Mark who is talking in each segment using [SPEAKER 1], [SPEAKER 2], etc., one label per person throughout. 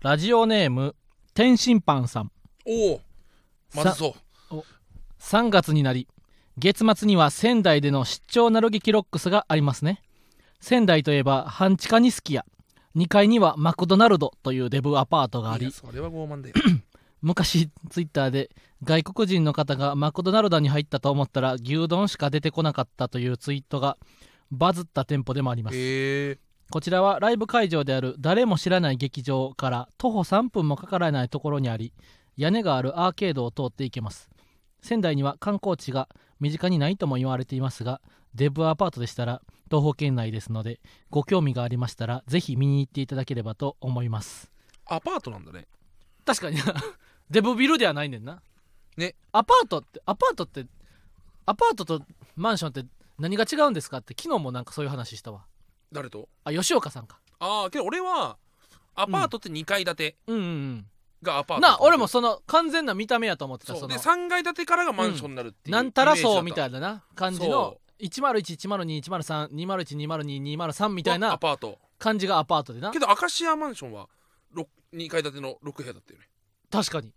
[SPEAKER 1] ラジオネーム天津パンさん
[SPEAKER 2] おおまずそう
[SPEAKER 1] 3月になり月末には仙台での出張なる劇ロックスがありますね仙台といえば半地下にすき家2階にはマクドナルドというデブアパートがあ
[SPEAKER 2] いや
[SPEAKER 1] り
[SPEAKER 2] それは傲慢で
[SPEAKER 1] 昔ツイッターで外国人の方がマクドナルドに入ったと思ったら牛丼しか出てこなかったというツイートがバズった店舗でもあります
[SPEAKER 2] ええ
[SPEAKER 1] こちらはライブ会場である誰も知らない劇場から徒歩3分もかからないところにあり屋根があるアーケードを通っていけます仙台には観光地が身近にないとも言われていますがデブアパートでしたら東方圏内ですのでご興味がありましたらぜひ見に行っていただければと思います
[SPEAKER 2] アパートなんだね
[SPEAKER 1] 確かに デブビルではないねんな
[SPEAKER 2] ね
[SPEAKER 1] アパートってアパートってアパートとマンションって何が違うんですかって昨日もなんかそういう話したわ
[SPEAKER 2] 誰と
[SPEAKER 1] あ吉岡さんか
[SPEAKER 2] ああけど俺はアパートって2階建て
[SPEAKER 1] うんうんうん
[SPEAKER 2] がアパート
[SPEAKER 1] な俺もその完全な見た目やと思ってた
[SPEAKER 2] そ
[SPEAKER 1] そうの
[SPEAKER 2] で3階建てからがマンションになるっていう
[SPEAKER 1] なんたら
[SPEAKER 2] そ
[SPEAKER 1] 層
[SPEAKER 2] う
[SPEAKER 1] みた
[SPEAKER 2] い
[SPEAKER 1] いなな感じの
[SPEAKER 2] そ
[SPEAKER 1] 10110210210320203み
[SPEAKER 2] み
[SPEAKER 1] たい
[SPEAKER 2] ア
[SPEAKER 1] な
[SPEAKER 2] パート
[SPEAKER 1] 感じがアパートでな
[SPEAKER 2] けどアカシアマンションは2階建ての6部屋だったよね
[SPEAKER 1] 確かに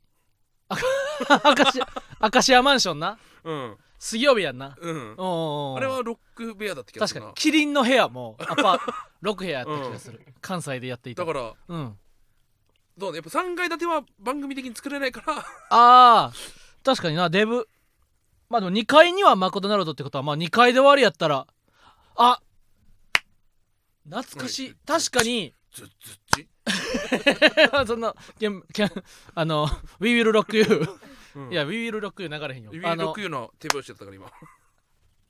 [SPEAKER 1] あ 明石明石家マンションな
[SPEAKER 2] うん
[SPEAKER 1] 水曜日やんな
[SPEAKER 2] う
[SPEAKER 1] おうお
[SPEAKER 2] ん
[SPEAKER 1] うおう
[SPEAKER 2] あれは6部屋だった気がす
[SPEAKER 1] 確
[SPEAKER 2] る
[SPEAKER 1] か
[SPEAKER 2] な
[SPEAKER 1] にキリンの部屋もアパート6部屋やった気がする、関西でやっていた
[SPEAKER 2] だから
[SPEAKER 1] うん
[SPEAKER 2] どうねやっぱ3階建ては番組的に作れないから
[SPEAKER 1] あー確かになデブまあでも2階にはマクドナルドってことはまあ2階で終わりやったらあ懐かしい確かに
[SPEAKER 2] ずっずっち
[SPEAKER 1] そんなけんけんあの「We Will Rock You」いや「We Will Rock You」流れへんよ
[SPEAKER 2] 指
[SPEAKER 1] あ
[SPEAKER 2] ロ
[SPEAKER 1] の
[SPEAKER 2] クユの手拍子だったから今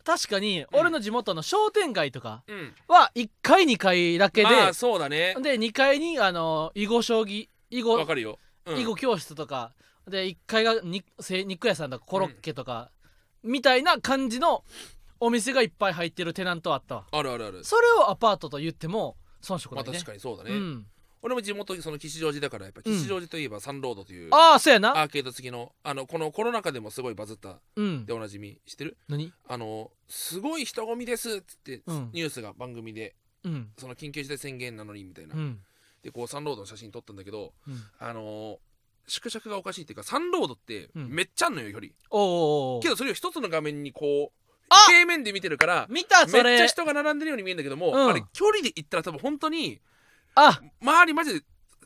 [SPEAKER 1] 確かに
[SPEAKER 2] ん
[SPEAKER 1] 俺の地元の商店街とか
[SPEAKER 2] うん
[SPEAKER 1] は1階2階だけで、
[SPEAKER 2] まあそうだね
[SPEAKER 1] で2階にあの囲碁将棋囲
[SPEAKER 2] わ
[SPEAKER 1] 碁
[SPEAKER 2] かるようん
[SPEAKER 1] 囲碁教室とかで1階がにせ肉屋さんとかコロッケとか、みたいな感じのお店がいっぱい入ってるテナントあったわ
[SPEAKER 2] あるあるある
[SPEAKER 1] それをアパートと言っても遜色
[SPEAKER 2] ま
[SPEAKER 1] な
[SPEAKER 2] あ
[SPEAKER 1] いね、
[SPEAKER 2] 確かにそうだね、
[SPEAKER 1] うん、
[SPEAKER 2] 俺も地元その吉祥寺だからやっぱ吉祥寺といえばサンロードという、ア
[SPEAKER 1] ああそうやな
[SPEAKER 2] ーケード付きのあのこのコロナ禍でもすごいバズった
[SPEAKER 1] うん
[SPEAKER 2] でおなじみしてる
[SPEAKER 1] 何
[SPEAKER 2] あのすごい人混みですっつって、
[SPEAKER 1] うん
[SPEAKER 2] ニュースが番組で
[SPEAKER 1] うん
[SPEAKER 2] その緊急事態宣言なのにみたいな、
[SPEAKER 1] うん
[SPEAKER 2] でこうサンロードの写真撮ったんだけど
[SPEAKER 1] うん
[SPEAKER 2] あのー縮尺がおかしいっていうかサンロードって
[SPEAKER 1] うん
[SPEAKER 2] めっちゃあんのよ距離、
[SPEAKER 1] おうおうおう
[SPEAKER 2] けどそれを一つの画面にこう
[SPEAKER 1] あ
[SPEAKER 2] 平面で見てるから
[SPEAKER 1] 見た
[SPEAKER 2] め
[SPEAKER 1] そ
[SPEAKER 2] っちゃ
[SPEAKER 1] れ
[SPEAKER 2] 人が並んでるように見えるんだけども、
[SPEAKER 1] うん
[SPEAKER 2] あれ距離で言ったら多分本当に
[SPEAKER 1] あ
[SPEAKER 2] 周りマジで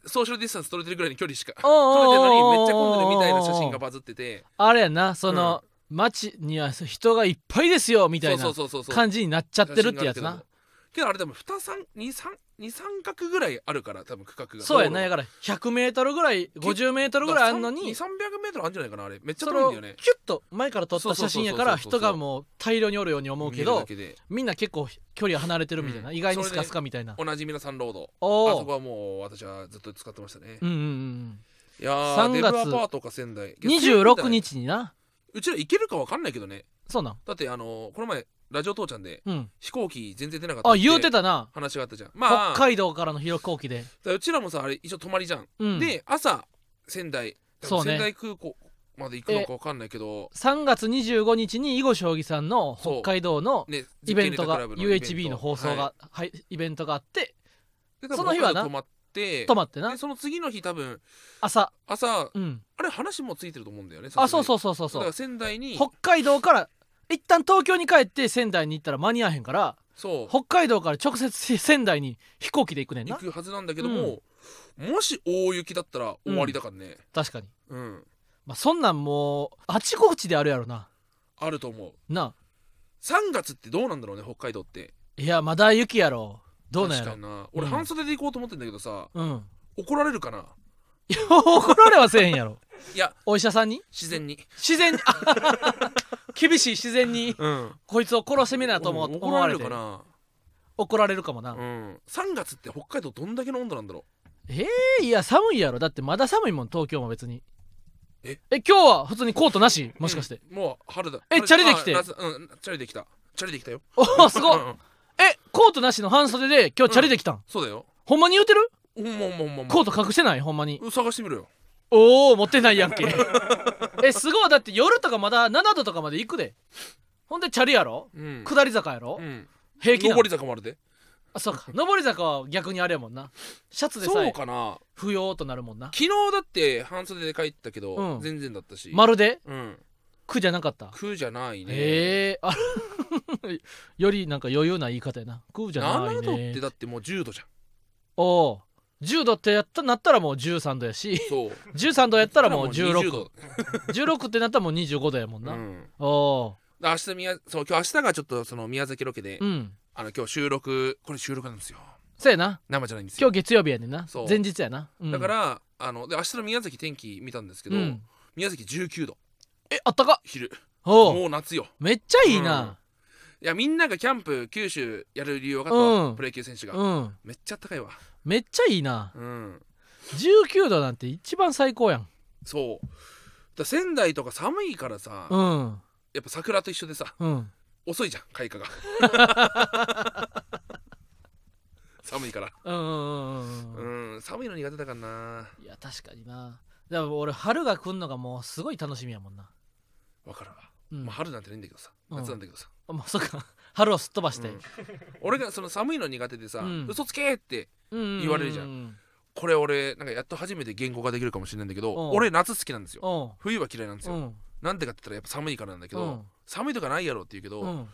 [SPEAKER 2] ソーシャルディスタンス取れてるぐらいの距離しか
[SPEAKER 1] おうおうおう
[SPEAKER 2] 取れてるの
[SPEAKER 1] おう
[SPEAKER 2] にめっちゃ混んでるみたいな写真がバズってて
[SPEAKER 1] あれやなその、街には人がいっぱいですよみたいな
[SPEAKER 2] そうそうそうそう
[SPEAKER 1] 感じになっちゃってるってやつ
[SPEAKER 2] 写真がある
[SPEAKER 1] な
[SPEAKER 2] けどけどあれでも2三2三2三角ぐらいあるから多分区画が
[SPEAKER 1] そうやなだから 100m ぐらい 50m ぐらいあんのに
[SPEAKER 2] 2 3 0 0ルあるんじゃないかなあれめっちゃ
[SPEAKER 1] そ
[SPEAKER 2] 遠
[SPEAKER 1] れ
[SPEAKER 2] い
[SPEAKER 1] を
[SPEAKER 2] ん
[SPEAKER 1] キ
[SPEAKER 2] だ
[SPEAKER 1] ュ
[SPEAKER 2] よ
[SPEAKER 1] ッ
[SPEAKER 2] ね
[SPEAKER 1] と前から撮った写真やから
[SPEAKER 2] そう
[SPEAKER 1] 人
[SPEAKER 2] そうそうそう
[SPEAKER 1] がもう大量におるように思うけ
[SPEAKER 2] 見える
[SPEAKER 1] ど
[SPEAKER 2] だで
[SPEAKER 1] みんな結構距離離れてるみたいな、
[SPEAKER 2] うん
[SPEAKER 1] 意外にスカスカみたいな、
[SPEAKER 2] おなじみのサンロードあ
[SPEAKER 1] お
[SPEAKER 2] そ
[SPEAKER 1] お
[SPEAKER 2] こはもう私はずっと使ってましたね、
[SPEAKER 1] うんうんうん
[SPEAKER 2] いやー
[SPEAKER 1] 3
[SPEAKER 2] デブ
[SPEAKER 1] 月
[SPEAKER 2] アパートか仙台
[SPEAKER 1] 26
[SPEAKER 2] 仙台
[SPEAKER 1] 日にな
[SPEAKER 2] うちら行けるかわかんないけどね
[SPEAKER 1] そうなん
[SPEAKER 2] だってあのーこの前ラジオ父ちゃんで
[SPEAKER 1] うん
[SPEAKER 2] 飛行機全然出なかった
[SPEAKER 1] あ言うてたな
[SPEAKER 2] 話があったじゃんまあ
[SPEAKER 1] 北海道からの広行機で、
[SPEAKER 2] だからうちらもさあれ一応泊まりじゃん、
[SPEAKER 1] うん、
[SPEAKER 2] で朝仙台
[SPEAKER 1] そうね
[SPEAKER 2] 仙台空港まで行くのかわかんないけど
[SPEAKER 1] 3月25日に囲碁将棋さんの
[SPEAKER 2] そう
[SPEAKER 1] 北海道の
[SPEAKER 2] ね
[SPEAKER 1] イベントが
[SPEAKER 2] 絶景ネタクラブのイベント
[SPEAKER 1] UHB の放送が、はい、イベントがあって
[SPEAKER 2] で多分
[SPEAKER 1] その日はな
[SPEAKER 2] 北海道泊まって
[SPEAKER 1] 泊まってな
[SPEAKER 2] でその次の日多分
[SPEAKER 1] 朝
[SPEAKER 2] 朝
[SPEAKER 1] うん
[SPEAKER 2] あれ話もついてると思うんだよね
[SPEAKER 1] あそう
[SPEAKER 2] う
[SPEAKER 1] そうそうそう
[SPEAKER 2] だ
[SPEAKER 1] そ
[SPEAKER 2] から
[SPEAKER 1] う
[SPEAKER 2] 仙台に
[SPEAKER 1] 北海道から一旦東京に帰って仙台に行ったら間に合わへんから
[SPEAKER 2] そう
[SPEAKER 1] 北海道から直接仙台に飛行機で行くねん
[SPEAKER 2] 行
[SPEAKER 1] な
[SPEAKER 2] くはずなんだけども、もし大雪だったら終わりだからね
[SPEAKER 1] 確かに、
[SPEAKER 2] うん、
[SPEAKER 1] まあ、そんなんもうあちこちであるやろな
[SPEAKER 2] あると思う
[SPEAKER 1] なあ
[SPEAKER 2] 3月ってどうなんだろうね北海道って
[SPEAKER 1] いやまだ雪やろどうなんやろ
[SPEAKER 2] 確かにな俺
[SPEAKER 1] うん
[SPEAKER 2] 半袖で行こうと思ってんだけどさ、
[SPEAKER 1] うん
[SPEAKER 2] 怒られるかない
[SPEAKER 1] や怒られはせえへんやろ
[SPEAKER 2] いや
[SPEAKER 1] お医者さんに
[SPEAKER 2] 自然に
[SPEAKER 1] 自然に 厳しい自然に
[SPEAKER 2] うん
[SPEAKER 1] こいつを殺せめなと思,、
[SPEAKER 2] うん
[SPEAKER 1] 思
[SPEAKER 2] 怒ら
[SPEAKER 1] わ
[SPEAKER 2] れ
[SPEAKER 1] れ
[SPEAKER 2] る
[SPEAKER 1] て
[SPEAKER 2] かな
[SPEAKER 1] 怒られるかもな、
[SPEAKER 2] うん、3月って北海道どんだけの温度なんだろ
[SPEAKER 1] えー、いや寒いやろだってまだ寒いもん東京も別に
[SPEAKER 2] え
[SPEAKER 1] 今日は普通にコートなし
[SPEAKER 2] う
[SPEAKER 1] もしかして、
[SPEAKER 2] うんもう春だ
[SPEAKER 1] え
[SPEAKER 2] 春
[SPEAKER 1] チャリで来て
[SPEAKER 2] あ夏うんチャリできたチャリできたよ
[SPEAKER 1] おおすご
[SPEAKER 2] う
[SPEAKER 1] い
[SPEAKER 2] んうん
[SPEAKER 1] えコートなしの半袖で今日チャリできたん、
[SPEAKER 2] そうだよ
[SPEAKER 1] ほんまに言うてる
[SPEAKER 2] ほんまほんまほんまほんま
[SPEAKER 1] コート隠してないほんまに
[SPEAKER 2] うん探してみろよ
[SPEAKER 1] おお持ってないやんけえすごいだって夜とかまだ7度とかまで行くでほんでチャリやろ
[SPEAKER 2] うん
[SPEAKER 1] 下り坂やろ、
[SPEAKER 2] うん
[SPEAKER 1] 平気な
[SPEAKER 2] 上り坂もあるで
[SPEAKER 1] あそうか上り坂は逆にあれやもんなシャツでさ
[SPEAKER 2] そう
[SPEAKER 1] え
[SPEAKER 2] かな
[SPEAKER 1] 不要となるもんな
[SPEAKER 2] 昨日だって半袖で帰ったけど、
[SPEAKER 1] うん
[SPEAKER 2] 全然だったし、
[SPEAKER 1] まるで
[SPEAKER 2] うん
[SPEAKER 1] 苦じゃなかった
[SPEAKER 2] 苦じゃないね
[SPEAKER 1] ええあ よりなんか余裕な言い方やな苦じゃない
[SPEAKER 2] 7度って
[SPEAKER 1] ね
[SPEAKER 2] だってもう10度じゃん
[SPEAKER 1] おおう10度ってやったなったらもう13度やし
[SPEAKER 2] そう
[SPEAKER 1] 13度やったらもう
[SPEAKER 2] 20
[SPEAKER 1] 1616
[SPEAKER 2] 度
[SPEAKER 1] ってなったらもう25度やもん
[SPEAKER 2] う
[SPEAKER 1] な、
[SPEAKER 2] ん
[SPEAKER 1] おお
[SPEAKER 2] 明日宮そう今日明日がちょっとその宮崎ロケで、
[SPEAKER 1] ううん
[SPEAKER 2] あの今日収録これ収録なんですよ
[SPEAKER 1] そうやな
[SPEAKER 2] 生じゃないんです
[SPEAKER 1] 今
[SPEAKER 2] よ
[SPEAKER 1] 日月曜日やねんな
[SPEAKER 2] そう
[SPEAKER 1] 前日やな、うん
[SPEAKER 2] だからあので明日の宮崎天気見たんですけ
[SPEAKER 1] う
[SPEAKER 2] ど、
[SPEAKER 1] ん、
[SPEAKER 2] 宮崎19度
[SPEAKER 1] えあったか
[SPEAKER 2] 昼
[SPEAKER 1] おお
[SPEAKER 2] もう夏よ
[SPEAKER 1] めっちゃいいな、
[SPEAKER 2] いやみんながキャンプ九州やる理由分かったわ、
[SPEAKER 1] うん
[SPEAKER 2] プロ野球選手が、
[SPEAKER 1] うん
[SPEAKER 2] めっちゃ高いわ
[SPEAKER 1] めっちゃいいな
[SPEAKER 2] うん
[SPEAKER 1] 19度なんて一番最高やん
[SPEAKER 2] そうだ仙台とか寒いからさ、
[SPEAKER 1] うん
[SPEAKER 2] やっぱ桜と一緒でさ
[SPEAKER 1] うん
[SPEAKER 2] 遅いじゃん開花が 寒いから
[SPEAKER 1] うんうんうんうん
[SPEAKER 2] うん寒いの苦手だからない
[SPEAKER 1] や確かになでも俺春が来んのがもうすごい楽しみやもんな、
[SPEAKER 2] 分からんわ、
[SPEAKER 1] うん
[SPEAKER 2] まあ、春なんてないんだけどさ
[SPEAKER 1] うん
[SPEAKER 2] 夏なんだけどさ、
[SPEAKER 1] あまあそっか 春をすっ飛ばして、
[SPEAKER 2] うん俺がその寒いの苦手でさ、
[SPEAKER 1] うん
[SPEAKER 2] 嘘つけって
[SPEAKER 1] うんうんうん
[SPEAKER 2] 言われるじゃ
[SPEAKER 1] ん
[SPEAKER 2] これ俺なんかやっと初めて言語化できるかもしれないんだけど、
[SPEAKER 1] うん
[SPEAKER 2] 俺夏好きなんですよ
[SPEAKER 1] おう
[SPEAKER 2] 冬は嫌いなんです
[SPEAKER 1] う
[SPEAKER 2] よ、
[SPEAKER 1] ん
[SPEAKER 2] なんでかって言ったらやっぱ寒いからなんだけど、
[SPEAKER 1] うん
[SPEAKER 2] 寒いとかないやろって言うけど、
[SPEAKER 1] うん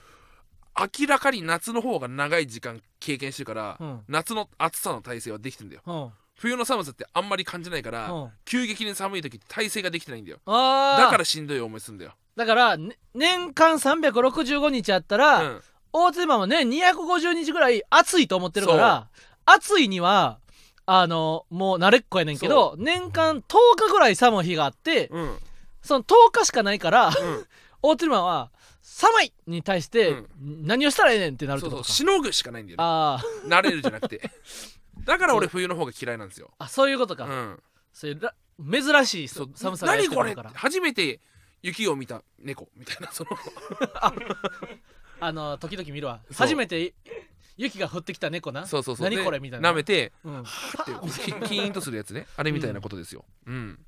[SPEAKER 2] 明らかに夏の方が長い時間経験してるから、
[SPEAKER 1] うん
[SPEAKER 2] 夏の暑さの耐性はできてんだよ
[SPEAKER 1] うん
[SPEAKER 2] 冬の寒さってあんまり感じないから、
[SPEAKER 1] うん
[SPEAKER 2] 急激に寒い時って耐性ができてないんだよ
[SPEAKER 1] あー
[SPEAKER 2] だからしんどい思いすんだよ、
[SPEAKER 1] だから、ね年間365日あった
[SPEAKER 2] う
[SPEAKER 1] ら、
[SPEAKER 2] ん、
[SPEAKER 1] 大手マンはね250日ぐらい暑いと思ってるから暑いにはあのもう慣れっこやねんけど年間10日ぐらい寒い日があって
[SPEAKER 2] うんうん
[SPEAKER 1] その10日しかない から大手マンは寒いに対して
[SPEAKER 2] う
[SPEAKER 1] 何をしたらええねんってなるっ
[SPEAKER 2] そ
[SPEAKER 1] て
[SPEAKER 2] う
[SPEAKER 1] こ
[SPEAKER 2] そ
[SPEAKER 1] とか
[SPEAKER 2] うしのぐしかないんだよね
[SPEAKER 1] あ
[SPEAKER 2] 慣れるじゃなくてだから俺冬の方が嫌いなんですよ、
[SPEAKER 1] ーあそういうこと
[SPEAKER 2] う
[SPEAKER 1] か、
[SPEAKER 2] ん、
[SPEAKER 1] そういうら珍しい
[SPEAKER 2] そう
[SPEAKER 1] 寒さがやって
[SPEAKER 2] 何
[SPEAKER 1] く
[SPEAKER 2] こ
[SPEAKER 1] る
[SPEAKER 2] れ
[SPEAKER 1] から
[SPEAKER 2] 初めて雪を見た猫みたいなその
[SPEAKER 1] あの時々見るわ
[SPEAKER 2] う
[SPEAKER 1] 初めて雪が降ってきた猫な
[SPEAKER 2] そうそうそう
[SPEAKER 1] 何
[SPEAKER 2] で
[SPEAKER 1] これみたいな
[SPEAKER 2] 舐めて
[SPEAKER 1] うん、
[SPEAKER 2] ってキキーンとするやつねあれみたいなことですようん、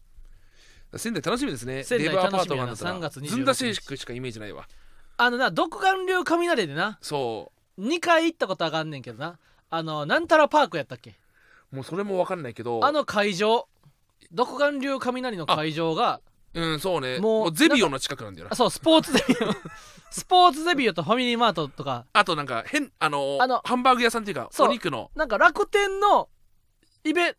[SPEAKER 2] 仙台楽しみですね
[SPEAKER 1] 仙台
[SPEAKER 2] レバーパートが
[SPEAKER 1] 楽しみやな
[SPEAKER 2] な
[SPEAKER 1] 3
[SPEAKER 2] ん
[SPEAKER 1] 月26
[SPEAKER 2] 月
[SPEAKER 1] 日
[SPEAKER 2] ずんだシェイクしかイメージないわ
[SPEAKER 1] あのな独眼流雷でな
[SPEAKER 2] そ
[SPEAKER 1] 2回行ったことあかんねんけどなあのなんたらパークやったっけ
[SPEAKER 2] うもうそれも分かんないけど
[SPEAKER 1] あの会場独眼流雷の会場が
[SPEAKER 2] うんそうね
[SPEAKER 1] もう
[SPEAKER 2] もうゼビオの近くなんだよ
[SPEAKER 1] あ
[SPEAKER 2] な
[SPEAKER 1] そうスポーツゼビオ スポーツゼビオとファミリーマートとか
[SPEAKER 2] あとなんか変あのー
[SPEAKER 1] あの
[SPEAKER 2] ハンバーグ屋さんっていうか
[SPEAKER 1] そう
[SPEAKER 2] お肉の
[SPEAKER 1] なんか楽天のイベ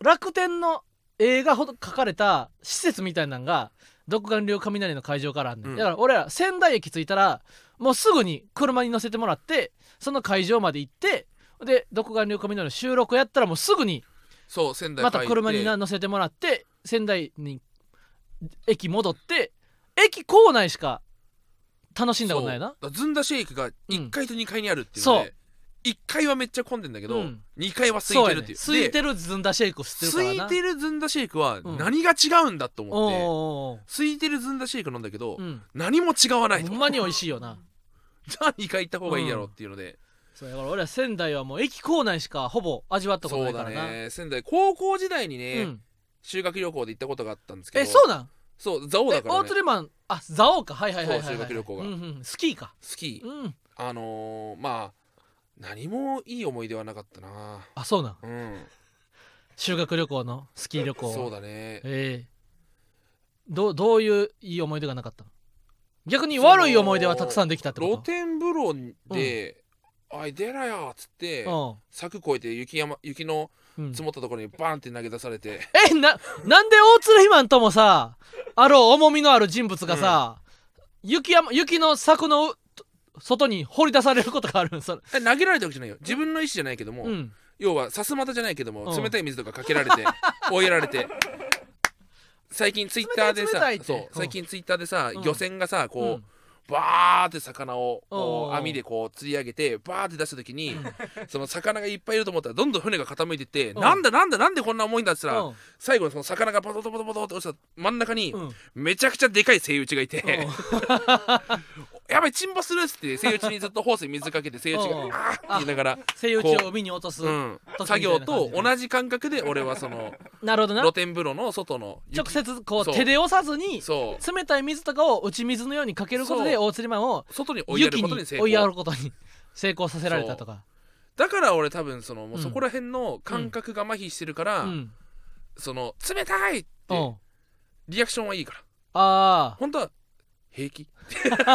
[SPEAKER 1] 楽天の映画ほど書かれた施設みたいなんが独眼流雷の会場からあんねん、
[SPEAKER 2] うん
[SPEAKER 1] だから俺ら仙台駅着いたらもうすぐに車に乗せてもらってその会場まで行ってで独眼流雷の収録やったらもうすぐに
[SPEAKER 2] そう仙台
[SPEAKER 1] また車にな
[SPEAKER 2] る
[SPEAKER 1] 乗せてもらって仙台に駅戻って駅構内しか楽しんだことないな
[SPEAKER 2] ずんだシェイクが1階と2階にあるっていう
[SPEAKER 1] そ
[SPEAKER 2] の
[SPEAKER 1] う
[SPEAKER 2] で、一1階はめっちゃ混んでんだけど、
[SPEAKER 1] う
[SPEAKER 2] 二
[SPEAKER 1] ん
[SPEAKER 2] 2階は空い
[SPEAKER 1] そう
[SPEAKER 2] て
[SPEAKER 1] や
[SPEAKER 2] る
[SPEAKER 1] ね
[SPEAKER 2] っていう
[SPEAKER 1] 空い
[SPEAKER 2] で
[SPEAKER 1] てるずんだシェイクを吸ってるから
[SPEAKER 2] 空
[SPEAKER 1] ない
[SPEAKER 2] てるずんだシェイクは
[SPEAKER 1] うん
[SPEAKER 2] 何が違うんだと思
[SPEAKER 1] お
[SPEAKER 2] って、
[SPEAKER 1] うおうおう
[SPEAKER 2] 空いてるずんだシェイクなんだけど、
[SPEAKER 1] うん
[SPEAKER 2] 何も違わないと
[SPEAKER 1] ほんまに美味しいよな
[SPEAKER 2] じゃあ2回行った方がいいやろっていうので、
[SPEAKER 1] そうだから俺は仙台はもう駅構内しかほぼ味わったこと
[SPEAKER 2] そ
[SPEAKER 1] な
[SPEAKER 2] う
[SPEAKER 1] いか
[SPEAKER 2] だ
[SPEAKER 1] らな
[SPEAKER 2] ね仙台高校時代にね、
[SPEAKER 1] うん
[SPEAKER 2] 修学旅行で行ったことがあったんですけど
[SPEAKER 1] えそうなん
[SPEAKER 2] そう蔵王
[SPEAKER 1] え
[SPEAKER 2] だから、
[SPEAKER 1] 大
[SPEAKER 2] ね、
[SPEAKER 1] 鶴マンあ蔵王かはいはいはいはい
[SPEAKER 2] そう修学旅行が
[SPEAKER 1] うんうんスキーか
[SPEAKER 2] スキ
[SPEAKER 1] う
[SPEAKER 2] ー
[SPEAKER 1] ん
[SPEAKER 2] あのー、まあ何もいい思い出はなかったな
[SPEAKER 1] あそうなん
[SPEAKER 2] うん
[SPEAKER 1] 修学旅行のスキー旅行は
[SPEAKER 2] そうだね
[SPEAKER 1] ええどどういういい思い出がなかったの逆に悪い思い出はたくさんできたって
[SPEAKER 2] 露
[SPEAKER 1] こと
[SPEAKER 2] 天風呂で「あい出らや」っつって柵越えて雪山雪の
[SPEAKER 1] うんうん
[SPEAKER 2] 積もったところにバンって投げ出されて
[SPEAKER 1] えななんで大鶴ひまんともさあろう重みのある人物がさ、雪山雪の柵のうと外に掘り出されることがあるんそれ
[SPEAKER 2] え投げられたわけじゃないよ自分の意思じゃないけども、
[SPEAKER 1] うん
[SPEAKER 2] 要はさすまたじゃないけども、
[SPEAKER 1] うん
[SPEAKER 2] 冷たい水とかかけら れて追いやられて最近ツイッターで
[SPEAKER 1] 冷
[SPEAKER 2] さ
[SPEAKER 1] たい冷たいって
[SPEAKER 2] そう最近ツイッターでさ、
[SPEAKER 1] うん
[SPEAKER 2] 漁船がさこう、
[SPEAKER 1] うん
[SPEAKER 2] バーって魚をこ
[SPEAKER 1] お
[SPEAKER 2] う
[SPEAKER 1] ー
[SPEAKER 2] 網でこう釣り上げてバーって出した時に、その魚がいっぱいいると思ったらどんどん船が傾いてって、
[SPEAKER 1] うん
[SPEAKER 2] なんだなんだなんでこんな重いんだって言ったら、
[SPEAKER 1] うん
[SPEAKER 2] 最後にその魚がバトバトバトバトって落ちた真ん中に、
[SPEAKER 1] うん
[SPEAKER 2] めちゃくちゃでかいセイウチがいて、 やばい沈没するっつってセイウチにずっとホースに水かけてセイウチが
[SPEAKER 1] う
[SPEAKER 2] あ
[SPEAKER 1] ん
[SPEAKER 2] ーって言いながら。
[SPEAKER 1] セイウチを海に落とす、
[SPEAKER 2] うん
[SPEAKER 1] 時みたいな感じ、
[SPEAKER 2] 作業と同じ感覚で俺はその
[SPEAKER 1] なるほど な
[SPEAKER 2] 露天風呂の外の雪
[SPEAKER 1] 直接こう
[SPEAKER 2] そう
[SPEAKER 1] 手で押さずに
[SPEAKER 2] そう
[SPEAKER 1] 冷たい水とかを打ち水のようにかけることで
[SPEAKER 2] そう
[SPEAKER 1] 大釣りマンを
[SPEAKER 2] 外に追いやる
[SPEAKER 1] 雪
[SPEAKER 2] こ
[SPEAKER 1] に
[SPEAKER 2] とに成
[SPEAKER 1] 追いや
[SPEAKER 2] 功
[SPEAKER 1] ることに成功させられたとか
[SPEAKER 2] だから俺多分そのもうそこら辺の感覚が麻痺してるから、
[SPEAKER 1] うん
[SPEAKER 2] その冷たいっ
[SPEAKER 1] う
[SPEAKER 2] て
[SPEAKER 1] ん
[SPEAKER 2] リアクションはいいから
[SPEAKER 1] あ
[SPEAKER 2] 本当は平気、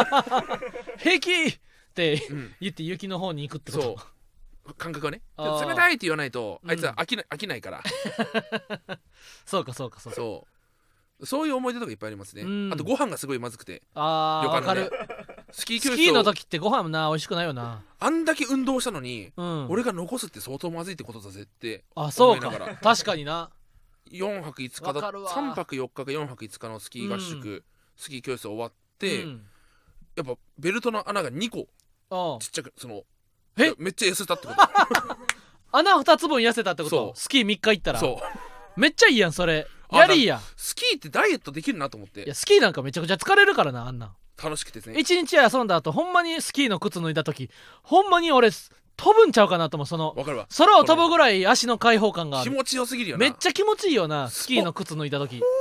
[SPEAKER 1] あ平気って
[SPEAKER 2] うん、
[SPEAKER 1] 言って雪の方に行くってこと
[SPEAKER 2] そ感覚はねで
[SPEAKER 1] あー
[SPEAKER 2] 冷たいって言わないと
[SPEAKER 1] うん
[SPEAKER 2] あいつは飽きな飽きないから、
[SPEAKER 1] そうかそうかそうか
[SPEAKER 2] そうそういう思い出とかいっぱいありますね、
[SPEAKER 1] うん
[SPEAKER 2] あとご飯がすごいまずくて
[SPEAKER 1] ああ
[SPEAKER 2] 旅
[SPEAKER 1] わか
[SPEAKER 2] 館のね
[SPEAKER 1] る
[SPEAKER 2] スキー教
[SPEAKER 1] ス
[SPEAKER 2] 室
[SPEAKER 1] キーの
[SPEAKER 2] を
[SPEAKER 1] 時ってご飯な美味しくないよな
[SPEAKER 2] あんだけ運動したのに、
[SPEAKER 1] うん
[SPEAKER 2] 俺が残すって相当まずいってことだぜって
[SPEAKER 1] あそう
[SPEAKER 2] 思いなが
[SPEAKER 1] から確かにな
[SPEAKER 2] 4泊5日
[SPEAKER 1] わ
[SPEAKER 2] だ
[SPEAKER 1] かるわ
[SPEAKER 2] 3泊4日か4泊5日のスキー合宿、
[SPEAKER 1] う
[SPEAKER 2] スキー教室終わって、
[SPEAKER 1] うん
[SPEAKER 2] やっぱベルトの穴が2個
[SPEAKER 1] うん
[SPEAKER 2] ちっちゃくその
[SPEAKER 1] え
[SPEAKER 2] めっちゃ痩せたってこと
[SPEAKER 1] 穴二つ分痩せたってこ
[SPEAKER 2] そ
[SPEAKER 1] と
[SPEAKER 2] う
[SPEAKER 1] スキー3日行ったら
[SPEAKER 2] そう
[SPEAKER 1] めっちゃいいやんそれ
[SPEAKER 2] あ
[SPEAKER 1] やりいいやん
[SPEAKER 2] スキーってダイエットできるなと思っ
[SPEAKER 1] いや
[SPEAKER 2] て
[SPEAKER 1] スキーなんかめちゃくちゃ疲れるからなあんなん
[SPEAKER 2] 楽しくてですね
[SPEAKER 1] 一日遊んだ後ほんまにスキーの靴脱いだ時ほんまに俺飛ぶんちゃうかなと思うその
[SPEAKER 2] わかるわ
[SPEAKER 1] 空を飛ぶぐらい足の開放感があ
[SPEAKER 2] 気
[SPEAKER 1] る
[SPEAKER 2] 持ちよすぎるよな
[SPEAKER 1] めっちゃ気持ちいいよな
[SPEAKER 2] スポ
[SPEAKER 1] スキーの靴脱いだ時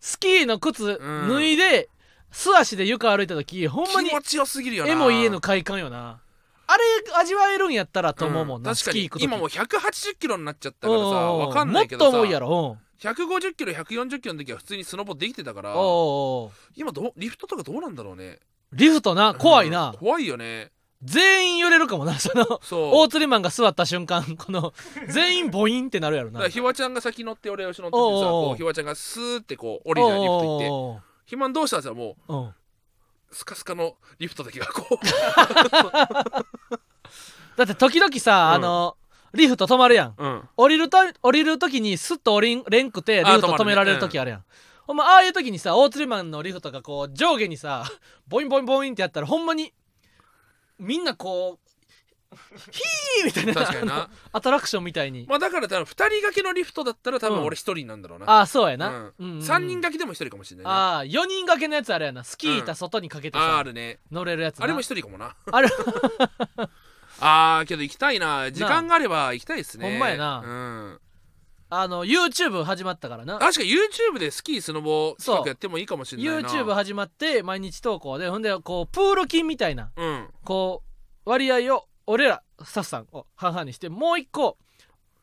[SPEAKER 1] スキーの靴
[SPEAKER 2] うん
[SPEAKER 1] 脱いで素足で床歩いた時ほんまに
[SPEAKER 2] 気持ちよすぎるよな
[SPEAKER 1] 絵も家の快感よなあれ味わえるんやったらと思うもんな、
[SPEAKER 2] うん
[SPEAKER 1] ス
[SPEAKER 2] 確か
[SPEAKER 1] キー
[SPEAKER 2] に
[SPEAKER 1] 行く時
[SPEAKER 2] 今もう180キロになっちゃったからさわかんないけ
[SPEAKER 1] も
[SPEAKER 2] ど
[SPEAKER 1] っ
[SPEAKER 2] さ
[SPEAKER 1] と重いやろ
[SPEAKER 2] 150キロ140キロの時は普通にスノボできてたか
[SPEAKER 1] うん
[SPEAKER 2] ら
[SPEAKER 1] おうおうお
[SPEAKER 2] 今どうリフトとかどうなんだろうね
[SPEAKER 1] うリフトな怖いな、
[SPEAKER 2] うん怖いよね
[SPEAKER 1] 全員揺れるかもなその
[SPEAKER 2] そ
[SPEAKER 1] 大
[SPEAKER 2] う
[SPEAKER 1] 釣りマンが座った瞬間こ の全員ボインってなるやろ
[SPEAKER 2] だ
[SPEAKER 1] な
[SPEAKER 2] からひわちゃんが先乗って俺後ろ乗っててさ
[SPEAKER 1] おうおう
[SPEAKER 2] こうひわちゃんがスーってこう降りるじゃんリフト行って
[SPEAKER 1] おう
[SPEAKER 2] ひまんどうしたらさも
[SPEAKER 1] おうおううん
[SPEAKER 2] うスカスカのリフトだけがこ
[SPEAKER 1] だって時々さ、
[SPEAKER 2] うん
[SPEAKER 1] あのリフト止まるやん
[SPEAKER 2] う、うん、
[SPEAKER 1] 降りると降りる時にスッと降りんれんくてリフト
[SPEAKER 2] あー止まるね
[SPEAKER 1] 止められる時あるやんほんまああいう時にさ大釣りマンのリフトがこう上下にさボインボインボインってやったらほんまにみんなこうヒーみたいな
[SPEAKER 2] 確かに
[SPEAKER 1] あの
[SPEAKER 2] な
[SPEAKER 1] アトラクションみたいに、
[SPEAKER 2] まあだから多分2人掛けのリフトだったら多
[SPEAKER 1] う
[SPEAKER 2] 分
[SPEAKER 1] ん
[SPEAKER 2] 俺1人なんだろうな、
[SPEAKER 1] ああそうやな、
[SPEAKER 2] う
[SPEAKER 1] うんうんうん
[SPEAKER 2] ん、3人掛けでも1人かもしれないねあ
[SPEAKER 1] ああ4人掛けのやつあれやなスキー板外にかけて
[SPEAKER 2] あー
[SPEAKER 1] さ、
[SPEAKER 2] あるね
[SPEAKER 1] 乗れるやつな
[SPEAKER 2] あれも1人かもな
[SPEAKER 1] あれ
[SPEAKER 2] あーけど行きたいな時間があれば行きたいですね
[SPEAKER 1] ほんまやな
[SPEAKER 2] うん
[SPEAKER 1] あの YouTube 始まったからな
[SPEAKER 2] 確か YouTube でスキースノボ企
[SPEAKER 1] そう
[SPEAKER 2] 画やってもいいかもしれないな
[SPEAKER 1] YouTube 始まって毎日投稿でほんでこうプール金みたいな
[SPEAKER 2] うん
[SPEAKER 1] こう割合を俺らスタッフさんを半々にしてもう一個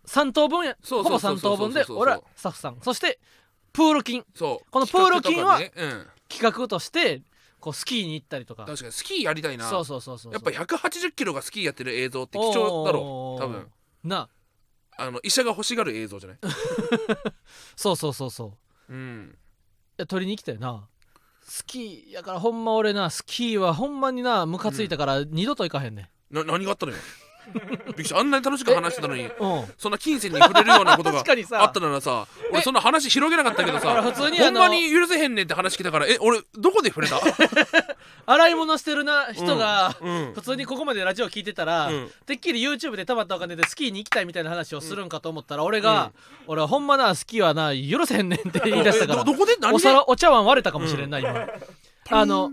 [SPEAKER 1] 3等分やほ
[SPEAKER 2] そうそ
[SPEAKER 1] ぼ
[SPEAKER 2] うそう
[SPEAKER 1] 3
[SPEAKER 2] そう
[SPEAKER 1] 等分で
[SPEAKER 2] そうそうそう
[SPEAKER 1] 俺らスタッフさんそしてプール金
[SPEAKER 2] そう
[SPEAKER 1] このプール金は
[SPEAKER 2] 企画とかね
[SPEAKER 1] 企画としてこうスキーに行ったりと
[SPEAKER 2] う
[SPEAKER 1] か
[SPEAKER 2] ん、確かにスキーやりたいな
[SPEAKER 1] そうそうそうそう
[SPEAKER 2] やっぱ180キロがスキーやってる映像って貴重だろ
[SPEAKER 1] おー
[SPEAKER 2] 多分
[SPEAKER 1] な
[SPEAKER 2] あの医者が欲しがる映像じゃない、
[SPEAKER 1] そうそうそうそうい
[SPEAKER 2] うん、
[SPEAKER 1] や取りに来たよなスキーやからほんま俺なスキーはほんまになムカついたから二度と行かへんね
[SPEAKER 2] な何があったのよびっくりしたあんなに楽しく話してたのに
[SPEAKER 1] んうん
[SPEAKER 2] そんな金銭に触れるようなことが
[SPEAKER 1] 確かにさ
[SPEAKER 2] あったならさ俺そんな話広げなかったけど
[SPEAKER 1] 俺
[SPEAKER 2] さ
[SPEAKER 1] 普通に
[SPEAKER 2] ほ
[SPEAKER 1] あ
[SPEAKER 2] ん
[SPEAKER 1] の
[SPEAKER 2] まに許せへんねんって話来たからえ俺どこで触れた
[SPEAKER 1] 洗い物してるな 人が、
[SPEAKER 2] うん
[SPEAKER 1] 普通にここまでラジオ聞いてたら、
[SPEAKER 2] うん
[SPEAKER 1] てっきり YouTube で貯まったお金でスキーに行きたいみたいな話をするんかと思ったら俺が、俺はほんまなスキーはな許せへんねんって言い出したか
[SPEAKER 2] え
[SPEAKER 1] ら
[SPEAKER 2] どどこで何で
[SPEAKER 1] お皿お茶碗割れたかもしれんない、今あの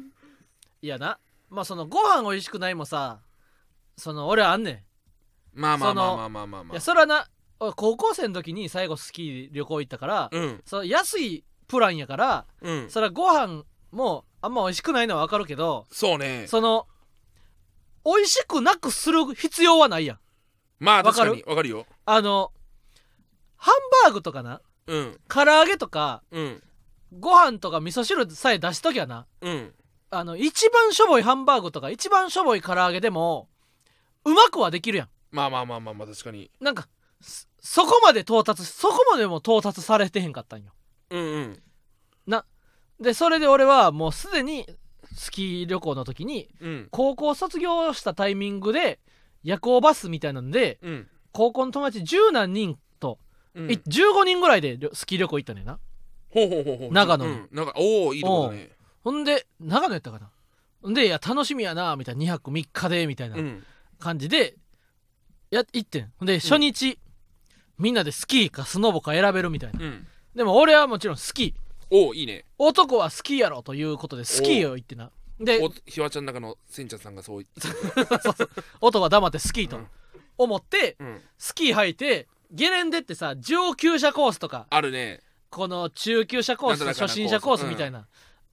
[SPEAKER 1] いやなまあそのご飯おいしくないもさその俺はあんねん、
[SPEAKER 2] まあまあ
[SPEAKER 1] そ
[SPEAKER 2] ま
[SPEAKER 1] の
[SPEAKER 2] あまあまあまあ
[SPEAKER 1] い
[SPEAKER 2] まあ
[SPEAKER 1] やそれはな俺高校生の時に最後スキー旅行行ったから、
[SPEAKER 2] うん
[SPEAKER 1] その安いプランやから、
[SPEAKER 2] うん
[SPEAKER 1] それはご飯もあんまおいしくないのはわかるけど、
[SPEAKER 2] そうね
[SPEAKER 1] その美味しくなくする必要はないやん
[SPEAKER 2] まあ
[SPEAKER 1] わ
[SPEAKER 2] 確
[SPEAKER 1] か
[SPEAKER 2] か
[SPEAKER 1] る
[SPEAKER 2] にわかるよ
[SPEAKER 1] あのハンバーグとかな
[SPEAKER 2] うん
[SPEAKER 1] 唐揚げとか
[SPEAKER 2] うん
[SPEAKER 1] ご飯とか味噌汁さえ出しときゃな
[SPEAKER 2] うん
[SPEAKER 1] あの一番しょぼいハンバーグとか一番しょぼい唐揚げでもうまくはできるや
[SPEAKER 2] まあまあまあまあまあ確かに
[SPEAKER 1] んなんかそそこまで到達そこまでも到達されてへんかったんよ
[SPEAKER 2] うんうん
[SPEAKER 1] でそれで俺はもうすでにスキー旅行の時に
[SPEAKER 2] うん
[SPEAKER 1] 高校卒業したタイミングで夜行バスみたいなんで
[SPEAKER 2] うん
[SPEAKER 1] 高校の友達十何人と
[SPEAKER 2] うん
[SPEAKER 1] い15人ぐらいで旅スキー旅行行ったねんな
[SPEAKER 2] ほうほうほうほう
[SPEAKER 1] 長野
[SPEAKER 2] う
[SPEAKER 1] に
[SPEAKER 2] ん、長おおいいとこだね
[SPEAKER 1] ほんで長野やったかなほんでいや楽しみやなみたいな2泊3日でみたいな
[SPEAKER 2] うん
[SPEAKER 1] 感じで、や行ってんほんで初日、みんなでスキーかスノボか選べるみたいな
[SPEAKER 2] うん
[SPEAKER 1] でも俺はもちろんスキー
[SPEAKER 2] おおいいね
[SPEAKER 1] 男はスキーやろということでスキーを行ってなで
[SPEAKER 2] おひわちゃんの中のせんちゃんさんがそう言ってた
[SPEAKER 1] 男は黙ってスキーと
[SPEAKER 2] うん
[SPEAKER 1] 思って
[SPEAKER 2] うん
[SPEAKER 1] スキー履いてゲレンデってさ上級者コースとか
[SPEAKER 2] あるね
[SPEAKER 1] この中級者コース
[SPEAKER 2] なんとなくな
[SPEAKER 1] 初心者コースみたいな、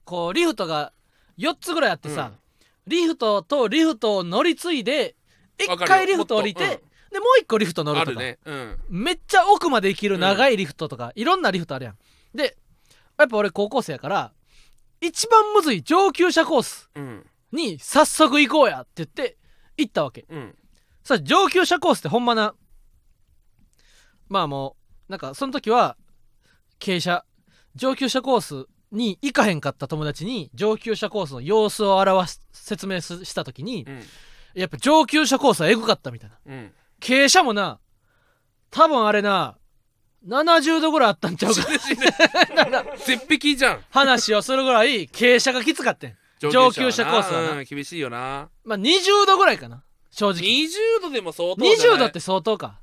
[SPEAKER 1] こうリフトが4つぐらいあってさ、リフトとリフトを乗り継いで一
[SPEAKER 2] わかる
[SPEAKER 1] 回
[SPEAKER 2] よ
[SPEAKER 1] リフト降りて、
[SPEAKER 2] もっと
[SPEAKER 1] でもう一個リフト乗る
[SPEAKER 2] あ
[SPEAKER 1] と
[SPEAKER 2] る
[SPEAKER 1] か、
[SPEAKER 2] ねうん
[SPEAKER 1] めっちゃ奥まで行ける長いリフトとか、いろんなリフトあるやんでやっぱ俺高校生やから一番むずい上級者コース
[SPEAKER 2] うん
[SPEAKER 1] に早速行こうやって言って行ったわけ
[SPEAKER 2] うん
[SPEAKER 1] さ上級者コースってほんまなまあもうなんかその時は傾斜上級者コースに行かへんかった友達に上級者コースの様子を表す説明すした時に
[SPEAKER 2] うん
[SPEAKER 1] やっぱ上級者コースはエグかったみたいな
[SPEAKER 2] うん
[SPEAKER 1] 傾斜もな多分あれな70度ぐらいあったんちゃう
[SPEAKER 2] 死
[SPEAKER 1] か
[SPEAKER 2] ぬ死ぬ絶壁じゃん
[SPEAKER 1] 話をするぐらい傾斜がきつかったん上級者コースはな
[SPEAKER 2] なうん厳しいよな
[SPEAKER 1] まあ20度ぐらいかな正直
[SPEAKER 2] 20度でも相当じゃない
[SPEAKER 1] 20度って相当か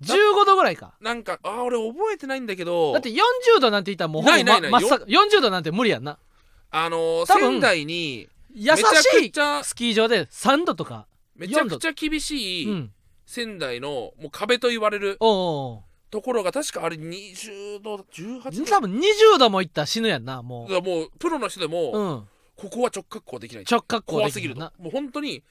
[SPEAKER 1] 15度ぐらいか
[SPEAKER 2] なんかあー俺覚えてないんだけど
[SPEAKER 1] だって40度なんて言ったらもうほぼ
[SPEAKER 2] ないないない
[SPEAKER 1] ま真っ逆40度なんて無理やんな
[SPEAKER 2] あのー
[SPEAKER 1] 多分
[SPEAKER 2] 仙台に
[SPEAKER 1] 優し
[SPEAKER 2] め
[SPEAKER 1] い
[SPEAKER 2] ちゃくちゃ
[SPEAKER 1] スキー場で3度とか
[SPEAKER 2] めちゃくちゃ厳し
[SPEAKER 1] う
[SPEAKER 2] い
[SPEAKER 1] ん
[SPEAKER 2] 仙台のもう壁と言われる
[SPEAKER 1] おうおうお
[SPEAKER 2] ところが確かあれ20度
[SPEAKER 1] う
[SPEAKER 2] 18度
[SPEAKER 1] 多分20度もいったら死ぬやんなも
[SPEAKER 2] だからもうプロの人で
[SPEAKER 1] う、う
[SPEAKER 2] も
[SPEAKER 1] ん、
[SPEAKER 2] ここは直角行できない
[SPEAKER 1] 直角行
[SPEAKER 2] 怖
[SPEAKER 1] です
[SPEAKER 2] ぎると
[SPEAKER 1] な
[SPEAKER 2] もう本当に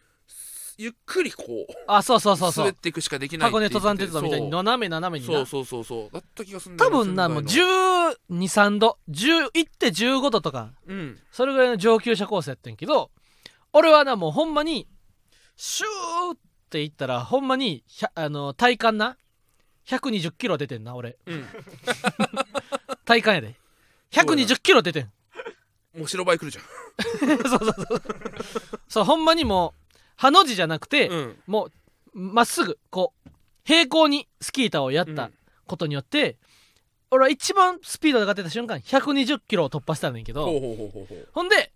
[SPEAKER 2] ゆっくりこう
[SPEAKER 1] あそうそうそうそ
[SPEAKER 2] 滑っ
[SPEAKER 1] う
[SPEAKER 2] ていくしかできないって
[SPEAKER 1] 箱
[SPEAKER 2] 言
[SPEAKER 1] 根
[SPEAKER 2] って
[SPEAKER 1] 登山鉄
[SPEAKER 2] て
[SPEAKER 1] 道みたいに斜め斜めにな
[SPEAKER 2] そうそうそうそうだった気がするんだ
[SPEAKER 1] 多
[SPEAKER 2] よ
[SPEAKER 1] 分なもう
[SPEAKER 2] 仙台の
[SPEAKER 1] 1 2 3度1 1 15度とか
[SPEAKER 2] うん
[SPEAKER 1] それぐらいの上級者コースやってんけど俺はなもうほんまにシューっていったらほんまにひゃあの体感な120キロ出てんな俺
[SPEAKER 2] うん
[SPEAKER 1] 体感やで
[SPEAKER 2] そうやな
[SPEAKER 1] 120キロ出てん
[SPEAKER 2] もう白バイ来るじゃ
[SPEAKER 1] そうそうそうそうほんまにもうハの字じゃなくて、
[SPEAKER 2] んうん
[SPEAKER 1] もうまっすぐこう平行にスキー板をやっ
[SPEAKER 2] う
[SPEAKER 1] た
[SPEAKER 2] ん
[SPEAKER 1] ことによって、俺は一番スピードが出た瞬間120キロを突破したんだけど
[SPEAKER 2] ほうほうほうほうほう
[SPEAKER 1] ほんで、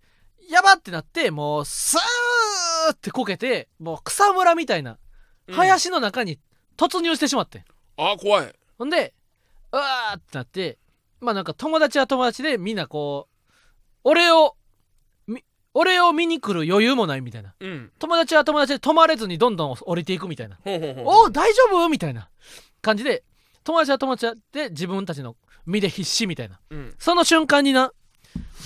[SPEAKER 1] やばってなって、もう、スーってこけて、もう草むらみたいな、
[SPEAKER 2] うん
[SPEAKER 1] 林の中に突入してしまってん。
[SPEAKER 2] あー怖い
[SPEAKER 1] ほんで、うわーってなって、まあなんか友達は友達でみんなこう、俺を、み俺を見に来る余裕もないみたいな。
[SPEAKER 2] うん
[SPEAKER 1] 友達は友達で止まれずにどんどん降りていくみたいな。
[SPEAKER 2] ほうほうほう
[SPEAKER 1] おお、大丈夫みたいな感じで、友達は友達で自分たちの身で必死みたいな。
[SPEAKER 2] うん
[SPEAKER 1] その瞬間にな、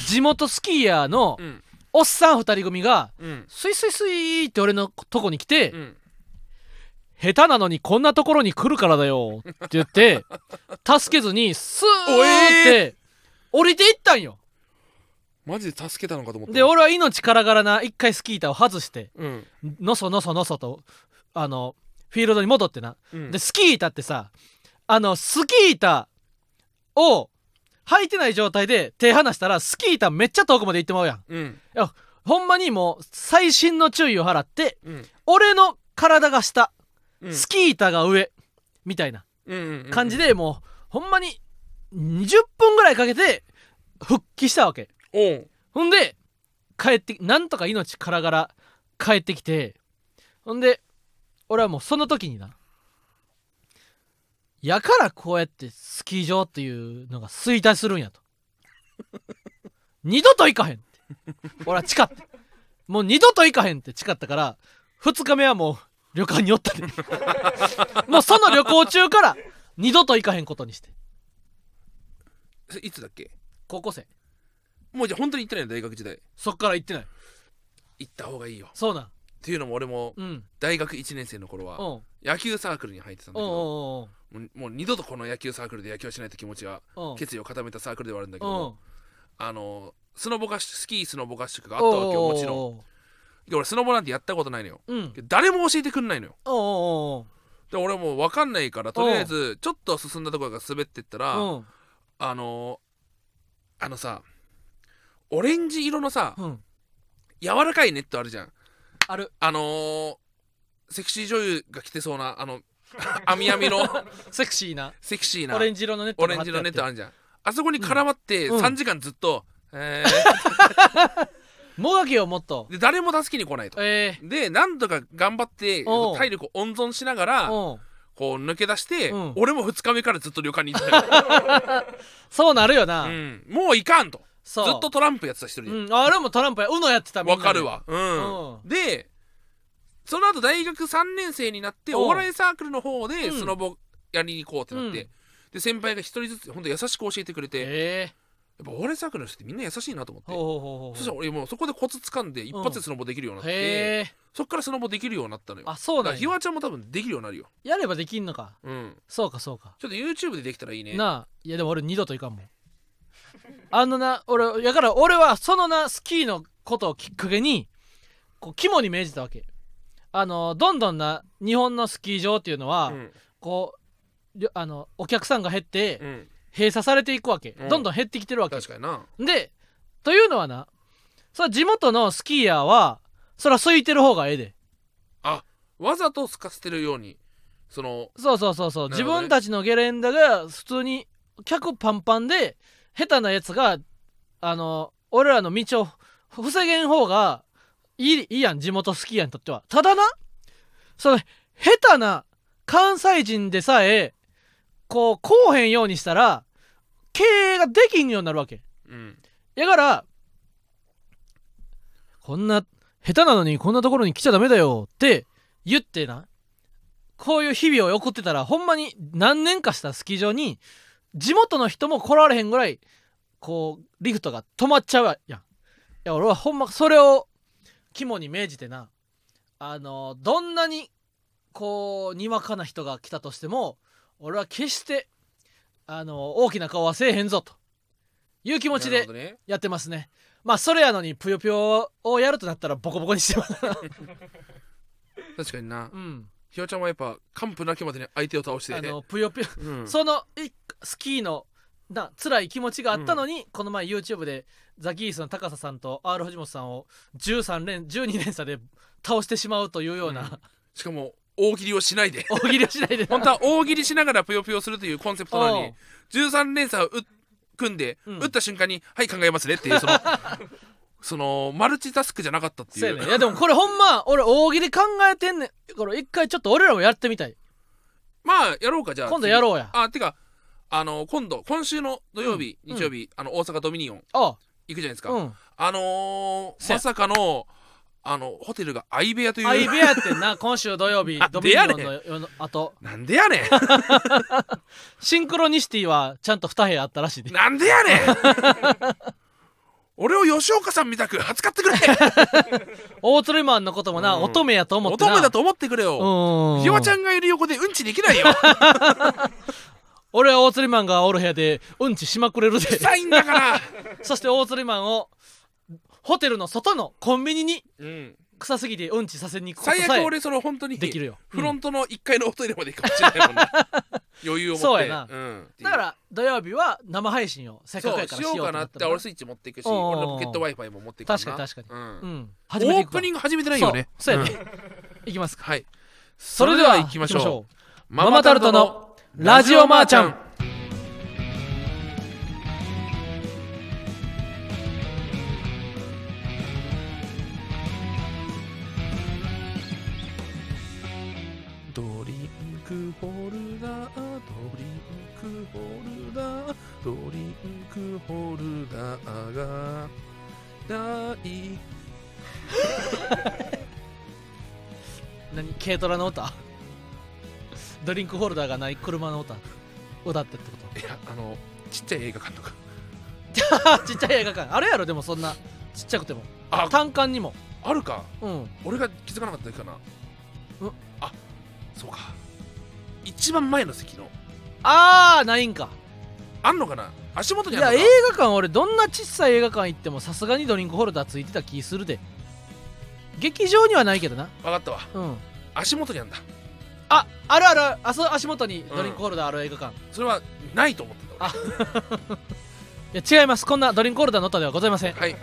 [SPEAKER 1] 地元スキーヤーの、
[SPEAKER 2] うん
[SPEAKER 1] おっさん二人組が
[SPEAKER 2] うん
[SPEAKER 1] スイスイスイーって俺のとこに来て、
[SPEAKER 2] うん
[SPEAKER 1] 下手なのにこんなところに来るからだよって言って 助けずにスーって降りていったんよ、
[SPEAKER 2] マジで助けたのかと思った
[SPEAKER 1] で俺は命からがらな一回スキー板を外して
[SPEAKER 2] うん
[SPEAKER 1] のそのそのそとあのフィールドに戻ってな、
[SPEAKER 2] うん
[SPEAKER 1] でスキー板ってさあのスキー板を履いてない状態で手離したらスキー板めっちゃ遠くまで行ってまうやん
[SPEAKER 2] うん
[SPEAKER 1] ほんまにもう細心の注意を払って
[SPEAKER 2] うん
[SPEAKER 1] 俺の体が下、
[SPEAKER 2] うん
[SPEAKER 1] スキー板が上みたいな
[SPEAKER 2] うんうんうん
[SPEAKER 1] 感じでもう、ほんまに20分ぐらいかけて復帰したわけ
[SPEAKER 2] おう
[SPEAKER 1] ほんで帰ってなんとか命からがら帰ってきてほんで俺はもうその時になやからこうやってスキー場っていうのが衰退するん やと二度と行かへんって俺は誓ってもう二度と行かへんって誓ったから二日目はもう旅館にお ったでもうその旅行中から二度と行かへんことにして
[SPEAKER 2] いつだっけ
[SPEAKER 1] 高校生
[SPEAKER 2] もうじゃあ本当に行ってないの大学時代
[SPEAKER 1] そっから行ってない
[SPEAKER 2] 行った方がいいよっ
[SPEAKER 1] そうなん
[SPEAKER 2] ていうのも俺も
[SPEAKER 1] うん
[SPEAKER 2] 大学1年生の頃
[SPEAKER 1] うん
[SPEAKER 2] は野球サークルに入ってたんだ
[SPEAKER 1] うんうん
[SPEAKER 2] けど
[SPEAKER 1] うんうん
[SPEAKER 2] もうもう二度とこの野球サークルで野球をしないと気持ちが
[SPEAKER 1] うん
[SPEAKER 2] 決意を固めたサークルではあるんだけ
[SPEAKER 1] う
[SPEAKER 2] ど
[SPEAKER 1] ん
[SPEAKER 2] もあのスノボ合宿スキースノボ合宿があ
[SPEAKER 1] あ
[SPEAKER 2] ったわけよもちろん
[SPEAKER 1] ん。
[SPEAKER 2] で俺スノボなんてやったことないのよ
[SPEAKER 1] うん。
[SPEAKER 2] で誰も教えてくんないのよ
[SPEAKER 1] おうおう
[SPEAKER 2] で俺もう分かんないからとりあえずちょっと進んだところから滑ってった
[SPEAKER 1] おう
[SPEAKER 2] ら
[SPEAKER 1] おう。
[SPEAKER 2] あのあのさオレンジ色のさ
[SPEAKER 1] うん。うん。
[SPEAKER 2] 柔らかいネットあるじゃん
[SPEAKER 1] ある。
[SPEAKER 2] あのー、セクシー女優が着てそうなあの 網網の
[SPEAKER 1] セクシーな。
[SPEAKER 2] セクシーな
[SPEAKER 1] オレンジ色のネットが
[SPEAKER 2] オレ
[SPEAKER 1] 貼
[SPEAKER 2] ン
[SPEAKER 1] っ
[SPEAKER 2] ジ
[SPEAKER 1] てあ
[SPEAKER 2] の
[SPEAKER 1] って。
[SPEAKER 2] ネットあるじゃんあそこに絡まって
[SPEAKER 1] うん
[SPEAKER 2] 3時間ずっと、え
[SPEAKER 1] もがきよ、もっと
[SPEAKER 2] ー、。で誰も助けに来ないと
[SPEAKER 1] ええ。
[SPEAKER 2] でなんとか頑張って
[SPEAKER 1] おう
[SPEAKER 2] 体力を温存しながら
[SPEAKER 1] うん。
[SPEAKER 2] こう抜け出して、
[SPEAKER 1] うん
[SPEAKER 2] 俺も2日目からずっと旅館に行ったよ、
[SPEAKER 1] そうなるよ
[SPEAKER 2] う
[SPEAKER 1] な。
[SPEAKER 2] ん、もういかんとず
[SPEAKER 1] そ
[SPEAKER 2] っ
[SPEAKER 1] う。
[SPEAKER 2] と。トランプやってた一人で
[SPEAKER 1] うん。あれもトランプや。うのやってたみんな
[SPEAKER 2] わ
[SPEAKER 1] で
[SPEAKER 2] かる。わうん、
[SPEAKER 1] う
[SPEAKER 2] でその後大学3年生になって
[SPEAKER 1] おう
[SPEAKER 2] お笑いサークルの方で
[SPEAKER 1] うん
[SPEAKER 2] スノボやりに行こうってなって、
[SPEAKER 1] うん
[SPEAKER 2] で先輩が一人ずつほんと優しく教えてくれて、
[SPEAKER 1] ええ。
[SPEAKER 2] っぱお笑いサークルの人ってみんな優しいなと思って
[SPEAKER 1] ほうほうほうほう
[SPEAKER 2] そしたら俺もうそこでコツ掴んで一発でスノボできるようになって、
[SPEAKER 1] へえ
[SPEAKER 2] そっからスノボできるようになったのよ
[SPEAKER 1] あそう
[SPEAKER 2] だか
[SPEAKER 1] な
[SPEAKER 2] ら
[SPEAKER 1] ん
[SPEAKER 2] ひ
[SPEAKER 1] や
[SPEAKER 2] わちゃんも多分できるようになるよ
[SPEAKER 1] やればできんのか
[SPEAKER 2] うん
[SPEAKER 1] そうかそうか
[SPEAKER 2] ちょっと YouTube でできたらいいね
[SPEAKER 1] なあいやでも俺二度といかんもんあのな俺やから俺はそのなスキーのことをきっかけにこう肝に銘じたわけあのどんどんな日本のスキー場っていうのは、
[SPEAKER 2] うん
[SPEAKER 1] こうりょあのお客さんが減って
[SPEAKER 2] うん
[SPEAKER 1] 閉鎖されていくわけ、
[SPEAKER 2] うん
[SPEAKER 1] どんどん減ってきてるわけ
[SPEAKER 2] 確かにな
[SPEAKER 1] でというのはなそら地元のスキーヤーはそら空いてる方がええで
[SPEAKER 2] あわざとすかせてるようにその
[SPEAKER 1] そうそうそうそう、
[SPEAKER 2] な
[SPEAKER 1] 自
[SPEAKER 2] るほどね
[SPEAKER 1] 分たちのゲレンダが普通に客パンパンで下手なやつがあの俺らの道を防げん方がいいいいやん地元スキーヤーにとってはただなその下手な関西人でさえこうこうへんようにしたら経営ができんようになるわけ
[SPEAKER 2] うん
[SPEAKER 1] やからこんな下手なのにこんなところに来ちゃダメだよって言ってなこういう日々を送ってたらほんまに何年かしたスキー場に地元の人も来られへんぐらいこうリフトが止まっちゃうやんいや俺はほんまそれを肝に銘じてなあのどんなにこうにわかな人が来たとしても俺は決してあの大きな顔はせえへんぞという気持ち
[SPEAKER 2] な
[SPEAKER 1] で
[SPEAKER 2] るほどね
[SPEAKER 1] やってますねまあそれやのにぷよぷよをやるとなったらボコボコにしてます
[SPEAKER 2] 確かにな
[SPEAKER 1] うん
[SPEAKER 2] ひわちゃんはやっぱ完膚なきまでに相手を倒して
[SPEAKER 1] あのぷよぷよ、
[SPEAKER 2] うん
[SPEAKER 1] そのいスキーのな辛い気持ちがあったのに、この前 YouTube でザ・ギースの高ささんと R 藤本さんを13連12連差で倒してしまうというような、
[SPEAKER 2] しかも大喜利をしないで
[SPEAKER 1] 大喜利をしないで
[SPEAKER 2] 本当は大喜利しながらぷよぷよするというコンセプトなの
[SPEAKER 1] おう
[SPEAKER 2] に13連鎖を打っ組んで、
[SPEAKER 1] うん
[SPEAKER 2] 打った瞬間に「はい考えますね」っていう そのそのマルチタスクじゃなかったって
[SPEAKER 1] そう
[SPEAKER 2] い
[SPEAKER 1] や
[SPEAKER 2] う
[SPEAKER 1] ねいやでもこれほんま俺大喜利考えてんねんこれ一回ちょっと俺らもやってみたい
[SPEAKER 2] まあやろうかじゃあ
[SPEAKER 1] 今度や
[SPEAKER 2] う
[SPEAKER 1] ろうや
[SPEAKER 2] あてかあの今度今週の土曜日、
[SPEAKER 1] うん
[SPEAKER 2] 日曜日あの大阪ドミニオン
[SPEAKER 1] あ
[SPEAKER 2] 行くじゃないですか、
[SPEAKER 1] うん
[SPEAKER 2] あのー
[SPEAKER 1] せや
[SPEAKER 2] まさかのあのホテルが相部屋という
[SPEAKER 1] 相部屋ってな今週土曜日
[SPEAKER 2] あ
[SPEAKER 1] ドミニオン
[SPEAKER 2] でや
[SPEAKER 1] の夜の後
[SPEAKER 2] なんでやね
[SPEAKER 1] シンクロニシティはちゃんと2部屋あったらしいで
[SPEAKER 2] んなんでや ねん俺を吉岡さんみたく扱ってくれ
[SPEAKER 1] 大トリマンのこともな、
[SPEAKER 2] うん
[SPEAKER 1] 乙女やと思って
[SPEAKER 2] 乙
[SPEAKER 1] な
[SPEAKER 2] 女だと思ってくれよ、
[SPEAKER 1] 思
[SPEAKER 2] ひわちゃ
[SPEAKER 1] ん
[SPEAKER 2] んがいる横でうんちでき ないよ
[SPEAKER 1] 俺は大トリマンがおる部屋でうんちしまくれるで
[SPEAKER 2] 臭いんだから、
[SPEAKER 1] そして大トリマンをホテルの外のコンビニに
[SPEAKER 2] うん、
[SPEAKER 1] 臭すぎてうんちさせに行くこと
[SPEAKER 2] 最
[SPEAKER 1] さえ
[SPEAKER 2] 悪俺その本当に
[SPEAKER 1] できるよ
[SPEAKER 2] フロントの1階のおトイレまで行くかもしれな いもんな余裕を持って
[SPEAKER 1] そうやな
[SPEAKER 2] うん
[SPEAKER 1] うんだから土曜日は生配信をせっかく
[SPEAKER 2] そ
[SPEAKER 1] や
[SPEAKER 2] う
[SPEAKER 1] からし
[SPEAKER 2] し
[SPEAKER 1] よ
[SPEAKER 2] よ
[SPEAKER 1] う
[SPEAKER 2] う
[SPEAKER 1] と
[SPEAKER 2] か
[SPEAKER 1] 思
[SPEAKER 2] な
[SPEAKER 1] っ
[SPEAKER 2] ってて
[SPEAKER 1] た
[SPEAKER 2] 俺スイッチ持っていくし
[SPEAKER 1] おうおうおう
[SPEAKER 2] 俺のポケット Wi-Fi も持っていくからな
[SPEAKER 1] 確かに確かう
[SPEAKER 2] に、うん
[SPEAKER 1] ん
[SPEAKER 2] オ
[SPEAKER 1] 初めて
[SPEAKER 2] ー
[SPEAKER 1] いくわ
[SPEAKER 2] プニング始めてないよね
[SPEAKER 1] そうそうやね
[SPEAKER 2] ん
[SPEAKER 1] いきますか
[SPEAKER 2] はい
[SPEAKER 1] そ
[SPEAKER 2] そ
[SPEAKER 1] れ
[SPEAKER 2] れ
[SPEAKER 1] で
[SPEAKER 2] で
[SPEAKER 1] は
[SPEAKER 2] は
[SPEAKER 1] 行
[SPEAKER 2] 行
[SPEAKER 1] き
[SPEAKER 2] き
[SPEAKER 1] ま
[SPEAKER 2] ま
[SPEAKER 1] し
[SPEAKER 2] し
[SPEAKER 1] ょう
[SPEAKER 2] ょう
[SPEAKER 1] ママタルトのラジオマーちゃん
[SPEAKER 2] ドリンクホルダードリンクホルダードリンクホルダーがない
[SPEAKER 1] 何軽トラの歌ドリンクホルダーがない車の歌歌ってってこと
[SPEAKER 2] いやあのちっちゃい映画館とか
[SPEAKER 1] ちっちゃい映画館あれやろでもそんなちっちゃくても
[SPEAKER 2] あ
[SPEAKER 1] 単館にも
[SPEAKER 2] あるか
[SPEAKER 1] うん
[SPEAKER 2] 俺が気づかなかっただけかな
[SPEAKER 1] うん
[SPEAKER 2] あそうか一番前の席の
[SPEAKER 1] ああないんか
[SPEAKER 2] あんのかな足元
[SPEAKER 1] い
[SPEAKER 2] に
[SPEAKER 1] や
[SPEAKER 2] ある
[SPEAKER 1] 映
[SPEAKER 2] のか
[SPEAKER 1] 画館俺どんな小さい映画館行ってもさすがにドリンクホルダーついてた気するで劇場にはないけどな
[SPEAKER 2] 分かったわ
[SPEAKER 1] うん
[SPEAKER 2] 足元にあんだ
[SPEAKER 1] ああるあるあるあそ足元にドリンクホルダーある映画館、
[SPEAKER 2] それはないと思ってた
[SPEAKER 1] あいや違いますこんなドリンクホルダーの歌ではございません
[SPEAKER 2] 俺はい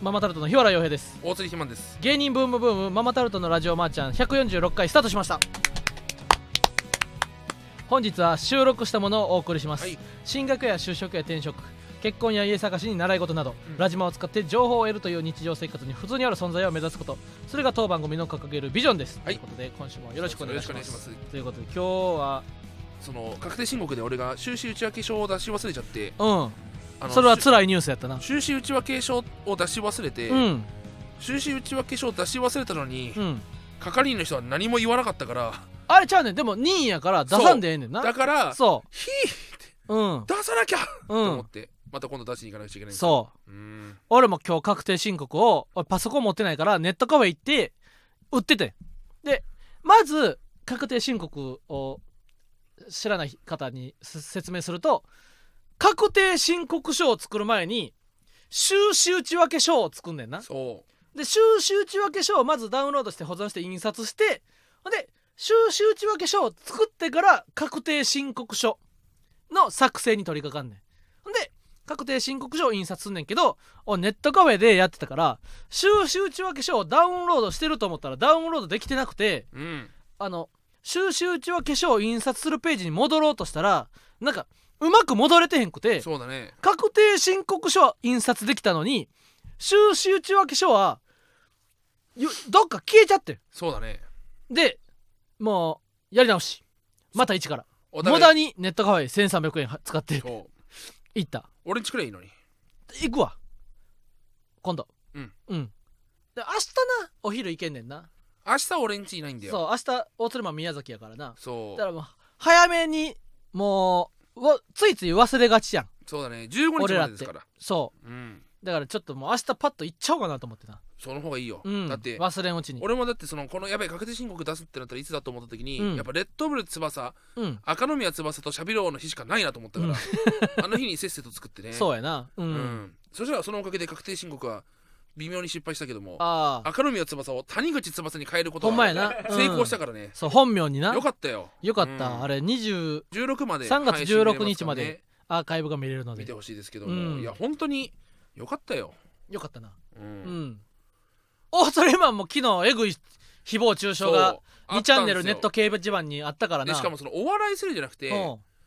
[SPEAKER 1] ママタルトの日原洋平です
[SPEAKER 2] 大釣り肥満です
[SPEAKER 1] 芸人ブームブームママタルトのラジオマーちゃん146回スタートしました本日は収録したものをお送りします、
[SPEAKER 2] はい
[SPEAKER 1] 進学や就職や転職結婚や家探しに習い事など、
[SPEAKER 2] うん
[SPEAKER 1] ラジマを使って情報を得るという日常生活に普通にある存在を目指すことそれが当番組の掲げるビジョンです、
[SPEAKER 2] はい
[SPEAKER 1] ということで今週もよろしくお願いします
[SPEAKER 2] よろしくお願いし
[SPEAKER 1] ということで今日は
[SPEAKER 2] その確定申告で俺が収支内訳書を出し忘れちゃってあ
[SPEAKER 1] うん
[SPEAKER 2] の
[SPEAKER 1] それは
[SPEAKER 2] し
[SPEAKER 1] 辛いニュースやったな
[SPEAKER 2] 収支内訳書を出し忘れて、
[SPEAKER 1] うん
[SPEAKER 2] 収支内訳書を出し忘れたのに、
[SPEAKER 1] うん
[SPEAKER 2] 係員の人は何も言わなかったから
[SPEAKER 1] あれちゃうねんでも2位やから出さんでええねんな
[SPEAKER 2] だから
[SPEAKER 1] そう
[SPEAKER 2] ひ
[SPEAKER 1] うん
[SPEAKER 2] 出さなきゃ、
[SPEAKER 1] う
[SPEAKER 2] と思
[SPEAKER 1] ん
[SPEAKER 2] ってまた今度出しに行かなくちゃいけないんですか
[SPEAKER 1] そう
[SPEAKER 2] うーん
[SPEAKER 1] 俺も今日確定申告を俺パソコン持ってないからネットカフェ行って売っててでまず確定申告を知らない方にす説明すると確定申告書を作る前に収集内訳書を作んねんな
[SPEAKER 2] そ
[SPEAKER 1] で収集内訳書をまずダウンロードして保存して印刷してほんで収集内訳書を作ってから確定申告書の作成に取り掛かんねんほんで確定申告書を印刷すんねんけどおネットカフェでやってたから収集内訳書をダウンロードしてると思ったらダウンロードできてなくて
[SPEAKER 2] ううん
[SPEAKER 1] あの収集内訳書を印刷するページに戻ろうとしたらなんかうまく戻れてへんくて
[SPEAKER 2] そうだね
[SPEAKER 1] 確定申告書は印刷できたのに収集中訳書はよどっか消えちゃって
[SPEAKER 2] そうだね
[SPEAKER 1] んでもうやり直しまた一から
[SPEAKER 2] お
[SPEAKER 1] 無
[SPEAKER 2] 互い
[SPEAKER 1] 駄にネットカフェ1300円は使って
[SPEAKER 2] そう
[SPEAKER 1] 行った
[SPEAKER 2] 俺んちくらいいのに
[SPEAKER 1] 行くわ今度
[SPEAKER 2] うん
[SPEAKER 1] で明日なお昼行けんねんな
[SPEAKER 2] 明日俺んちいないんだよ
[SPEAKER 1] そう明日大鶴間宮崎やからな
[SPEAKER 2] そ
[SPEAKER 1] だか
[SPEAKER 2] う
[SPEAKER 1] らもう早めにもうわついつい忘れがちやん
[SPEAKER 2] そうだね15日
[SPEAKER 1] 俺
[SPEAKER 2] ま
[SPEAKER 1] らっ
[SPEAKER 2] で
[SPEAKER 1] て
[SPEAKER 2] ですから
[SPEAKER 1] そ
[SPEAKER 2] うん
[SPEAKER 1] うだからちょっともう明日パッと行っちゃおうかなと思ってな
[SPEAKER 2] その方がいいよ、
[SPEAKER 1] うん
[SPEAKER 2] だって
[SPEAKER 1] 忘れんうちに
[SPEAKER 2] 俺もだってそのこのやべえ確定申告出すってなったらいつだと思った時に、
[SPEAKER 1] うん
[SPEAKER 2] やっぱレッドブル翼
[SPEAKER 1] うん
[SPEAKER 2] 赤宮翼とシャビローの日しかないなと思ったから、 あの日にせっせと作ってね
[SPEAKER 1] そうやなうん、
[SPEAKER 2] うん、そしたらそのおかげで確定申告は微妙に失敗したけども
[SPEAKER 1] ああ
[SPEAKER 2] 赤宮翼を谷口翼に変えること
[SPEAKER 1] ほんまや
[SPEAKER 2] は
[SPEAKER 1] な、うん
[SPEAKER 2] 成功したからね、
[SPEAKER 1] そう本名にな
[SPEAKER 2] よかったよ
[SPEAKER 1] よかった、
[SPEAKER 2] うん
[SPEAKER 1] あれ20
[SPEAKER 2] 16まで
[SPEAKER 1] 3月
[SPEAKER 2] 配信見れますからね
[SPEAKER 1] 16日までアーカイブが見れるの
[SPEAKER 2] 見
[SPEAKER 1] で
[SPEAKER 2] てほしいですけど
[SPEAKER 1] う
[SPEAKER 2] も
[SPEAKER 1] ん
[SPEAKER 2] いや本当によかったよ
[SPEAKER 1] よかったな
[SPEAKER 2] う
[SPEAKER 1] うん、
[SPEAKER 2] ん
[SPEAKER 1] オーソレマンも昨日えぐい誹謗中傷が
[SPEAKER 2] そう
[SPEAKER 1] 2チャンネルネッ
[SPEAKER 2] あ
[SPEAKER 1] ト
[SPEAKER 2] っ
[SPEAKER 1] 掲示板にあったから
[SPEAKER 2] たんですよで
[SPEAKER 1] な
[SPEAKER 2] しかもそのお笑いするじゃなくて
[SPEAKER 1] ほう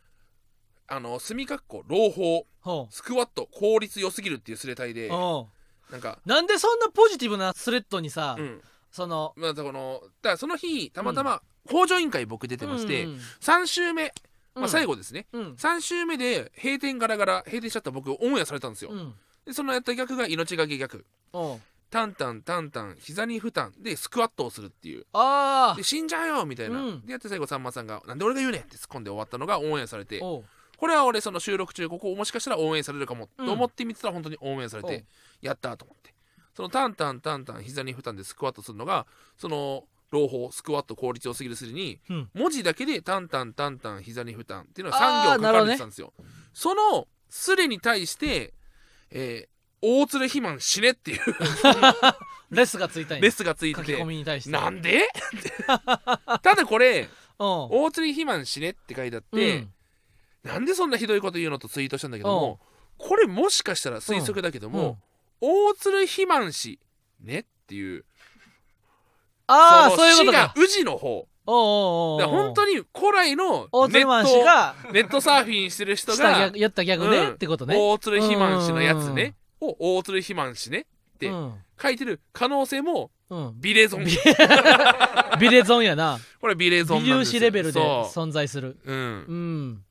[SPEAKER 2] あの墨括弧朗報
[SPEAKER 1] ほ
[SPEAKER 2] スクワット効率良すぎるっていうスレタイ
[SPEAKER 1] う
[SPEAKER 2] で
[SPEAKER 1] ほ
[SPEAKER 2] なんか
[SPEAKER 1] うなんでそんなポジティブなスレッドにさ、
[SPEAKER 2] うん
[SPEAKER 1] その
[SPEAKER 2] まあこのだからその日たまたま工場委員会僕出てまして、
[SPEAKER 1] うんうん
[SPEAKER 2] 3週目、まあ、最
[SPEAKER 1] 後
[SPEAKER 2] 後ですね、
[SPEAKER 1] うん
[SPEAKER 2] 3週目で閉店ガラガラ閉店しちゃった僕オンエアされたんですよ、
[SPEAKER 1] うん
[SPEAKER 2] でそのやった逆が命がけ逆
[SPEAKER 1] おう
[SPEAKER 2] タンタンタンタン膝に負担でスクワットをするっていう
[SPEAKER 1] ああ
[SPEAKER 2] で死んじゃうよみたいな、
[SPEAKER 1] うん
[SPEAKER 2] でやって最後さんまさんが「なんで俺が言うねん」って突っ込んで終わったのがオンエアされて
[SPEAKER 1] おう
[SPEAKER 2] これは俺その収録中ここもしかしたら応援されるかも
[SPEAKER 1] うん
[SPEAKER 2] と思って見てたら本当に応援され
[SPEAKER 1] おう
[SPEAKER 2] てやったと思ってそのタンタンタンタン膝に負担でスクワットするのがその朗報スクワット効率良すぎるするに
[SPEAKER 1] うん
[SPEAKER 2] 文字だけでタンタンタンタン膝に負担っていうのが
[SPEAKER 1] あー
[SPEAKER 2] 3行書かれてたんですよ、そのスレに対して、えー、大連れ肥満死ねっていう
[SPEAKER 1] レスがついたんや
[SPEAKER 2] レスがつい
[SPEAKER 1] 書
[SPEAKER 2] て
[SPEAKER 1] き込
[SPEAKER 2] て
[SPEAKER 1] みに対して
[SPEAKER 2] なんで ってただこれ
[SPEAKER 1] おう
[SPEAKER 2] 大連れ肥満死ねって書いてあって、
[SPEAKER 1] うん
[SPEAKER 2] なんでそんなひどいこと言うのとツイートしたんだけど
[SPEAKER 1] うん
[SPEAKER 2] もこれもしかしたら推測だけど
[SPEAKER 1] うん
[SPEAKER 2] も、大鶴肥満氏ねっていう
[SPEAKER 1] ああ
[SPEAKER 2] の
[SPEAKER 1] そういうこと
[SPEAKER 2] 氏が
[SPEAKER 1] か
[SPEAKER 2] 宇治の方
[SPEAKER 1] おうおうおうおう
[SPEAKER 2] だから本当に古来の
[SPEAKER 1] 大
[SPEAKER 2] ネ
[SPEAKER 1] 鶴マ
[SPEAKER 2] ッ
[SPEAKER 1] ン氏
[SPEAKER 2] ト
[SPEAKER 1] が
[SPEAKER 2] ネットサーフィンしてる人
[SPEAKER 1] した
[SPEAKER 2] が
[SPEAKER 1] 逆やったギャグね、
[SPEAKER 2] うん
[SPEAKER 1] ってことね。
[SPEAKER 2] 大鶴肥満氏のやつねを大鶴肥満氏ねって
[SPEAKER 1] うん
[SPEAKER 2] 書いてる可能性も
[SPEAKER 1] うん、
[SPEAKER 2] ビレゾン
[SPEAKER 1] ビレゾンやな
[SPEAKER 2] これビレゾ
[SPEAKER 1] 微
[SPEAKER 2] ンな
[SPEAKER 1] 粒
[SPEAKER 2] んです
[SPEAKER 1] 子
[SPEAKER 2] よ
[SPEAKER 1] レベルで
[SPEAKER 2] そう
[SPEAKER 1] 存在する
[SPEAKER 2] うん
[SPEAKER 1] うん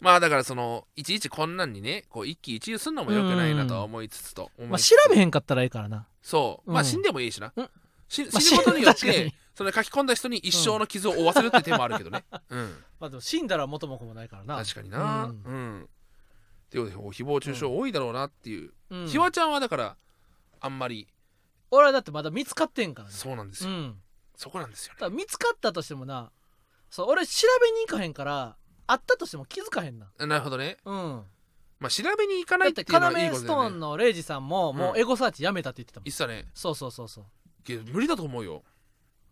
[SPEAKER 2] まあだからそのいちいちこんなんにねこう一喜一憂するのもよくないなとは思いつつと
[SPEAKER 1] ま
[SPEAKER 2] 思
[SPEAKER 1] あ
[SPEAKER 2] いつ
[SPEAKER 1] 調
[SPEAKER 2] つ
[SPEAKER 1] べへんかったらいいからな
[SPEAKER 2] そう、ま
[SPEAKER 1] う
[SPEAKER 2] あ
[SPEAKER 1] ん
[SPEAKER 2] 死んでもいいしな、
[SPEAKER 1] うん
[SPEAKER 2] し
[SPEAKER 1] まあ
[SPEAKER 2] 死ぬことによっ
[SPEAKER 1] 確かに
[SPEAKER 2] てその書き込んだ人に一生の傷を負わせるって手もあるけど ね、うん、
[SPEAKER 1] まあでも死んだら元も子もないからな
[SPEAKER 2] 確かにな
[SPEAKER 1] う
[SPEAKER 2] うんん、っていうことでこう誹謗中傷多いだろうなっていう、
[SPEAKER 1] うん
[SPEAKER 2] ひわちゃんはだからあんまり
[SPEAKER 1] 俺はだってまだ見つかってんからね
[SPEAKER 2] そうなんです
[SPEAKER 1] う
[SPEAKER 2] よ、
[SPEAKER 1] ん
[SPEAKER 2] そこなんですよ
[SPEAKER 1] た
[SPEAKER 2] ね
[SPEAKER 1] だ見つかったとしてもなそう俺調べに行かへんからあったとしても気づかへんな
[SPEAKER 2] なるほどね
[SPEAKER 1] うん
[SPEAKER 2] まあ調べに行かな
[SPEAKER 1] だ
[SPEAKER 2] いっ
[SPEAKER 1] ってて
[SPEAKER 2] いうのはいい
[SPEAKER 1] 要
[SPEAKER 2] こ
[SPEAKER 1] ス
[SPEAKER 2] と
[SPEAKER 1] ト
[SPEAKER 2] だ
[SPEAKER 1] ー
[SPEAKER 2] よ
[SPEAKER 1] ン
[SPEAKER 2] ね
[SPEAKER 1] のレイジさんももうエゴサーチやめたって言ってたもん、
[SPEAKER 2] いっさね
[SPEAKER 1] そうそうそうそう
[SPEAKER 2] けど無理だと思うよ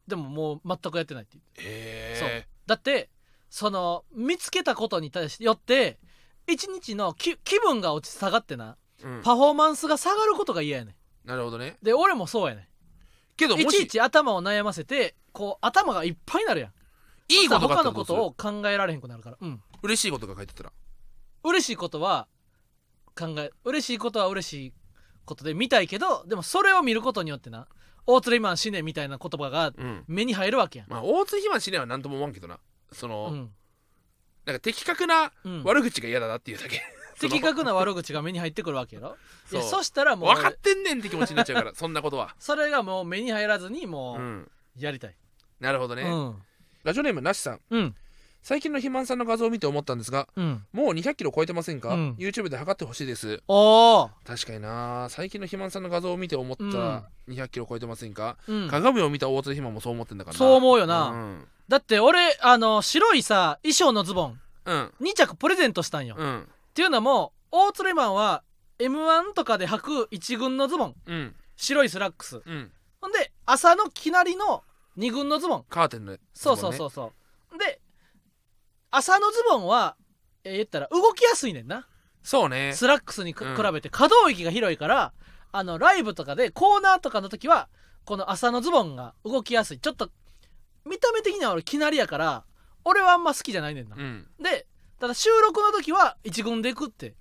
[SPEAKER 1] でももう全くやってないって言って
[SPEAKER 2] へえ
[SPEAKER 1] だってその見つけたことに対してよって一日のき気分が落ち下がってな
[SPEAKER 2] う、ん、
[SPEAKER 1] パフォーマンスが下がることが嫌やね
[SPEAKER 2] なるほどね
[SPEAKER 1] んで俺もそうやね
[SPEAKER 2] けど
[SPEAKER 1] んい
[SPEAKER 2] も
[SPEAKER 1] ち
[SPEAKER 2] し
[SPEAKER 1] いち頭を悩ませてこう頭がいっぱいになるやん
[SPEAKER 2] いいこと
[SPEAKER 1] 他
[SPEAKER 2] があった
[SPEAKER 1] の
[SPEAKER 2] らど
[SPEAKER 1] こ
[SPEAKER 2] うする
[SPEAKER 1] とを考えられへんくなるからうん
[SPEAKER 2] 嬉しいことが書いてたら
[SPEAKER 1] 嬉しいことは考え嬉しいことは嬉しいことで見たいけどでもそれを見ることによってな大鶴マン死ねみたいな言葉が
[SPEAKER 2] うん
[SPEAKER 1] 目に入るわけやん
[SPEAKER 2] まあ大津ひましねは何とも思わんけどなその、
[SPEAKER 1] うん、
[SPEAKER 2] なんか的確な
[SPEAKER 1] うん、
[SPEAKER 2] 悪口が嫌だなっていうだけそ の
[SPEAKER 1] 的確な悪口が目に入ってくるわけやろい
[SPEAKER 2] そ
[SPEAKER 1] や
[SPEAKER 2] う
[SPEAKER 1] そしたらもう
[SPEAKER 2] 分かってんねんって気持ちになっ ちゃうからそんなことは
[SPEAKER 1] それがもう目に入らずに
[SPEAKER 2] う
[SPEAKER 1] もうんやりたい、
[SPEAKER 2] なるほどね、
[SPEAKER 1] うん
[SPEAKER 2] ラジオネームなしさん
[SPEAKER 1] うん
[SPEAKER 2] 最近の肥満さんの画像を見て思ったんですが
[SPEAKER 1] うん
[SPEAKER 2] もう2 0 0キロ超えてませんか、
[SPEAKER 1] うん
[SPEAKER 2] YouTube で測ってほしいです
[SPEAKER 1] おお、
[SPEAKER 2] 確かにな最近の肥満さんの画像を見て思ったら2 0 0キロ超えてませんか、
[SPEAKER 1] うん、
[SPEAKER 2] 鏡を見た大津肥満もそう思ってんだからな
[SPEAKER 1] そう思うよな
[SPEAKER 2] うん
[SPEAKER 1] だって俺あの白いさ衣装のズボン
[SPEAKER 2] うん
[SPEAKER 1] 2着プレゼントしたんよ、っ
[SPEAKER 2] うん
[SPEAKER 1] ていうのも大鶴マンは m 1とかで履く一軍のズボン
[SPEAKER 2] うん
[SPEAKER 1] 白いスラックス
[SPEAKER 2] うん
[SPEAKER 1] ほんで朝のきなりの2軍のズボン
[SPEAKER 2] カーテンのやつ
[SPEAKER 1] そ
[SPEAKER 2] も
[SPEAKER 1] う
[SPEAKER 2] ね
[SPEAKER 1] そうそうそう、で朝のズボンはえー言ったら動きやすいねんな
[SPEAKER 2] そうね
[SPEAKER 1] スラックスにく、
[SPEAKER 2] うん
[SPEAKER 1] 比べて可動域が広いからあのライブとかでコーナーとかの時はこの朝のズボンが動きやすいちょっと見た目的には俺きなりやから俺はあんま好きじゃないねんな、
[SPEAKER 2] うん
[SPEAKER 1] でただ収録の時は一軍で行くって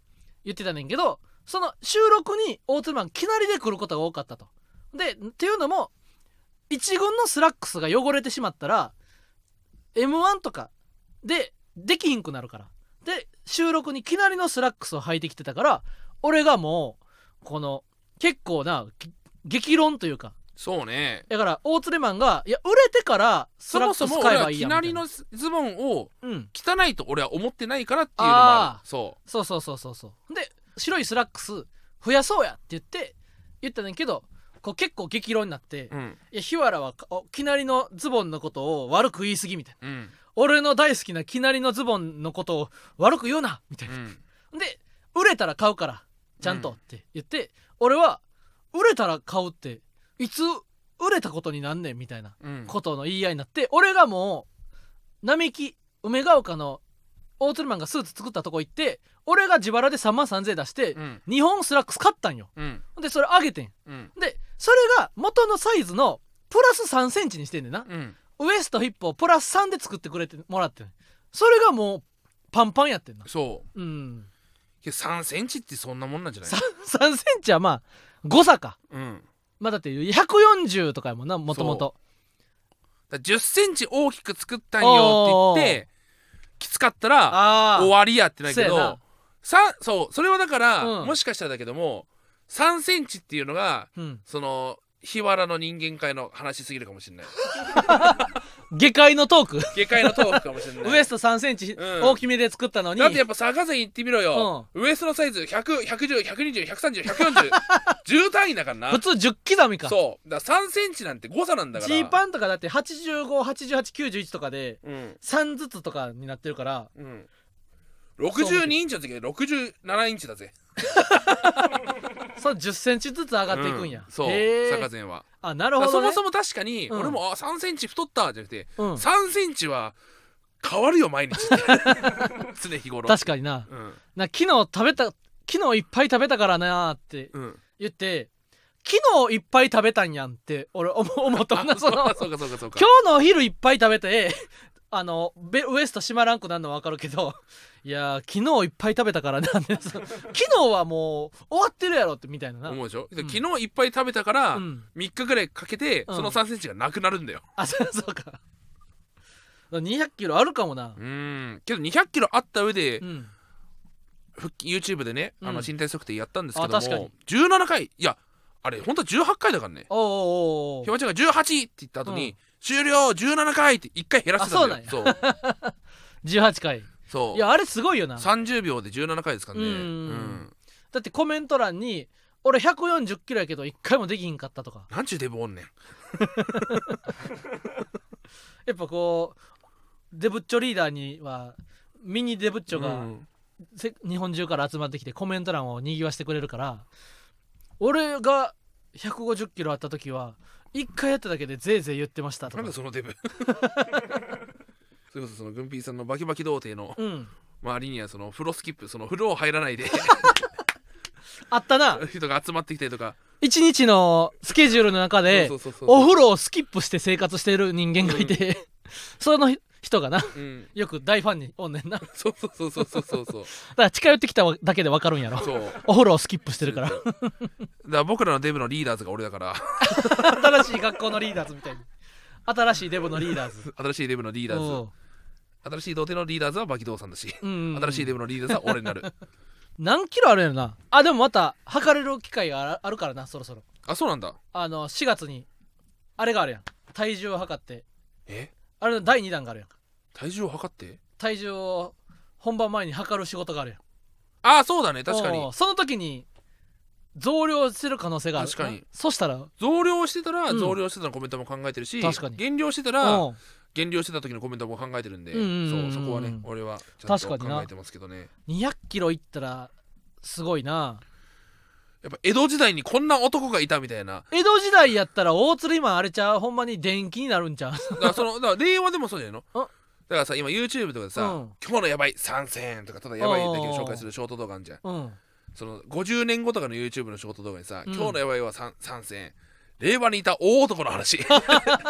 [SPEAKER 1] 言ってたねんけどその収録にオートマンきなりで来ることが多かったと。でっていうのも一軍のスラックスが汚れてしまったら m 1とかでできひんくなるからで収録にきなりのスラックスを履いてきてたから俺がもうこの結構なぎ激論というか
[SPEAKER 2] そうね
[SPEAKER 1] だから大鶴マンがいや売れてからス
[SPEAKER 2] そ
[SPEAKER 1] ラッ
[SPEAKER 2] も
[SPEAKER 1] ク
[SPEAKER 2] そ
[SPEAKER 1] ス
[SPEAKER 2] も
[SPEAKER 1] 使
[SPEAKER 2] 俺
[SPEAKER 1] えば
[SPEAKER 2] はい
[SPEAKER 1] い
[SPEAKER 2] き
[SPEAKER 1] やん
[SPEAKER 2] なりのズボンを
[SPEAKER 1] うん、
[SPEAKER 2] 汚いと俺は思ってないからっていうのもあ
[SPEAKER 1] あ
[SPEAKER 2] るそ
[SPEAKER 1] そうそうそうそうそうで白いスラックス増やそうやって言って言ったねんけどこう結構激論になって、
[SPEAKER 2] う
[SPEAKER 1] い
[SPEAKER 2] うん
[SPEAKER 1] や日原はかおきなりのズボンのことを悪く言い過ぎみたいな
[SPEAKER 2] うん
[SPEAKER 1] 俺の大好きなきなりのズボンのことを悪く言うなみたいうな、
[SPEAKER 2] ん
[SPEAKER 1] で売れたら買うからちゃんと
[SPEAKER 2] うん
[SPEAKER 1] って言って、俺は売れたら買うっていつ売れたことになんねんみたいな
[SPEAKER 2] うん
[SPEAKER 1] ことの言い合いになって俺がもう並木梅ヶ丘のオートルマンがスーツ作ったとこ行って俺が自腹で3万3000円出して
[SPEAKER 2] うん
[SPEAKER 1] 2本スラックス買ったんよ
[SPEAKER 2] うん
[SPEAKER 1] でそれあげてん
[SPEAKER 2] うん
[SPEAKER 1] でそれが元のサイズのプラス3センチにしてんねんな
[SPEAKER 2] うん
[SPEAKER 1] ウエストヒップをプラス3で作ってくれてもらってんそれがもうパンパンやってんな
[SPEAKER 2] そう
[SPEAKER 1] うん
[SPEAKER 2] いや3センチってそんなもんなんじゃない
[SPEAKER 1] 3センチはまあ誤差か
[SPEAKER 2] うん
[SPEAKER 1] まあだって140とかやもんなもともと
[SPEAKER 2] だ10センチ大きく作ったんよって言ってきつかったら
[SPEAKER 1] あ
[SPEAKER 2] 終わりやってないけ
[SPEAKER 1] そうや
[SPEAKER 2] ど
[SPEAKER 1] な
[SPEAKER 2] さそうそれはだから、
[SPEAKER 1] うん
[SPEAKER 2] もしかしたらだけども3センチっていうのが
[SPEAKER 1] あうん
[SPEAKER 2] その日原の人間界の話しすぎるかもしれない
[SPEAKER 1] 下界のトーク
[SPEAKER 2] 下界のトークかもしれ ない
[SPEAKER 1] ウエスト3センチ
[SPEAKER 2] うん
[SPEAKER 1] 大きめで作ったのに、
[SPEAKER 2] だってやっぱ坂前行ってみろよ、ウエストのサイズ100110120130140 10単位だからな
[SPEAKER 1] 普通10刻みか
[SPEAKER 2] そうだから3センチなんて誤差なんだか
[SPEAKER 1] ジ
[SPEAKER 2] ら
[SPEAKER 1] ーパンとかだって858891とかで
[SPEAKER 2] うん
[SPEAKER 1] 3ずつとかになってるから
[SPEAKER 2] うん62インチの時は67インチだぜ
[SPEAKER 1] その1 0ンチずつ上がっていくんや、
[SPEAKER 2] うそう
[SPEAKER 1] へ
[SPEAKER 2] 坂
[SPEAKER 1] ー
[SPEAKER 2] 前は
[SPEAKER 1] あなる
[SPEAKER 2] だ
[SPEAKER 1] ほ
[SPEAKER 2] から
[SPEAKER 1] ど、ね、
[SPEAKER 2] そもそも確かに
[SPEAKER 1] うん
[SPEAKER 2] 俺もあ3センチ太ったじゃなくて
[SPEAKER 1] うん、
[SPEAKER 2] 3センチは変わるよ毎日 って常日頃
[SPEAKER 1] 確かにな
[SPEAKER 2] うん
[SPEAKER 1] な昨日食べた昨日いっぱい食べたからなーって
[SPEAKER 2] うん
[SPEAKER 1] 言って昨日いっぱい食べたんやんって俺思思ったもんなその
[SPEAKER 2] あ
[SPEAKER 1] 今
[SPEAKER 2] そうかそうかそうか
[SPEAKER 1] 日のお昼いっぱい食べて あのベウエスト締まらんくなるの分かるけど いやー昨日いっぱい食べたからな 昨日はもう終わってるやろってみたいなな、
[SPEAKER 2] 思うでしょ
[SPEAKER 1] ん
[SPEAKER 2] 昨日いっぱい食べたから
[SPEAKER 1] うん
[SPEAKER 2] 3日ぐらいかけて
[SPEAKER 1] うん
[SPEAKER 2] その3センチがなくなるんだよ
[SPEAKER 1] あそうそうか200キロあるかもな
[SPEAKER 2] う、ーんけど2 0 0キロあった上で
[SPEAKER 1] うん、
[SPEAKER 2] 復帰 YouTube でねあ
[SPEAKER 1] う
[SPEAKER 2] の
[SPEAKER 1] ん
[SPEAKER 2] 身体測定やったんですけど
[SPEAKER 1] あ確かに
[SPEAKER 2] も17回いやあれ本当は18回だからね
[SPEAKER 1] おうおうおうおう
[SPEAKER 2] ひばちゃんが18って言った後
[SPEAKER 1] う
[SPEAKER 2] に終了17回って1回減らしてたんだよ
[SPEAKER 1] あ
[SPEAKER 2] そう
[SPEAKER 1] 18回
[SPEAKER 2] そう
[SPEAKER 1] いやあれすごいよな
[SPEAKER 2] 30秒で17回ですからね
[SPEAKER 1] う
[SPEAKER 2] うんん
[SPEAKER 1] だってコメント欄に「俺140キロやけど1回もできひんかった」とか
[SPEAKER 2] なんちゅうデブおんねん
[SPEAKER 1] やっぱこうデブッチョリーダーにはミニデブッチョ
[SPEAKER 2] う
[SPEAKER 1] が
[SPEAKER 2] ん
[SPEAKER 1] せ日本中から集まってきてコメント欄をにぎわしてくれるから俺が150キロあった時は1回やっただけでぜいぜい言ってましたと
[SPEAKER 2] なん
[SPEAKER 1] か
[SPEAKER 2] だそのデブ それこそそのグンピーさんのバキバキ童貞の
[SPEAKER 1] うん
[SPEAKER 2] 周りにはその風呂スキップその風呂を入らな いで
[SPEAKER 1] あったな
[SPEAKER 2] 人が集まってきたりとか
[SPEAKER 1] 一日のスケジュールの中で
[SPEAKER 2] そうそうそう
[SPEAKER 1] お
[SPEAKER 2] そう
[SPEAKER 1] 風呂をスキップして生活してる人間がいて、 その人がな
[SPEAKER 2] うん
[SPEAKER 1] よく大ファンにおんねんなだか
[SPEAKER 2] そうそうそうそうそうそう そう
[SPEAKER 1] ら近寄ってきただけで分かるんやろ
[SPEAKER 2] そう
[SPEAKER 1] お風呂をスキップしてるから
[SPEAKER 2] だから僕らのデブのリーダーズが俺だから
[SPEAKER 1] 新しい学校のリーダーズみたいに新しいデブのリーダーズ
[SPEAKER 2] 新しいデブのリーダーズ新しい童貞のリーダーズはバキドウさんだし、新
[SPEAKER 1] 新
[SPEAKER 2] しいデブのリーダーズは俺になる
[SPEAKER 1] 何キロあるんやろなあでもまた測れる機会がああるからなそろそろ
[SPEAKER 2] あそうなんだ
[SPEAKER 1] あの4月にあれがあるやん体重を測って
[SPEAKER 2] え
[SPEAKER 1] あれの第2弾があるやん
[SPEAKER 2] 体重を測って
[SPEAKER 1] 体重を本番前に測る仕事があるやん
[SPEAKER 2] ああそうだね確か
[SPEAKER 1] お
[SPEAKER 2] に
[SPEAKER 1] うその時に増量してる可能性がある
[SPEAKER 2] 確かに
[SPEAKER 1] そしたら
[SPEAKER 2] 増量してたら
[SPEAKER 1] うん
[SPEAKER 2] 増量してたのコメントも考えてるし、
[SPEAKER 1] 確かに
[SPEAKER 2] 減量してたら
[SPEAKER 1] おう
[SPEAKER 2] 減量してた時のコメントも考えてるんで、
[SPEAKER 1] うんうんうんうん
[SPEAKER 2] そうそこはね俺はちゃんと
[SPEAKER 1] 確かにな
[SPEAKER 2] 考えてますけどね
[SPEAKER 1] 200キロいったらすごいな
[SPEAKER 2] やっぱ江戸時代にこんな男がいたみたいな
[SPEAKER 1] 江戸時代やったら大鶴今あれちゃうほんまに電気になるんちゃう
[SPEAKER 2] だからそのだから令和でもそうじゃないの
[SPEAKER 1] あ
[SPEAKER 2] だからさ今 YouTube とかでさ、
[SPEAKER 1] うん
[SPEAKER 2] 今日のやばい参戦とかただやばいだけの紹介するショート動画あんじゃん
[SPEAKER 1] うん
[SPEAKER 2] その50年後とかの YouTube のショート動画にさ、
[SPEAKER 1] うん
[SPEAKER 2] 今日のやばいは参参戦令和にいた大男 の話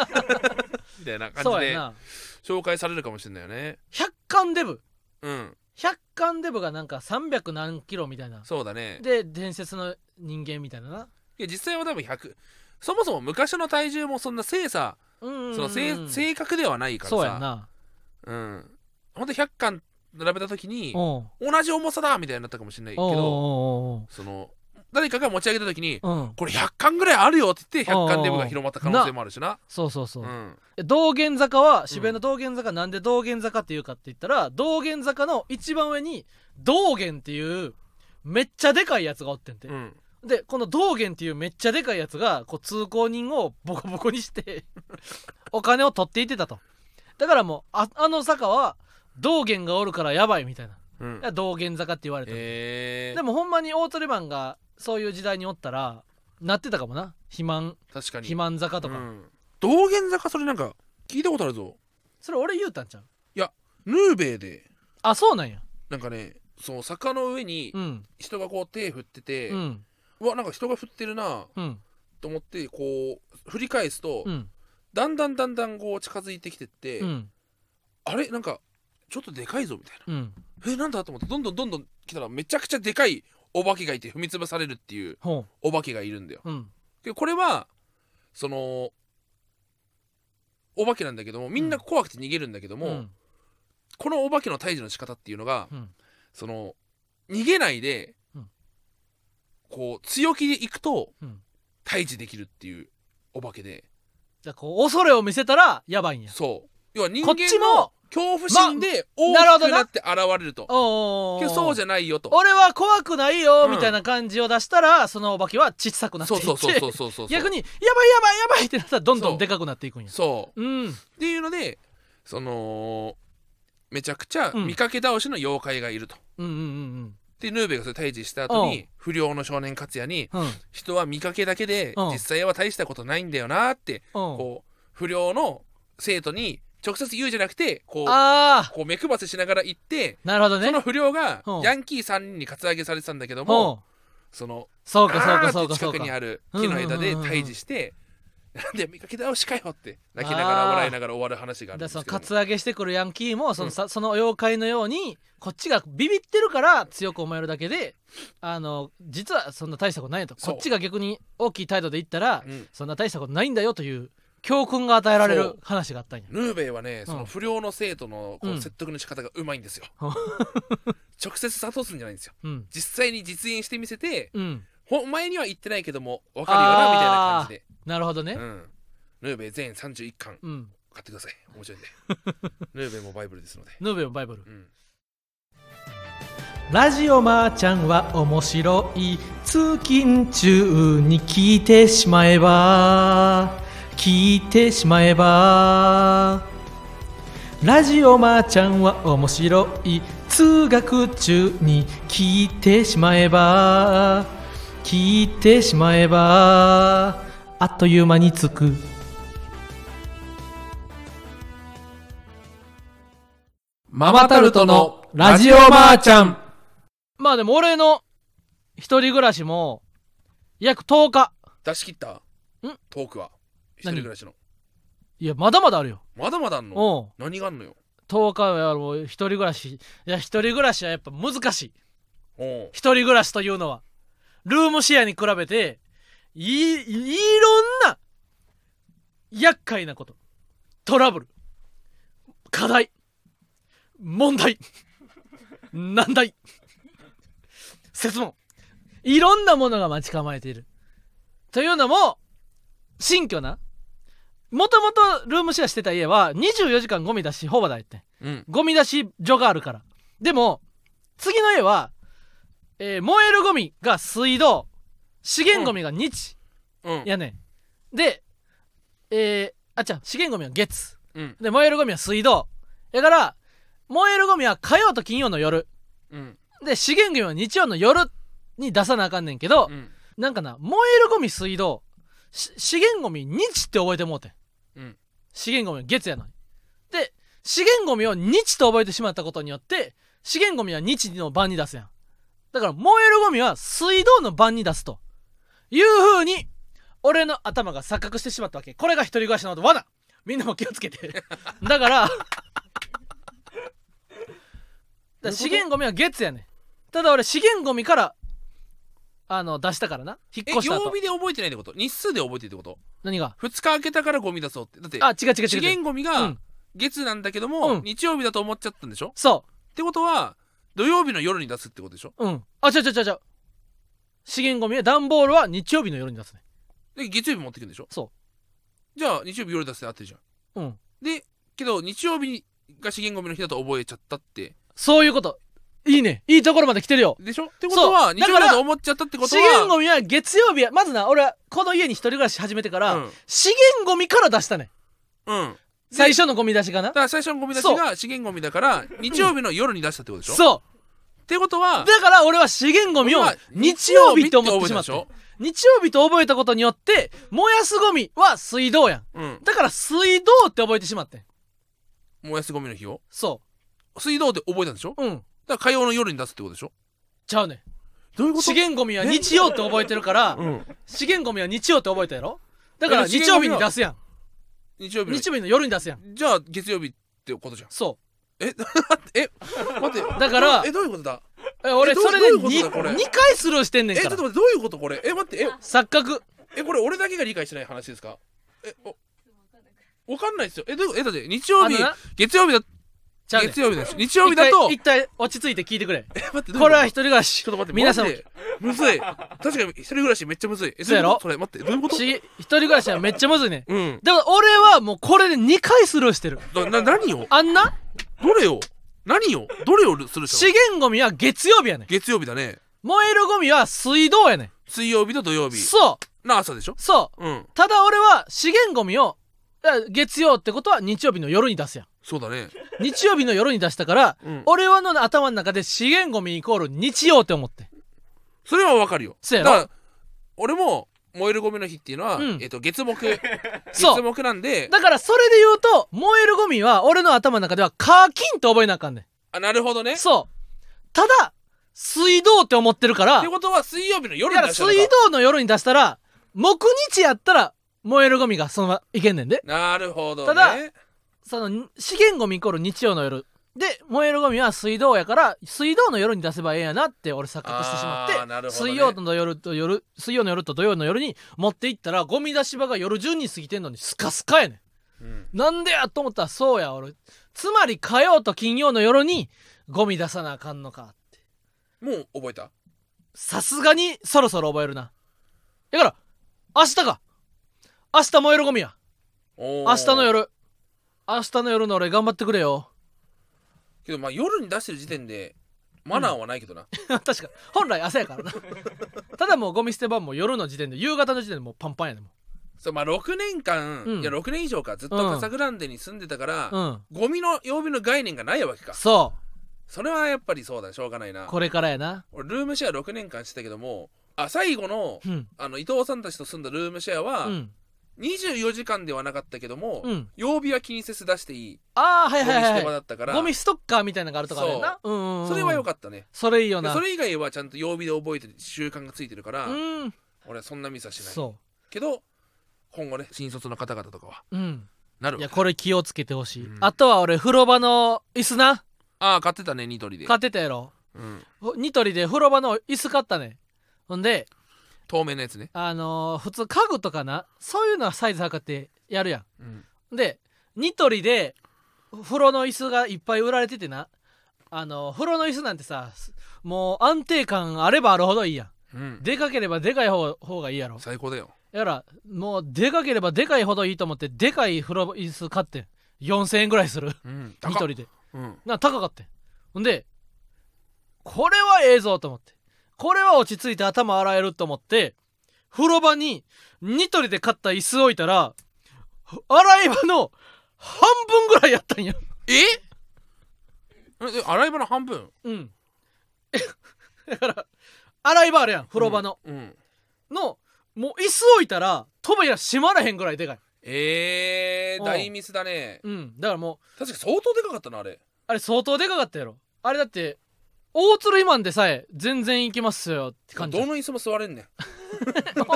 [SPEAKER 1] そうや
[SPEAKER 2] みたいな感じで
[SPEAKER 1] な
[SPEAKER 2] 紹介されるかもしれないよね
[SPEAKER 1] 100巻デブ
[SPEAKER 2] うん
[SPEAKER 1] 100巻デブがなんか300何キロみたいな
[SPEAKER 2] そうだね
[SPEAKER 1] で伝説の人間みたいなな、
[SPEAKER 2] いや実際は多分100そもそも昔の体重もそんな精査
[SPEAKER 1] うんうんうん
[SPEAKER 2] その正,、正確ではないからさ
[SPEAKER 1] そうやんな
[SPEAKER 2] うんほんと100巻並べた時に
[SPEAKER 1] おう
[SPEAKER 2] 同じ重さだみたいになったかもしれないけ
[SPEAKER 1] おう
[SPEAKER 2] ど
[SPEAKER 1] おうおうおう
[SPEAKER 2] その誰かが持ち上げた時に
[SPEAKER 1] うん、
[SPEAKER 2] これ100巻ぐらいあるよって言って100巻デブが広まった可能性もあるしな
[SPEAKER 1] そうそうそうう、
[SPEAKER 2] ん
[SPEAKER 1] 道玄坂は渋谷の道玄坂、なんで道玄坂っていうかって言ったら道玄坂の一番上に道玄っていうめっちゃでかいやつがおってんて、
[SPEAKER 2] うん
[SPEAKER 1] でこの道玄っていうめっちゃでかいやつがこう通行人をボコボコにして お金を取っていってたとだからもうああの坂は道玄がおるからやばいみたいな
[SPEAKER 2] うん
[SPEAKER 1] だから道玄坂って言われてる、
[SPEAKER 2] えー
[SPEAKER 1] でもほんまにオートレマンがそういう時代におったらなってたかもな肥満
[SPEAKER 2] 確かに
[SPEAKER 1] 肥満坂とか、
[SPEAKER 2] うん道玄坂それなんか聞いたことあるぞ
[SPEAKER 1] それ俺言うたんちゃう
[SPEAKER 2] ヌーベイで
[SPEAKER 1] あそうなんや
[SPEAKER 2] なんかねその坂の上に
[SPEAKER 1] うん
[SPEAKER 2] 人がこう手振ってて、
[SPEAKER 1] う
[SPEAKER 2] うんわなんか人が振ってるな
[SPEAKER 1] うん
[SPEAKER 2] と思ってこう振り返すと、
[SPEAKER 1] うん
[SPEAKER 2] だんだんだんだんこう近づいてきてって、
[SPEAKER 1] うん
[SPEAKER 2] あれなんかちょっとでかいぞみたい
[SPEAKER 1] うん
[SPEAKER 2] なえなんだと思ってどんどんどんどん来たらめちゃくちゃでかいお化けがいて踏み潰されるっていう
[SPEAKER 1] ほ
[SPEAKER 2] お化けがいるんだよ
[SPEAKER 1] ううん
[SPEAKER 2] でこれはそのお化けなんだけどもみんな怖くて逃げるんだけども、
[SPEAKER 1] うん
[SPEAKER 2] このお化けの退治の仕方っていうのが、
[SPEAKER 1] うん
[SPEAKER 2] その逃げないで、
[SPEAKER 1] うん
[SPEAKER 2] こう強気で行くと
[SPEAKER 1] うん
[SPEAKER 2] 退治できるっていうお化けで
[SPEAKER 1] じゃあこう恐れを見せたらやばいんや
[SPEAKER 2] そう要は人
[SPEAKER 1] こ
[SPEAKER 2] 間
[SPEAKER 1] っち
[SPEAKER 2] の
[SPEAKER 1] も
[SPEAKER 2] 恐怖心で大
[SPEAKER 1] なるほ
[SPEAKER 2] き
[SPEAKER 1] ど
[SPEAKER 2] く
[SPEAKER 1] な
[SPEAKER 2] なって現れると、
[SPEAKER 1] おーおーおー
[SPEAKER 2] けどそうじゃないよと
[SPEAKER 1] 俺は怖くないよ
[SPEAKER 2] うん
[SPEAKER 1] みたいな感じを出したら、そのお化けは小さくなって
[SPEAKER 2] そ
[SPEAKER 1] いうって
[SPEAKER 2] そうそうそうそうそう
[SPEAKER 1] 逆にやばいやばいやばいってなったらどんど
[SPEAKER 2] そうん
[SPEAKER 1] でかくなっていくんや
[SPEAKER 2] そう
[SPEAKER 1] うん
[SPEAKER 2] っていうのでそのめちゃくちゃ
[SPEAKER 1] うん
[SPEAKER 2] 見かけ倒しの妖怪がいると。
[SPEAKER 1] うんうんうん
[SPEAKER 2] でヌーベがそれ退治した後
[SPEAKER 1] う
[SPEAKER 2] に
[SPEAKER 1] ん
[SPEAKER 2] 不良の少年勝也に
[SPEAKER 1] うんうん
[SPEAKER 2] 人は見かけだけで
[SPEAKER 1] うん
[SPEAKER 2] 実際は大したことないんだよなって
[SPEAKER 1] うん
[SPEAKER 2] こう不良の生徒に直接言うじゃなくてこう
[SPEAKER 1] ああ
[SPEAKER 2] こう目配せしながら言って
[SPEAKER 1] なるほどね
[SPEAKER 2] その不良が
[SPEAKER 1] うん
[SPEAKER 2] ヤンキー3人にカツアゲされてたんだけど
[SPEAKER 1] ほ
[SPEAKER 2] も
[SPEAKER 1] う
[SPEAKER 2] その
[SPEAKER 1] そうかそう
[SPEAKER 2] あ
[SPEAKER 1] か
[SPEAKER 2] ー
[SPEAKER 1] そ
[SPEAKER 2] っ
[SPEAKER 1] うか
[SPEAKER 2] て
[SPEAKER 1] そ
[SPEAKER 2] 近
[SPEAKER 1] う
[SPEAKER 2] くに
[SPEAKER 1] か
[SPEAKER 2] ある木の枝で
[SPEAKER 1] うんうんうんうん
[SPEAKER 2] 退治してなんで見かけ倒しかよって泣きながら
[SPEAKER 1] あー
[SPEAKER 2] 笑いながら終わる話があるん
[SPEAKER 1] で
[SPEAKER 2] で
[SPEAKER 1] その
[SPEAKER 2] すけど
[SPEAKER 1] カ
[SPEAKER 2] も
[SPEAKER 1] ツアゲしてくるヤンキーもその,、
[SPEAKER 2] うん
[SPEAKER 1] さその妖怪のようにこっちがビビってるから強く思えるだけであの実はそんな大したことないよと
[SPEAKER 2] そう
[SPEAKER 1] こっちが逆に大きい態度で言ったら、
[SPEAKER 2] うん
[SPEAKER 1] そんな大したことないんだよという教訓が与えられ
[SPEAKER 2] そ
[SPEAKER 1] る
[SPEAKER 2] う
[SPEAKER 1] 話があったんや
[SPEAKER 2] ヌーベイはねその不良の生徒のこ
[SPEAKER 1] う
[SPEAKER 2] うん説得の仕方がうまいんですよ
[SPEAKER 1] うん
[SPEAKER 2] 直接諭すんじゃないんですよ
[SPEAKER 1] うん
[SPEAKER 2] 実際に実演してみせて
[SPEAKER 1] うん
[SPEAKER 2] ほお前には言ってないけども分かるよなみたいな感じで、
[SPEAKER 1] なるほどね
[SPEAKER 2] うん、ヌーベイ全31巻
[SPEAKER 1] うん、
[SPEAKER 2] 買ってください面白い んでヌーベイもバイブルですので、
[SPEAKER 1] ヌーベのバイブル
[SPEAKER 2] うん、
[SPEAKER 1] ラジオまーちゃんは面白い通勤中に聞いてしまえば聞いてしまえばラジオまーちゃんは面白い通学中に聞いてしまえば聞いてしまえばあっという間に着く
[SPEAKER 2] マ
[SPEAKER 1] マタルトのラジオマーちゃんまあでも俺の一人暮らしも約10日
[SPEAKER 2] 出し切ったトークは一人暮らしの
[SPEAKER 1] いやまだまだあるよ
[SPEAKER 2] まだまだあんの
[SPEAKER 1] おう
[SPEAKER 2] 何があんのよ
[SPEAKER 1] 10日はもう一人暮らしいや一人暮らしはやっぱ難しい
[SPEAKER 2] おう
[SPEAKER 1] 一人暮らしというのはルームシェアに比べていいいろんな厄介なことトラブル課題問題難題説問いろんなものが待ち構えているというのも新居なもともとルームシェアしてた家は24時間ゴミ出しほぼだやってん
[SPEAKER 2] うん
[SPEAKER 1] ゴミ出し所があるからでも次の家は、えー燃えるゴミが水道資源ゴミが日
[SPEAKER 2] うん
[SPEAKER 1] やねん、でえーあ違う資源ゴミは月
[SPEAKER 2] うん
[SPEAKER 1] で燃えるゴミは水道だから燃えるゴミは火曜と金曜の夜
[SPEAKER 2] うん
[SPEAKER 1] で資源ゴミは日曜の夜に出さなあかんねんけど、
[SPEAKER 2] うん
[SPEAKER 1] なんかな燃えるゴミ水道し資源ゴミ日って覚えてもうてん
[SPEAKER 2] うん
[SPEAKER 1] 資源ゴミは月やのにで資源ゴミを日と覚えてしまったことによって資源ゴミは日の番に出すやんだから燃えるゴミは水道の番に出すという風に俺の頭が錯覚してしまったわけこれが一人暮らしの罠みんなも気をつけて だからだから資源ゴミは月やねんただ俺資源ゴミからあの出したからな引っ
[SPEAKER 2] え
[SPEAKER 1] 越した後
[SPEAKER 2] 曜日で覚えてないってこと日数で覚えてるってこと
[SPEAKER 1] 何が
[SPEAKER 2] 2日開けたからゴミ出そうってだって
[SPEAKER 1] あ違う違う違う
[SPEAKER 2] 資源ゴミ
[SPEAKER 1] う
[SPEAKER 2] が
[SPEAKER 1] ん
[SPEAKER 2] 月なんだけども、
[SPEAKER 1] うん
[SPEAKER 2] 日曜日だと思っちゃったんでしょ
[SPEAKER 1] そ
[SPEAKER 2] ってことは土曜日の夜に出すってことでしょ
[SPEAKER 1] ううんあ違う違う違う違う資源ゴミは段ボールは日曜日の夜に出すね
[SPEAKER 2] で月曜日持ってくんでしょ
[SPEAKER 1] そ
[SPEAKER 2] じゃあ日曜日夜出すって合ってるじゃん
[SPEAKER 1] ううん
[SPEAKER 2] でけど日曜日が資源ゴミの日だと覚えちゃったって
[SPEAKER 1] そういうこといいねいいところまで来てるよ
[SPEAKER 2] でしょってことは
[SPEAKER 1] そう
[SPEAKER 2] 日曜日だと思っちゃったってこと
[SPEAKER 1] 資
[SPEAKER 2] は
[SPEAKER 1] 源ゴミは月曜日やまずな俺はこの家に一人暮らし始めてから、資源ゴミから出したね
[SPEAKER 2] うん、うん、
[SPEAKER 1] 最初のゴミ出しかな
[SPEAKER 2] だから最初のゴミ出しが資源ゴミだから日曜日の夜に出したってことでしょ
[SPEAKER 1] そ
[SPEAKER 2] ってことは
[SPEAKER 1] うだから俺は資源ゴミを
[SPEAKER 2] まあ
[SPEAKER 1] 日曜日と思ってしまっ
[SPEAKER 2] 日曜
[SPEAKER 1] た日曜日と覚えたことによって燃やすゴミは水道やん
[SPEAKER 2] 日って覚
[SPEAKER 1] だ
[SPEAKER 2] えたでしょうん
[SPEAKER 1] から水道って覚えてしまってん
[SPEAKER 2] 燃やすゴミの日を
[SPEAKER 1] そ
[SPEAKER 2] 水道って覚えたんでしょだか
[SPEAKER 1] ううん
[SPEAKER 2] ら火曜の夜に出すってことでしょ
[SPEAKER 1] ちゃうね
[SPEAKER 2] どういう
[SPEAKER 1] 資源ゴミは日曜って覚えてるから
[SPEAKER 2] うん
[SPEAKER 1] 資源ゴミは日曜って覚えたやろだから
[SPEAKER 2] だから
[SPEAKER 1] 日
[SPEAKER 2] 資
[SPEAKER 1] 曜
[SPEAKER 2] 源ゴ
[SPEAKER 1] 日
[SPEAKER 2] ミ
[SPEAKER 1] に
[SPEAKER 2] は
[SPEAKER 1] 出すやん
[SPEAKER 2] 日曜日の
[SPEAKER 1] 日曜日の夜に出すやん
[SPEAKER 2] じゃあ月曜日ってことじゃん
[SPEAKER 1] そ
[SPEAKER 2] ええ待 って
[SPEAKER 1] だから
[SPEAKER 2] えどういうことだ
[SPEAKER 1] うえ俺
[SPEAKER 2] えどう
[SPEAKER 1] それで
[SPEAKER 2] どういうことだこれ
[SPEAKER 1] 2, 回スルーしてんねん
[SPEAKER 2] えちょ
[SPEAKER 1] か
[SPEAKER 2] っと
[SPEAKER 1] ら
[SPEAKER 2] 待ってどういうことこれえ待ってえ
[SPEAKER 1] 錯覚
[SPEAKER 2] えこれ俺だけが理解してない話ですかえおわかんないですよえどういうことえだって日曜日
[SPEAKER 1] あのな
[SPEAKER 2] 月曜日だ
[SPEAKER 1] ちゃうねん
[SPEAKER 2] 月曜日だし日曜日だと
[SPEAKER 1] 一回一回落ち着いて聞いてくれ
[SPEAKER 2] え待ってどういうと
[SPEAKER 1] これは一人暮らし
[SPEAKER 2] ちょっと待って
[SPEAKER 1] 皆さん
[SPEAKER 2] マジでむずい確かに一人暮らしめっちゃむずいえ
[SPEAKER 1] そうやろ
[SPEAKER 2] どういうことそれ待ってどういうこと
[SPEAKER 1] し一人暮らしはめっちゃむずいねん
[SPEAKER 2] うん
[SPEAKER 1] でも俺はもうこれで2回スルーしてる
[SPEAKER 2] なな何を
[SPEAKER 1] あんな
[SPEAKER 2] どれを何をどれをするでし
[SPEAKER 1] 資
[SPEAKER 2] ょ
[SPEAKER 1] 源ゴミは月曜日やねん
[SPEAKER 2] 月曜日だね
[SPEAKER 1] 燃えるゴミは水道やね
[SPEAKER 2] 水曜日と土曜
[SPEAKER 1] ん
[SPEAKER 2] 日
[SPEAKER 1] そう
[SPEAKER 2] な朝でしょ
[SPEAKER 1] そう
[SPEAKER 2] うん
[SPEAKER 1] ただ俺は資源ゴミをだから月曜ってことは日曜日の夜に出すやん
[SPEAKER 2] そうだね
[SPEAKER 1] 日曜日の夜に出したから、
[SPEAKER 2] うん
[SPEAKER 1] 俺はの頭の中で資源ゴミイコール日曜って思って
[SPEAKER 2] それはわかるよ
[SPEAKER 1] そうや
[SPEAKER 2] だ
[SPEAKER 1] ろ
[SPEAKER 2] から俺も燃えるゴミの日っていうのは、
[SPEAKER 1] うん
[SPEAKER 2] えっと月木月
[SPEAKER 1] そう
[SPEAKER 2] 木なんで
[SPEAKER 1] だからそれで言うと燃えるゴミは俺の頭の中では課金と覚えなあかんね
[SPEAKER 2] あなるほどね
[SPEAKER 1] んそうただ水道って思ってるから
[SPEAKER 2] ってことは水曜日の
[SPEAKER 1] だ
[SPEAKER 2] 夜
[SPEAKER 1] か
[SPEAKER 2] に
[SPEAKER 1] ら
[SPEAKER 2] 出したの
[SPEAKER 1] 水道の夜に出したら木日やったら燃えるゴミがそのままいけんねんで
[SPEAKER 2] なるほどね
[SPEAKER 1] ただそのに資源ゴミイコール日曜の夜で燃えるゴミは水道やから水道の夜に出せばええやなって俺錯覚してしまって、
[SPEAKER 2] あーなるほどね
[SPEAKER 1] 水曜の夜と夜水曜の夜と土曜の夜に持っていったらゴミ出し場が夜10時過ぎてんのにスカスカやね
[SPEAKER 2] うん
[SPEAKER 1] んなんでやと思ったらそうや俺つまり火曜と金曜の夜にゴミ出さなあかんのかって
[SPEAKER 2] もう覚えた
[SPEAKER 1] さすがにそろそろ覚えるなだから明日か明日燃えるゴミや
[SPEAKER 2] 明
[SPEAKER 1] 明日の夜明日の夜の俺頑張ってくれよ
[SPEAKER 2] けどまあ夜に出してる時点でマナーはないけどな、
[SPEAKER 1] 確かに本来朝やからな ただもうゴミ捨て場も夜の時点で夕方の時点でもうパンパンやねんも
[SPEAKER 2] そうまあ6年間、
[SPEAKER 1] うん
[SPEAKER 2] いや6年以上かずっと
[SPEAKER 1] うん
[SPEAKER 2] カサグランデに住んでたから、
[SPEAKER 1] ううん
[SPEAKER 2] ゴミの曜日の概念がないわけか
[SPEAKER 1] そ
[SPEAKER 2] それはやっぱりそうだしょうがないな
[SPEAKER 1] うこれからやな
[SPEAKER 2] 俺ルームシェア6年間してたけどもあ最後の
[SPEAKER 1] うん
[SPEAKER 2] あの伊藤さんたちと住んだルームシェア
[SPEAKER 1] う
[SPEAKER 2] は、
[SPEAKER 1] ん
[SPEAKER 2] 24時間ではなかったけども、
[SPEAKER 1] うん
[SPEAKER 2] 曜日は気にせず出していい
[SPEAKER 1] ああは
[SPEAKER 2] ゴ
[SPEAKER 1] い
[SPEAKER 2] ミ
[SPEAKER 1] はい
[SPEAKER 2] 捨
[SPEAKER 1] は
[SPEAKER 2] て
[SPEAKER 1] い
[SPEAKER 2] 場だったから、
[SPEAKER 1] ゴミストッカーみたいなのがあるとかあるやんなうんうんうん
[SPEAKER 2] それは良かったね
[SPEAKER 1] それいいよ
[SPEAKER 2] で
[SPEAKER 1] な
[SPEAKER 2] それ以外はちゃんと曜日で覚えてる習慣がついてるから、
[SPEAKER 1] うん
[SPEAKER 2] 俺はそんなミスはしない
[SPEAKER 1] そ
[SPEAKER 2] けど今後ね新卒の方々とかは
[SPEAKER 1] ううん
[SPEAKER 2] なる
[SPEAKER 1] い
[SPEAKER 2] わ
[SPEAKER 1] やこれ気をつけてほしい
[SPEAKER 2] うん
[SPEAKER 1] あとは俺風呂場の椅子な
[SPEAKER 2] ああ買ってたねニトリで
[SPEAKER 1] 買ってたやろ
[SPEAKER 2] うん、
[SPEAKER 1] ほニトリで風呂場の椅子買ったねほんで
[SPEAKER 2] 透明のやつね、
[SPEAKER 1] あのー普通家具とかなそういうのはサイズ測ってやるや
[SPEAKER 2] うん、
[SPEAKER 1] んでニトリで風呂の椅子がいっぱい売られててなあのー風呂の椅子なんてさすもう安定感あればあるほどいいやん
[SPEAKER 2] うん
[SPEAKER 1] でかければでかい方方がいいやろ
[SPEAKER 2] 最高だよ
[SPEAKER 1] やらもうでかければでかいほどいいと思ってでかい風呂椅子買ってん4000円ぐらいする
[SPEAKER 2] うん
[SPEAKER 1] ニ
[SPEAKER 2] 高
[SPEAKER 1] ト
[SPEAKER 2] っ
[SPEAKER 1] リで
[SPEAKER 2] うん
[SPEAKER 1] な高かったんほんでこれはええぞと思ってこれは落ち着いて頭洗えると思って風呂場にニトリで買った椅子置いたら洗い場の半分ぐらいやったんや
[SPEAKER 2] えええ洗い場の半分
[SPEAKER 1] うん えだから洗い場あるやん風呂場の、
[SPEAKER 2] うんうん
[SPEAKER 1] のもう椅子置いたら扉閉まらへんぐらいでかい
[SPEAKER 2] え
[SPEAKER 1] うん
[SPEAKER 2] ー、大ミスだね
[SPEAKER 1] うんだからもう
[SPEAKER 2] 確か相当でかかったなあれ
[SPEAKER 1] あれ相当でかかったやろあれだって大鶴マンでさえ全然行きますよって
[SPEAKER 2] ど
[SPEAKER 1] 感じ大
[SPEAKER 2] の椅子も座れんねん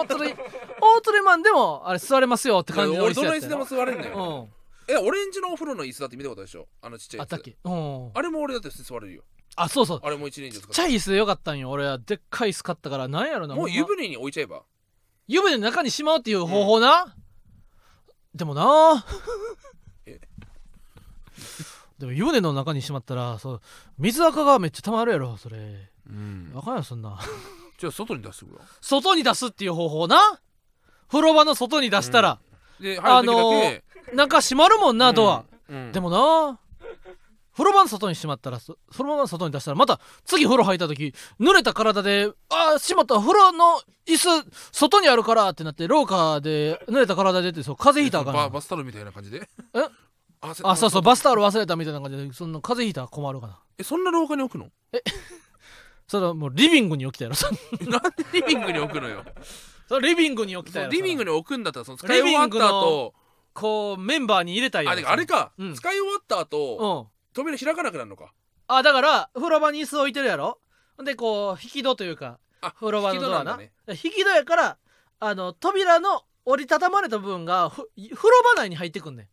[SPEAKER 1] 鶴い大鶴マンでもあれ座れますよって感じの
[SPEAKER 2] 俺どの
[SPEAKER 1] や
[SPEAKER 2] 椅
[SPEAKER 1] った
[SPEAKER 2] 子
[SPEAKER 1] や
[SPEAKER 2] で
[SPEAKER 1] ろ
[SPEAKER 2] も座れんねん
[SPEAKER 1] うん
[SPEAKER 2] えオレンジのお風呂の椅子だって見たことあるでしょあのちっちゃい
[SPEAKER 1] あ
[SPEAKER 2] や
[SPEAKER 1] ったっ
[SPEAKER 2] つ
[SPEAKER 1] けうん
[SPEAKER 2] あれも俺だって普通に座れるよ
[SPEAKER 1] あそうそう
[SPEAKER 2] あれも一年以
[SPEAKER 1] ち
[SPEAKER 2] 上
[SPEAKER 1] っ
[SPEAKER 2] 使
[SPEAKER 1] ちゃい椅子でよかったんよ俺はでっかい椅子買ったからなんやろな
[SPEAKER 2] も
[SPEAKER 1] ほ
[SPEAKER 2] う
[SPEAKER 1] んま
[SPEAKER 2] 湯船に置いちゃえば
[SPEAKER 1] 湯船の中にしまうっていう方法な、でもな
[SPEAKER 2] え
[SPEAKER 1] でも湯船の中にしまったらそう水垢がめっちゃたまるやろそれ
[SPEAKER 2] うん
[SPEAKER 1] わかんないそんな
[SPEAKER 2] じゃあ外に出してくよ
[SPEAKER 1] 外に出すっていう方法な風呂場の外に出したら、
[SPEAKER 2] で
[SPEAKER 1] あ
[SPEAKER 2] 入る
[SPEAKER 1] の
[SPEAKER 2] 時だ
[SPEAKER 1] ー
[SPEAKER 2] け
[SPEAKER 1] なんか閉まるもんなドア、
[SPEAKER 2] うんうん
[SPEAKER 1] でもな風呂場の外にしまったらそそのまま外に出したらまた次風呂入った時濡れた体で「ああしまった風呂の椅子外にあるから」ってなって廊下で濡れた体でってそう風邪ひいたらあ
[SPEAKER 2] バ
[SPEAKER 1] かんな
[SPEAKER 2] バスタオルみたいな感じで
[SPEAKER 1] え
[SPEAKER 2] あせ
[SPEAKER 1] あそうそうバスタオル忘れたみたいな感じでその風邪ひいたら困るかな
[SPEAKER 2] えそんな廊下に置くの
[SPEAKER 1] それはもうリビングに起きたやろそん
[SPEAKER 2] なんでリビングに置くのよ
[SPEAKER 1] それリビングに起きた
[SPEAKER 2] そ
[SPEAKER 1] や
[SPEAKER 2] う
[SPEAKER 1] ろ
[SPEAKER 2] リビング
[SPEAKER 1] に
[SPEAKER 2] に置くんだったらその使い終わった後
[SPEAKER 1] こうメンバーに入れたいや
[SPEAKER 2] あ
[SPEAKER 1] ろ
[SPEAKER 2] てかあれか、
[SPEAKER 1] うん
[SPEAKER 2] 使い終わった
[SPEAKER 1] うん
[SPEAKER 2] 後、扉開かなくなるのか
[SPEAKER 1] あだから風呂場に椅子置いてるやろほんでこう引き戸というか
[SPEAKER 2] あ
[SPEAKER 1] 風呂場のドアな
[SPEAKER 2] 引き戸んだね
[SPEAKER 1] 引き戸やからあの扉の折りたたまれた部分がふ風呂場内に入ってくんねん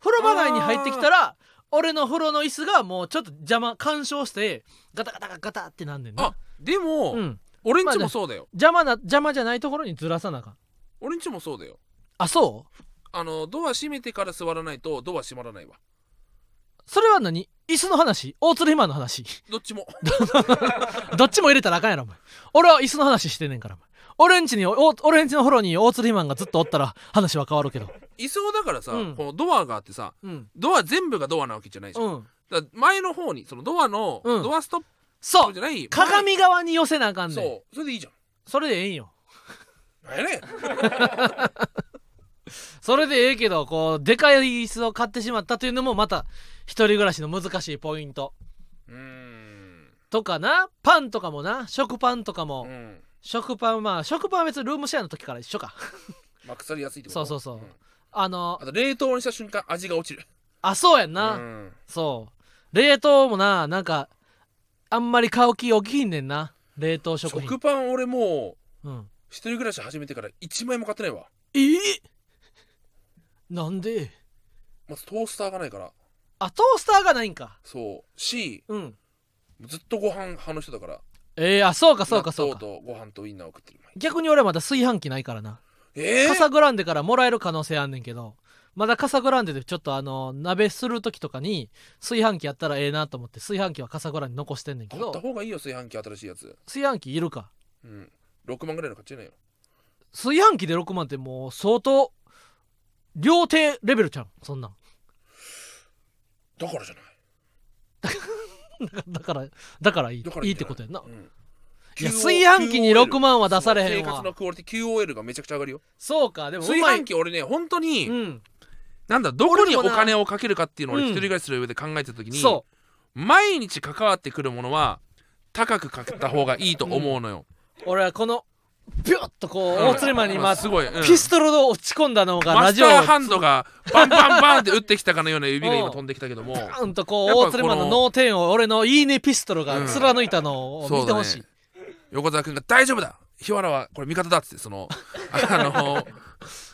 [SPEAKER 1] 風呂場内に入ってきたら俺の風呂の椅子がもうちょっと邪魔干渉してガタガタガタガタってなんねんな
[SPEAKER 2] あでも、
[SPEAKER 1] うん
[SPEAKER 2] 俺んちもそうだよ、
[SPEAKER 1] 邪魔な邪魔じゃないところにずらさなあかん
[SPEAKER 2] 俺んちもそうだよ
[SPEAKER 1] あそう
[SPEAKER 2] あのドア閉めてから座らないとドア閉まらないわ
[SPEAKER 1] それは何椅子の話大鶴ひまの話
[SPEAKER 2] どっち も
[SPEAKER 1] どっちも入れたらあかんやろお前俺は椅子の話してんねんからお前俺んちにお俺んちの風呂に大鶴ひまがずっとおったら話は変わるけど
[SPEAKER 2] 椅子をだからさ、
[SPEAKER 1] うん
[SPEAKER 2] このドアがあってさ
[SPEAKER 1] うん
[SPEAKER 2] ドア全部がドアなわけじゃないじゃん、
[SPEAKER 1] うん
[SPEAKER 2] だから前の方にそのドアの、
[SPEAKER 1] うん
[SPEAKER 2] ドアストッ
[SPEAKER 1] そ
[SPEAKER 2] プ
[SPEAKER 1] う
[SPEAKER 2] じゃない
[SPEAKER 1] 鏡側に寄せなあかんねん
[SPEAKER 2] そうそれでいいじゃん
[SPEAKER 1] それでええんよ
[SPEAKER 2] 何やねん
[SPEAKER 1] それでええけどこうでかい椅子を買ってしまったというのもまた一人暮らしの難しいポイント
[SPEAKER 2] うーん
[SPEAKER 1] とかなパンとかもな食パンとかも、
[SPEAKER 2] うん
[SPEAKER 1] 食パンまあ食パンは別にルームシェアの時から一緒か
[SPEAKER 2] まあ腐りやすいってこと
[SPEAKER 1] そうそうそうんあの
[SPEAKER 2] あと冷凍にした瞬間味が落ちる
[SPEAKER 1] あそうやんな、
[SPEAKER 2] うん
[SPEAKER 1] そう冷凍もななんかあんまり買う気起きひんねんな冷凍食品
[SPEAKER 2] 食パン俺もう
[SPEAKER 1] うん、
[SPEAKER 2] 一人暮らし始めてから1枚も買ってないわ
[SPEAKER 1] ええなんで
[SPEAKER 2] まずトースターがないから
[SPEAKER 1] あトースターがないんか
[SPEAKER 2] そうし
[SPEAKER 1] うん
[SPEAKER 2] ずっとご飯派の人だから
[SPEAKER 1] ええあそうかそうかそう
[SPEAKER 2] 納
[SPEAKER 1] か
[SPEAKER 2] 豆とご飯とウインナーを食ってる
[SPEAKER 1] 逆に俺まだ炊飯器ないからな
[SPEAKER 2] え
[SPEAKER 1] カ
[SPEAKER 2] ー、
[SPEAKER 1] サグランデからもらえる可能性あんねんけどまだカサグランデでちょっとあの鍋する時とかに炊飯器やったらええなと思って炊飯器はカサグランデ残してんねんけ
[SPEAKER 2] 買っ
[SPEAKER 1] ど
[SPEAKER 2] た方がいいよ炊飯器新しいやつ
[SPEAKER 1] 炊飯器いるか
[SPEAKER 2] うん6万ぐらいの買っちゃいないよ
[SPEAKER 1] 炊飯器で6万ってもう相当料亭レベルちゃんそんなん
[SPEAKER 2] だからじゃない
[SPEAKER 1] だからだからいい
[SPEAKER 2] だから
[SPEAKER 1] いい
[SPEAKER 2] いいんじゃ
[SPEAKER 1] ってこ
[SPEAKER 2] ない
[SPEAKER 1] とやんな
[SPEAKER 2] うん
[SPEAKER 1] いや
[SPEAKER 2] QO
[SPEAKER 1] 炊飯器に
[SPEAKER 2] QOL
[SPEAKER 1] 6万は出されへん
[SPEAKER 2] その生活の
[SPEAKER 1] わ
[SPEAKER 2] クオリティ QOL がめちゃくちゃ上がるよ
[SPEAKER 1] そうかでもう
[SPEAKER 2] 炊
[SPEAKER 1] ま
[SPEAKER 2] 飯
[SPEAKER 1] い
[SPEAKER 2] 器俺ね本当に、
[SPEAKER 1] うん
[SPEAKER 2] なんだどこ
[SPEAKER 1] 俺
[SPEAKER 2] に
[SPEAKER 1] も
[SPEAKER 2] お
[SPEAKER 1] な
[SPEAKER 2] 金をかけるかっていうのを俺
[SPEAKER 1] うん
[SPEAKER 2] 一人暮らしする上で考えた時に、
[SPEAKER 1] そ
[SPEAKER 2] 毎日関わってくるものは高くかけた方がいいと思うのよ、
[SPEAKER 1] う俺はこのピュッとこう
[SPEAKER 2] うん
[SPEAKER 1] 大釣りマンに今
[SPEAKER 2] 今すごい、うん
[SPEAKER 1] ピストルを落ち込んだのが
[SPEAKER 2] マ
[SPEAKER 1] ラ
[SPEAKER 2] ス
[SPEAKER 1] ジ
[SPEAKER 2] タ
[SPEAKER 1] オを
[SPEAKER 2] ーハンド がバンバンバンって打ってきたかのような指が
[SPEAKER 1] うん
[SPEAKER 2] 今飛んできたけども
[SPEAKER 1] パーンとこう
[SPEAKER 2] やっぱ
[SPEAKER 1] 大鶴マンの脳天を俺のいいねピストル
[SPEAKER 2] う
[SPEAKER 1] が
[SPEAKER 2] ん
[SPEAKER 1] 貫いたのを
[SPEAKER 2] そ
[SPEAKER 1] 見
[SPEAKER 2] う
[SPEAKER 1] て
[SPEAKER 2] だ
[SPEAKER 1] ほ
[SPEAKER 2] ね
[SPEAKER 1] しい、
[SPEAKER 2] 横澤君が「大丈夫だ日原はこれ味方だ」っつってその あの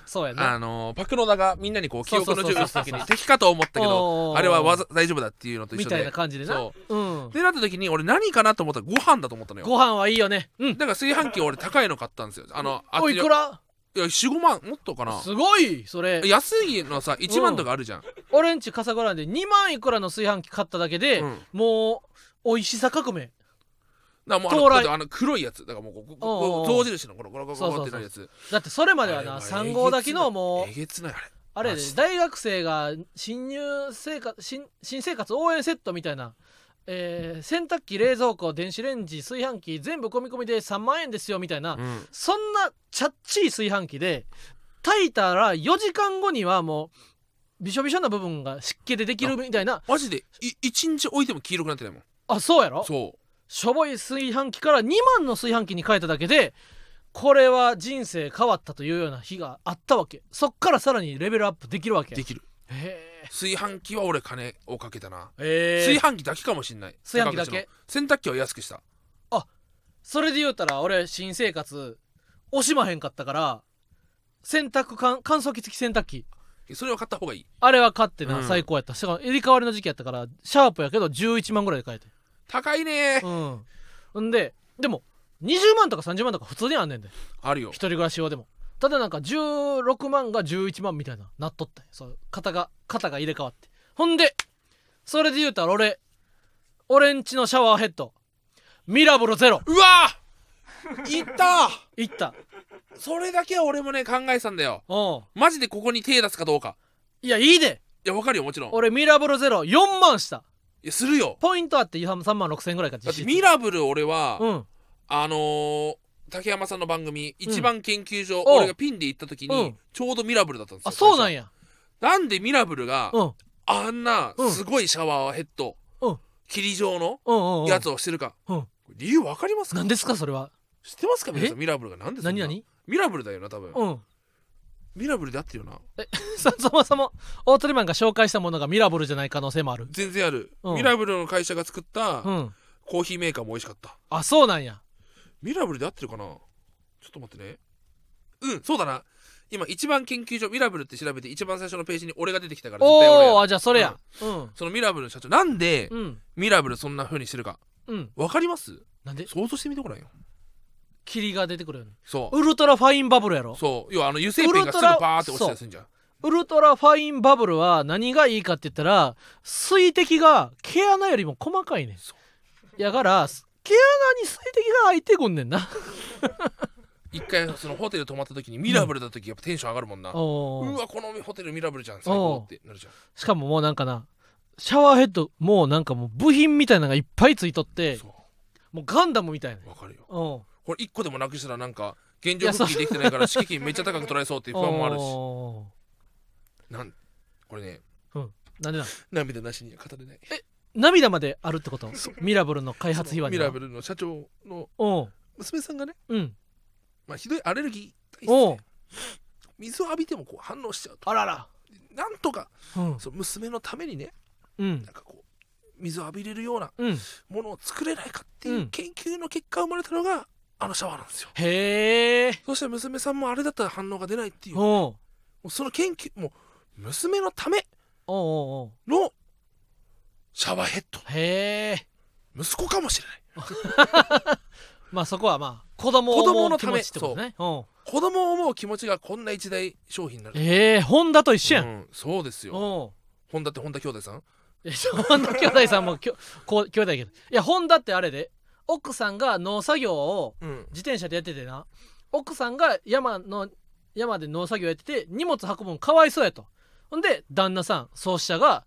[SPEAKER 1] そうやな
[SPEAKER 2] あのパクロダがみんなにこう記憶の
[SPEAKER 1] そうそう
[SPEAKER 2] 準
[SPEAKER 1] そう
[SPEAKER 2] 備
[SPEAKER 1] そう
[SPEAKER 2] した時に敵かと思ったけ
[SPEAKER 1] お
[SPEAKER 2] ど
[SPEAKER 1] ー
[SPEAKER 2] あれはわざ大丈夫だっていうのと一
[SPEAKER 1] み
[SPEAKER 2] 緒
[SPEAKER 1] たいな
[SPEAKER 2] で。
[SPEAKER 1] 感じでな、
[SPEAKER 2] そう
[SPEAKER 1] ん、
[SPEAKER 2] でなった時に俺何かなと思ったらご飯だと思ったのよ
[SPEAKER 1] ご飯はいいよねうん
[SPEAKER 2] だから炊飯器俺高いの買ったんですよあのあ
[SPEAKER 1] おいくら
[SPEAKER 2] いや45万もっとかな
[SPEAKER 1] すごいそれ
[SPEAKER 2] 安いのさ1万とかあるじゃん、
[SPEAKER 1] 俺んちカサゴランで2万いくらの炊飯器買っただけで、
[SPEAKER 2] うん
[SPEAKER 1] もう美味しさ革命
[SPEAKER 2] だからもう
[SPEAKER 1] 到来
[SPEAKER 2] あのだってあの黒いやつだからもうこここ
[SPEAKER 1] おうお
[SPEAKER 2] こ
[SPEAKER 1] う
[SPEAKER 2] 象印のこのゴロゴロゴロってなるやつ
[SPEAKER 1] だってそれまでは
[SPEAKER 2] あ
[SPEAKER 1] な
[SPEAKER 2] れ
[SPEAKER 1] 3号だけのもう
[SPEAKER 2] えげつないあれ
[SPEAKER 1] あれやで
[SPEAKER 2] マジ
[SPEAKER 1] 大学生が新入生活新新生活応援セットみたいな、えー洗濯機冷蔵庫電子レンジ炊飯器全部込み込みで3万円ですよみたいな、
[SPEAKER 2] うん
[SPEAKER 1] そんなちゃっちい炊飯器で炊いたら4時間後にはもうびしょびしょな部分が湿気でできるみたいな
[SPEAKER 2] マジでい一日置いても黄色くなってないもん
[SPEAKER 1] あそうやろ
[SPEAKER 2] そう
[SPEAKER 1] しょぼい炊飯器から2万の炊飯器に変えただけでこれは人生変わったというような日があったわけそっからさらにレベルアップできるわけ
[SPEAKER 2] できる
[SPEAKER 1] へー
[SPEAKER 2] 炊飯器は俺金をかけたな、
[SPEAKER 1] えー
[SPEAKER 2] 炊飯器だけかもしんない
[SPEAKER 1] 炊飯器だけ
[SPEAKER 2] 高橋の洗濯機は安くした
[SPEAKER 1] それで言うたら俺新生活惜しまへんかったから洗濯かん乾燥機付き洗濯機
[SPEAKER 2] それは買った方がいい
[SPEAKER 1] あれは買ってな、
[SPEAKER 2] うん
[SPEAKER 1] 最高やったしかも入れ替わりの時期やったからシャープやけど11万ぐらいで買えて
[SPEAKER 2] 高いね
[SPEAKER 1] うんんででも20万とか30万とか普通にあんねんで
[SPEAKER 2] あるよ
[SPEAKER 1] 一人暮らし用でもただなんか16万が11万みたいななっとったんよそう肩が肩が入れ替わってほんでそれで言うたら俺俺んちのシャワーヘッドミラブルゼロ
[SPEAKER 2] うわーいった
[SPEAKER 1] いった
[SPEAKER 2] それだけは俺もね考えてたんだよ
[SPEAKER 1] うん
[SPEAKER 2] マジでここに手出すかどうか
[SPEAKER 1] いやいいで
[SPEAKER 2] いやわかるよもちろんい
[SPEAKER 1] 俺ミラブルゼロ4万した
[SPEAKER 2] やするよ
[SPEAKER 1] ポイントあって3万6千ぐらいか
[SPEAKER 2] だ
[SPEAKER 1] 実
[SPEAKER 2] って
[SPEAKER 1] 質
[SPEAKER 2] ミラブル俺は、
[SPEAKER 1] うん
[SPEAKER 2] あのー竹山さんの番組「一番研究所」
[SPEAKER 1] おう
[SPEAKER 2] 俺がピンで行った時
[SPEAKER 1] う
[SPEAKER 2] に
[SPEAKER 1] ん
[SPEAKER 2] ちょうどミラブルだったんですよ
[SPEAKER 1] あそうなん
[SPEAKER 2] や
[SPEAKER 1] や
[SPEAKER 2] なんでミラブルが
[SPEAKER 1] うんうん
[SPEAKER 2] あんな
[SPEAKER 1] うん
[SPEAKER 2] すごいシャワーヘッド、
[SPEAKER 1] うん
[SPEAKER 2] 霧状の
[SPEAKER 1] うんうん
[SPEAKER 2] やつをしてるか、
[SPEAKER 1] うん
[SPEAKER 2] 理由わかりますか
[SPEAKER 1] 何ですかそれは
[SPEAKER 2] 知ってますか皆さん
[SPEAKER 1] え
[SPEAKER 2] ミラブルが何ですか
[SPEAKER 1] 何々
[SPEAKER 2] ミラブルだよな多分、
[SPEAKER 1] うん
[SPEAKER 2] ミラブルであってるよな
[SPEAKER 1] そそもそもオートリマンが紹介したものがミラブルじゃない可能性もある
[SPEAKER 2] 全然ある、
[SPEAKER 1] うん
[SPEAKER 2] ミラブルの会社が作った
[SPEAKER 1] うん
[SPEAKER 2] コーヒーメーカーも美味しかった
[SPEAKER 1] あそうなんや
[SPEAKER 2] ミラブルで合ってるかなちょっと待ってねうんそうだな今一番研究所ミラブルって調べて一番最初のページに俺が出てきたから絶対俺や
[SPEAKER 1] おおーあじゃあそれやうん
[SPEAKER 2] そのミラブルの社長なんで
[SPEAKER 1] うん
[SPEAKER 2] ミラブルそんな風にしてるか
[SPEAKER 1] うん
[SPEAKER 2] わかります
[SPEAKER 1] なんで
[SPEAKER 2] 想像してみてごらんよ
[SPEAKER 1] 霧が出てくるよね
[SPEAKER 2] そ
[SPEAKER 1] ウルトラファインバブルや
[SPEAKER 2] う
[SPEAKER 1] ろ
[SPEAKER 2] そう要はあの油性ペン
[SPEAKER 1] ウル
[SPEAKER 2] がすぐ
[SPEAKER 1] トラ
[SPEAKER 2] バーって押し出すんじゃん
[SPEAKER 1] ウルトラファインバブルは何がいいかって言ったら水滴が毛穴よりも細かいねん
[SPEAKER 2] そ
[SPEAKER 1] やから毛穴に水滴が開いてくんねんな
[SPEAKER 2] 一回そのホテル泊まった時にミラブルだった時やっぱテンション上がるもんな、う
[SPEAKER 1] おー
[SPEAKER 2] わこのホテルミラブルじゃん最高ってなるじゃん
[SPEAKER 1] しかももうなんかなシャワーヘッドもうなんかもう部品みたいなのがいっぱいついとって
[SPEAKER 2] そ
[SPEAKER 1] もうガンダムみたいな
[SPEAKER 2] うわかるよ
[SPEAKER 1] うん
[SPEAKER 2] これ一個でもなくしたらなんか現状復帰できてないから敷金めっちゃ高く取られそうっていう不安もあるし
[SPEAKER 1] お
[SPEAKER 2] なんこれね
[SPEAKER 1] ーなんでなん
[SPEAKER 2] 涙なしには語れない
[SPEAKER 1] 涙まであるってことミラブルの開発秘話に
[SPEAKER 2] ミ
[SPEAKER 1] は
[SPEAKER 2] ラブルの社長の
[SPEAKER 1] おう
[SPEAKER 2] 娘さんがね、
[SPEAKER 1] うん
[SPEAKER 2] まあ、ひどいアレルギー体質で
[SPEAKER 1] おう
[SPEAKER 2] 水を浴びてもこう反応しちゃうと
[SPEAKER 1] あらら
[SPEAKER 2] なんとか
[SPEAKER 1] うん
[SPEAKER 2] その娘のためにね
[SPEAKER 1] うん
[SPEAKER 2] なんかこう水を浴びれるような
[SPEAKER 1] うん
[SPEAKER 2] ものを作れないかっていううん研究の結果生まれたのがあのシャワーなんですよ
[SPEAKER 1] へえ
[SPEAKER 2] そして娘さんもあれだったら反応が出ないっていうも
[SPEAKER 1] おう
[SPEAKER 2] うその研究もう娘のため
[SPEAKER 1] おうおうおう
[SPEAKER 2] のシャワーヘッド
[SPEAKER 1] へえ
[SPEAKER 2] 息子かもしれない
[SPEAKER 1] まあそこはまあ子供を
[SPEAKER 2] 子供
[SPEAKER 1] 思う
[SPEAKER 2] の
[SPEAKER 1] 気
[SPEAKER 2] ため
[SPEAKER 1] 持ちってことねおう
[SPEAKER 2] 子供を思う気持ちがこんな一大商品になる
[SPEAKER 1] ええホンダと一緒や
[SPEAKER 2] うんん、そうですよ
[SPEAKER 1] おう
[SPEAKER 2] 本田って本田兄弟さん
[SPEAKER 1] えちょ本田兄弟さんもきょ こう兄弟やけどいや本田ってあれで奥さんが農作業を
[SPEAKER 2] うん
[SPEAKER 1] 自転車でやっててな奥さんが山の山で農作業やってて荷物運ぶのかわいそうやとほんで旦那さん創始者が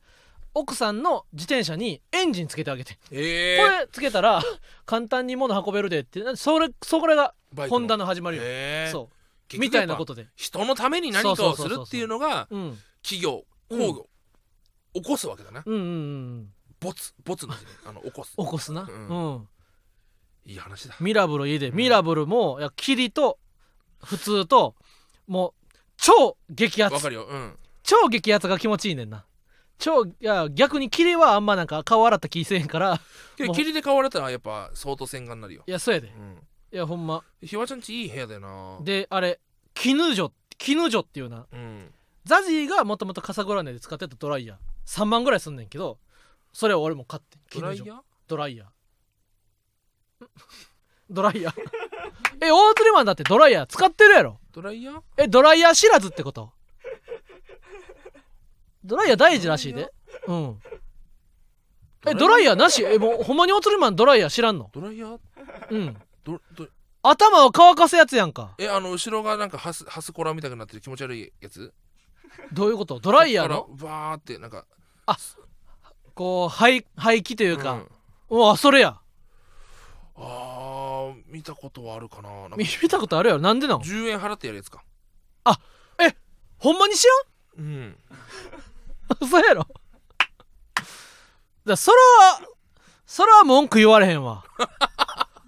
[SPEAKER 1] 奥さんの自転車にエンジンつけてあげて、
[SPEAKER 2] え
[SPEAKER 1] これつけたら簡単に物運べるでってなそれそこらが
[SPEAKER 2] バイク
[SPEAKER 1] ホンダ
[SPEAKER 2] の
[SPEAKER 1] の始まりよ、
[SPEAKER 2] へー
[SPEAKER 1] そ
[SPEAKER 2] 結
[SPEAKER 1] う
[SPEAKER 2] 局
[SPEAKER 1] みたいなことで
[SPEAKER 2] 人のために何かをするっていうのが
[SPEAKER 1] うん
[SPEAKER 2] 企業
[SPEAKER 1] うん
[SPEAKER 2] 工業、起こすわけだな
[SPEAKER 1] うんうんうん
[SPEAKER 2] ボツボツの 字ねあの起こす
[SPEAKER 1] 起こすな、
[SPEAKER 2] うん
[SPEAKER 1] うん、
[SPEAKER 2] いい話だ
[SPEAKER 1] ミラブル家で
[SPEAKER 2] うん
[SPEAKER 1] ミラブルもいや霧と普通ともう超激アツ
[SPEAKER 2] わかるようん
[SPEAKER 1] 超激アツが気持ちいいねんな超いや逆に霧はあんまなんか顔洗った気せえへんから
[SPEAKER 2] け
[SPEAKER 1] も
[SPEAKER 2] ど
[SPEAKER 1] う
[SPEAKER 2] 霧で買われたらやっぱ相当洗顔になるよ
[SPEAKER 1] いやそうやで
[SPEAKER 2] うん
[SPEAKER 1] いやほんま
[SPEAKER 2] ひわちゃんちいい部屋だよな
[SPEAKER 1] であれ絹女絹女っていうな
[SPEAKER 2] うん
[SPEAKER 1] ザジーがもともとカサゴラネで使ってたドライヤー3万ぐらいすんねんけどそれを俺も買ってん
[SPEAKER 2] ド
[SPEAKER 1] 絹
[SPEAKER 2] ラ
[SPEAKER 1] 女
[SPEAKER 2] イヤー
[SPEAKER 1] ドライヤーん ドライヤーえオートリマンだってドライヤー使ってるやろ
[SPEAKER 2] ドライヤー
[SPEAKER 1] えドライヤー知らずってことドライヤー大事らしいでうんえドライヤーなしえもうほんまにおつりマンドライヤー知らんの
[SPEAKER 2] ドライヤー
[SPEAKER 1] うん
[SPEAKER 2] どど
[SPEAKER 1] 頭を乾かすやつやんか
[SPEAKER 2] えあの後ろがなんかハスハスコラみたいになってる気持ち悪いやつ
[SPEAKER 1] どういうことドライヤー
[SPEAKER 2] そ
[SPEAKER 1] の
[SPEAKER 2] っからバーってなんか
[SPEAKER 1] こう排排気という
[SPEAKER 2] う
[SPEAKER 1] か
[SPEAKER 2] ん、
[SPEAKER 1] うわそれや
[SPEAKER 2] あー見たことはあるかななんか
[SPEAKER 1] 見見たことあるやろなんでなの
[SPEAKER 2] 10円払ってやるやつか
[SPEAKER 1] ほんまに知
[SPEAKER 2] うん
[SPEAKER 1] らんそうやろだそれはそれは文句言われへん わ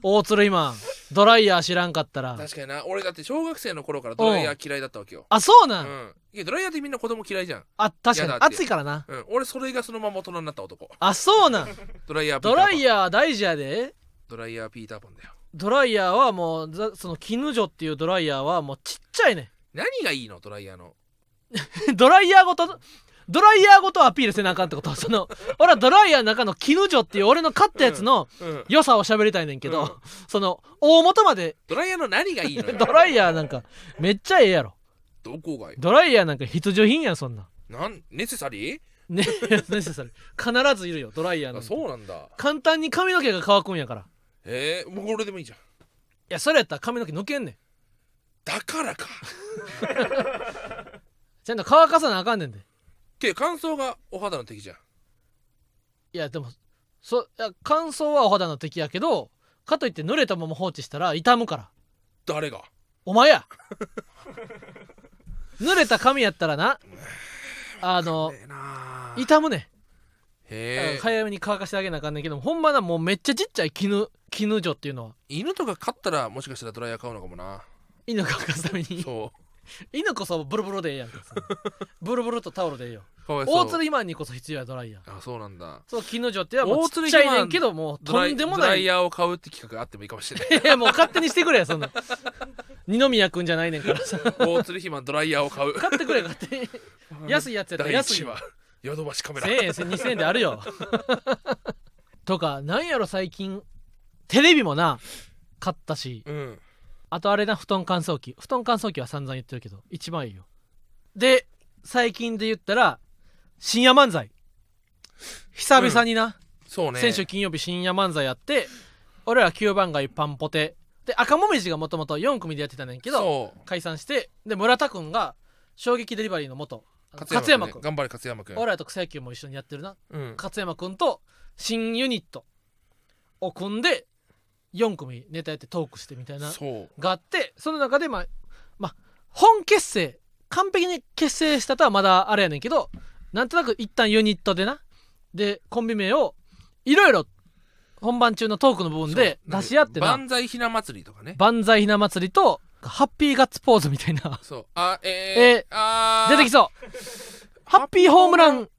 [SPEAKER 1] 大鶴今ドライヤー知らんかったら
[SPEAKER 2] 確かにな俺だって小学生の頃からドライヤー嫌いだったわけよ
[SPEAKER 1] あそう
[SPEAKER 2] う
[SPEAKER 1] なん、
[SPEAKER 2] んいやドライヤーってみんな子供嫌いじゃん
[SPEAKER 1] あ確か
[SPEAKER 2] い
[SPEAKER 1] に
[SPEAKER 2] やだって
[SPEAKER 1] 暑いからな
[SPEAKER 2] うん俺それがそのまま大人になった男
[SPEAKER 1] あそうなん
[SPEAKER 2] ドライヤーピー
[SPEAKER 1] ド
[SPEAKER 2] ターパン
[SPEAKER 1] ライヤー大事やで
[SPEAKER 2] ドライヤーピーターパンだよ
[SPEAKER 1] ドライヤーはもうざその絹女っていうドライヤーはもうちっちゃいね
[SPEAKER 2] 何がいいのドライヤーの
[SPEAKER 1] ドライヤーごとドライヤーごとアピールせなあかんってこと その俺はドライヤーの中の絹女っていう俺の買ったやつの
[SPEAKER 2] うん
[SPEAKER 1] 良さを喋りたいねんけど、
[SPEAKER 2] うん
[SPEAKER 1] その大元まで
[SPEAKER 2] ドライヤーの何がいい のよ
[SPEAKER 1] ドライヤーなんかめっちゃええやろ
[SPEAKER 2] どこがいい
[SPEAKER 1] ドライヤーなんか必需品やんそんなん
[SPEAKER 2] なんネセサリー
[SPEAKER 1] ね ねそれ必ずいるよドライヤー
[SPEAKER 2] あ
[SPEAKER 1] の
[SPEAKER 2] そうなんだ
[SPEAKER 1] 簡単に髪の毛が乾くんやからい
[SPEAKER 2] えー、もうこれでもいいじゃん
[SPEAKER 1] やそれやったら髪の毛抜けんねん
[SPEAKER 2] だからか
[SPEAKER 1] ちゃんと乾かさなあかんねんで
[SPEAKER 2] けど乾燥がお肌の敵じゃん
[SPEAKER 1] いやでもそいや乾燥はお肌の敵やけどかといって濡れたまま放置したら傷むから
[SPEAKER 2] 誰が
[SPEAKER 1] お前 や濡れた髪やったらなあの
[SPEAKER 2] ねえなあ
[SPEAKER 1] 傷むね
[SPEAKER 2] へえ
[SPEAKER 1] 早めに乾かしてあげなあかんねんけどほんまなもうめっちゃちっちゃい絹絹女っていうのは
[SPEAKER 2] 犬とか飼ったらもしかしたらドライヤー買うのかもな
[SPEAKER 1] 犬乾かすために
[SPEAKER 2] そ
[SPEAKER 1] 犬こそブルブルでええ やんかそんなブルブルとタオルでええよ
[SPEAKER 2] うかわいそ
[SPEAKER 1] 大
[SPEAKER 2] う
[SPEAKER 1] 鶴ひまんにこそ必要やドライヤー
[SPEAKER 2] あそうなんだ
[SPEAKER 1] そう絹女っていうのはもうちっちゃいねんけどもう
[SPEAKER 2] ドラ
[SPEAKER 1] と
[SPEAKER 2] イ
[SPEAKER 1] んでも
[SPEAKER 2] ド
[SPEAKER 1] な
[SPEAKER 2] ラ
[SPEAKER 1] い
[SPEAKER 2] イヤーを買うって企画あってもいいかもしれ ない
[SPEAKER 1] いやもう勝手にしてくれやそんな二宮君じゃないねんからさ
[SPEAKER 2] 大鶴ひまドライヤーを買 う
[SPEAKER 1] 買ってくれ勝手に安いやつやったら
[SPEAKER 2] 第
[SPEAKER 1] 安い
[SPEAKER 2] 一
[SPEAKER 1] よ
[SPEAKER 2] 話ヨドバシカメラ
[SPEAKER 1] 1000円2000円であるよとかなんやろ最近テレビもな買ったし
[SPEAKER 2] うん
[SPEAKER 1] あとあれな布団乾燥機布団乾燥機は散々言ってるけど一番いいよで最近で言ったら深夜漫才久々にな、
[SPEAKER 2] そうね
[SPEAKER 1] 先週金曜日深夜漫才やって俺ら9番街パンポテで赤もみじがもともと4組でやってたねんけど
[SPEAKER 2] そ
[SPEAKER 1] 解散してで村田君が衝撃デリバリーの元
[SPEAKER 2] う
[SPEAKER 1] 勝山
[SPEAKER 2] ね
[SPEAKER 1] 君
[SPEAKER 2] 頑張れ勝山君
[SPEAKER 1] 俺らと草野球も一緒にやってるな
[SPEAKER 2] うん
[SPEAKER 1] 勝山君と新ユニットを組んで4組ネタやってトークしてみたいな
[SPEAKER 2] そう
[SPEAKER 1] があってその中でまあまあ本結成完璧に結成したとはまだあれやねんけどなんとなく一旦ユニットでなでコンビ名をいろいろ本番中のトークの部分で
[SPEAKER 2] そう
[SPEAKER 1] 出し合ってな
[SPEAKER 2] 万歳ひな祭りとかね
[SPEAKER 1] 万歳ひな祭りとハッピーガッツポーズみたいな
[SPEAKER 2] そうあえー、
[SPEAKER 1] え
[SPEAKER 2] あー
[SPEAKER 1] 出てきそうハッピーホームラン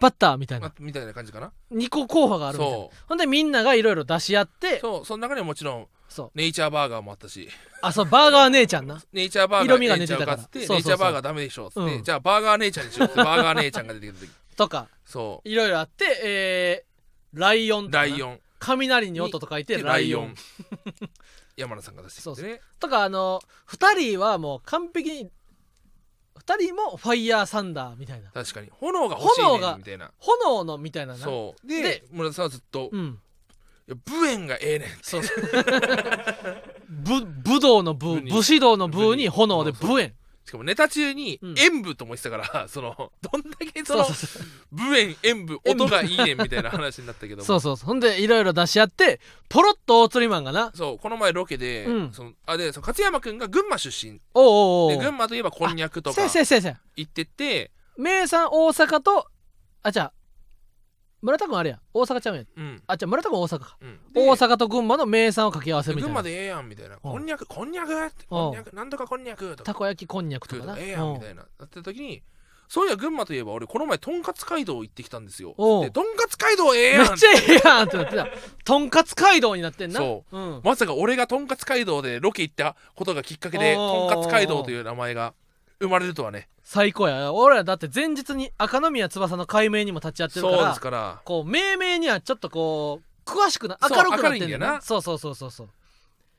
[SPEAKER 1] バッターみたいな
[SPEAKER 2] まみたいな感じかな
[SPEAKER 1] 2個候補があるみたいな
[SPEAKER 2] そ
[SPEAKER 1] ほんでみんながいろいろ出し合っ
[SPEAKER 2] う
[SPEAKER 1] て
[SPEAKER 2] そうその中にはもちろん
[SPEAKER 1] そう
[SPEAKER 2] ネイチャーバーガーもあったし
[SPEAKER 1] あそうバーガー姉ちゃんな
[SPEAKER 2] ネイチャーバーガ
[SPEAKER 1] 色
[SPEAKER 2] ー
[SPEAKER 1] 味が出てたから
[SPEAKER 2] ネイチャーつって
[SPEAKER 1] そうそうそう
[SPEAKER 2] ネイチャーバーガーダメでしょっつって、
[SPEAKER 1] うん
[SPEAKER 2] じゃあバーガー姉ちゃんにしようっつってバーガー姉ちゃんが出てきた時
[SPEAKER 1] とか
[SPEAKER 2] そ
[SPEAKER 1] いろいろあってえー、ライオン
[SPEAKER 2] う
[SPEAKER 1] とか
[SPEAKER 2] ラ
[SPEAKER 1] な
[SPEAKER 2] イオン
[SPEAKER 1] 雷に音と書いて
[SPEAKER 2] で
[SPEAKER 1] ライオン
[SPEAKER 2] 山田さんが出してきてね
[SPEAKER 1] とかあの2人はもう完璧に2人もファイヤーサンダーみたいな
[SPEAKER 2] 確かに炎が欲しい
[SPEAKER 1] 炎
[SPEAKER 2] ね
[SPEAKER 1] が
[SPEAKER 2] んみたいな
[SPEAKER 1] 炎のみたいなな
[SPEAKER 2] そう
[SPEAKER 1] で
[SPEAKER 2] で村田さんはずっと
[SPEAKER 1] う、ん
[SPEAKER 2] いやブエンがええねんって
[SPEAKER 1] そう ぶ武道の
[SPEAKER 2] 武
[SPEAKER 1] 武
[SPEAKER 2] に
[SPEAKER 1] 武士道の武に炎で
[SPEAKER 2] 武に
[SPEAKER 1] 武炎
[SPEAKER 2] しかもネタ中に
[SPEAKER 1] うん
[SPEAKER 2] 演舞とも言ってたから、 そのどんだけ
[SPEAKER 1] そ
[SPEAKER 2] そ
[SPEAKER 1] う
[SPEAKER 2] の
[SPEAKER 1] そうそう
[SPEAKER 2] ブエン演舞音がいいねん みたいな話になったけども
[SPEAKER 1] そうそうそうほんでいろいろ出し合ってポロッと大釣りマンがな
[SPEAKER 2] そうこの前ロケで、
[SPEAKER 1] うん
[SPEAKER 2] そのあでその勝山君が群馬出身
[SPEAKER 1] おうおう
[SPEAKER 2] で
[SPEAKER 1] おう
[SPEAKER 2] 群馬といえばこんにゃくとか
[SPEAKER 1] せやせやせやせや
[SPEAKER 2] 行ってて、
[SPEAKER 1] 名産大阪とあじゃあ村田君あれや大阪ちゃうやん
[SPEAKER 2] うん
[SPEAKER 1] あじゃあ村田君大阪か
[SPEAKER 2] うん、で
[SPEAKER 1] 大阪と群馬の名産を掛け合わせ
[SPEAKER 2] で
[SPEAKER 1] みた
[SPEAKER 2] 群
[SPEAKER 1] い
[SPEAKER 2] 馬
[SPEAKER 1] な
[SPEAKER 2] でええやんみたいなこんにゃくこんにゃくってこんにゃくなんとかこんにゃくと
[SPEAKER 1] た
[SPEAKER 2] か
[SPEAKER 1] こ焼きこんにゃくと
[SPEAKER 2] 食う
[SPEAKER 1] か
[SPEAKER 2] と
[SPEAKER 1] な
[SPEAKER 2] かええやんみたいななってた時にそういや群馬といえば俺この前とんかつ街道行ってきたんですよ
[SPEAKER 1] おう
[SPEAKER 2] でとんかつ街道ええ
[SPEAKER 1] うん
[SPEAKER 2] や
[SPEAKER 1] め
[SPEAKER 2] ん
[SPEAKER 1] っちゃええやんってなって たとんかつ街道になってんな
[SPEAKER 2] そ
[SPEAKER 1] うん
[SPEAKER 2] まさか俺がとんかつ街道でロケ行ったことがきっかけでと
[SPEAKER 1] お
[SPEAKER 2] ん
[SPEAKER 1] う
[SPEAKER 2] かつ街道という名前が生まれるとはね
[SPEAKER 1] 最高や俺らだって前日に赤宮翼の解明にも立ち会ってるか
[SPEAKER 2] そうで
[SPEAKER 1] ら
[SPEAKER 2] すから
[SPEAKER 1] こう命名にはちょっとこう詳しくな
[SPEAKER 2] そう
[SPEAKER 1] 明るくなってん
[SPEAKER 2] 明るいんだ
[SPEAKER 1] だ
[SPEAKER 2] よ
[SPEAKER 1] よな
[SPEAKER 2] な
[SPEAKER 1] そうそうそうそうそう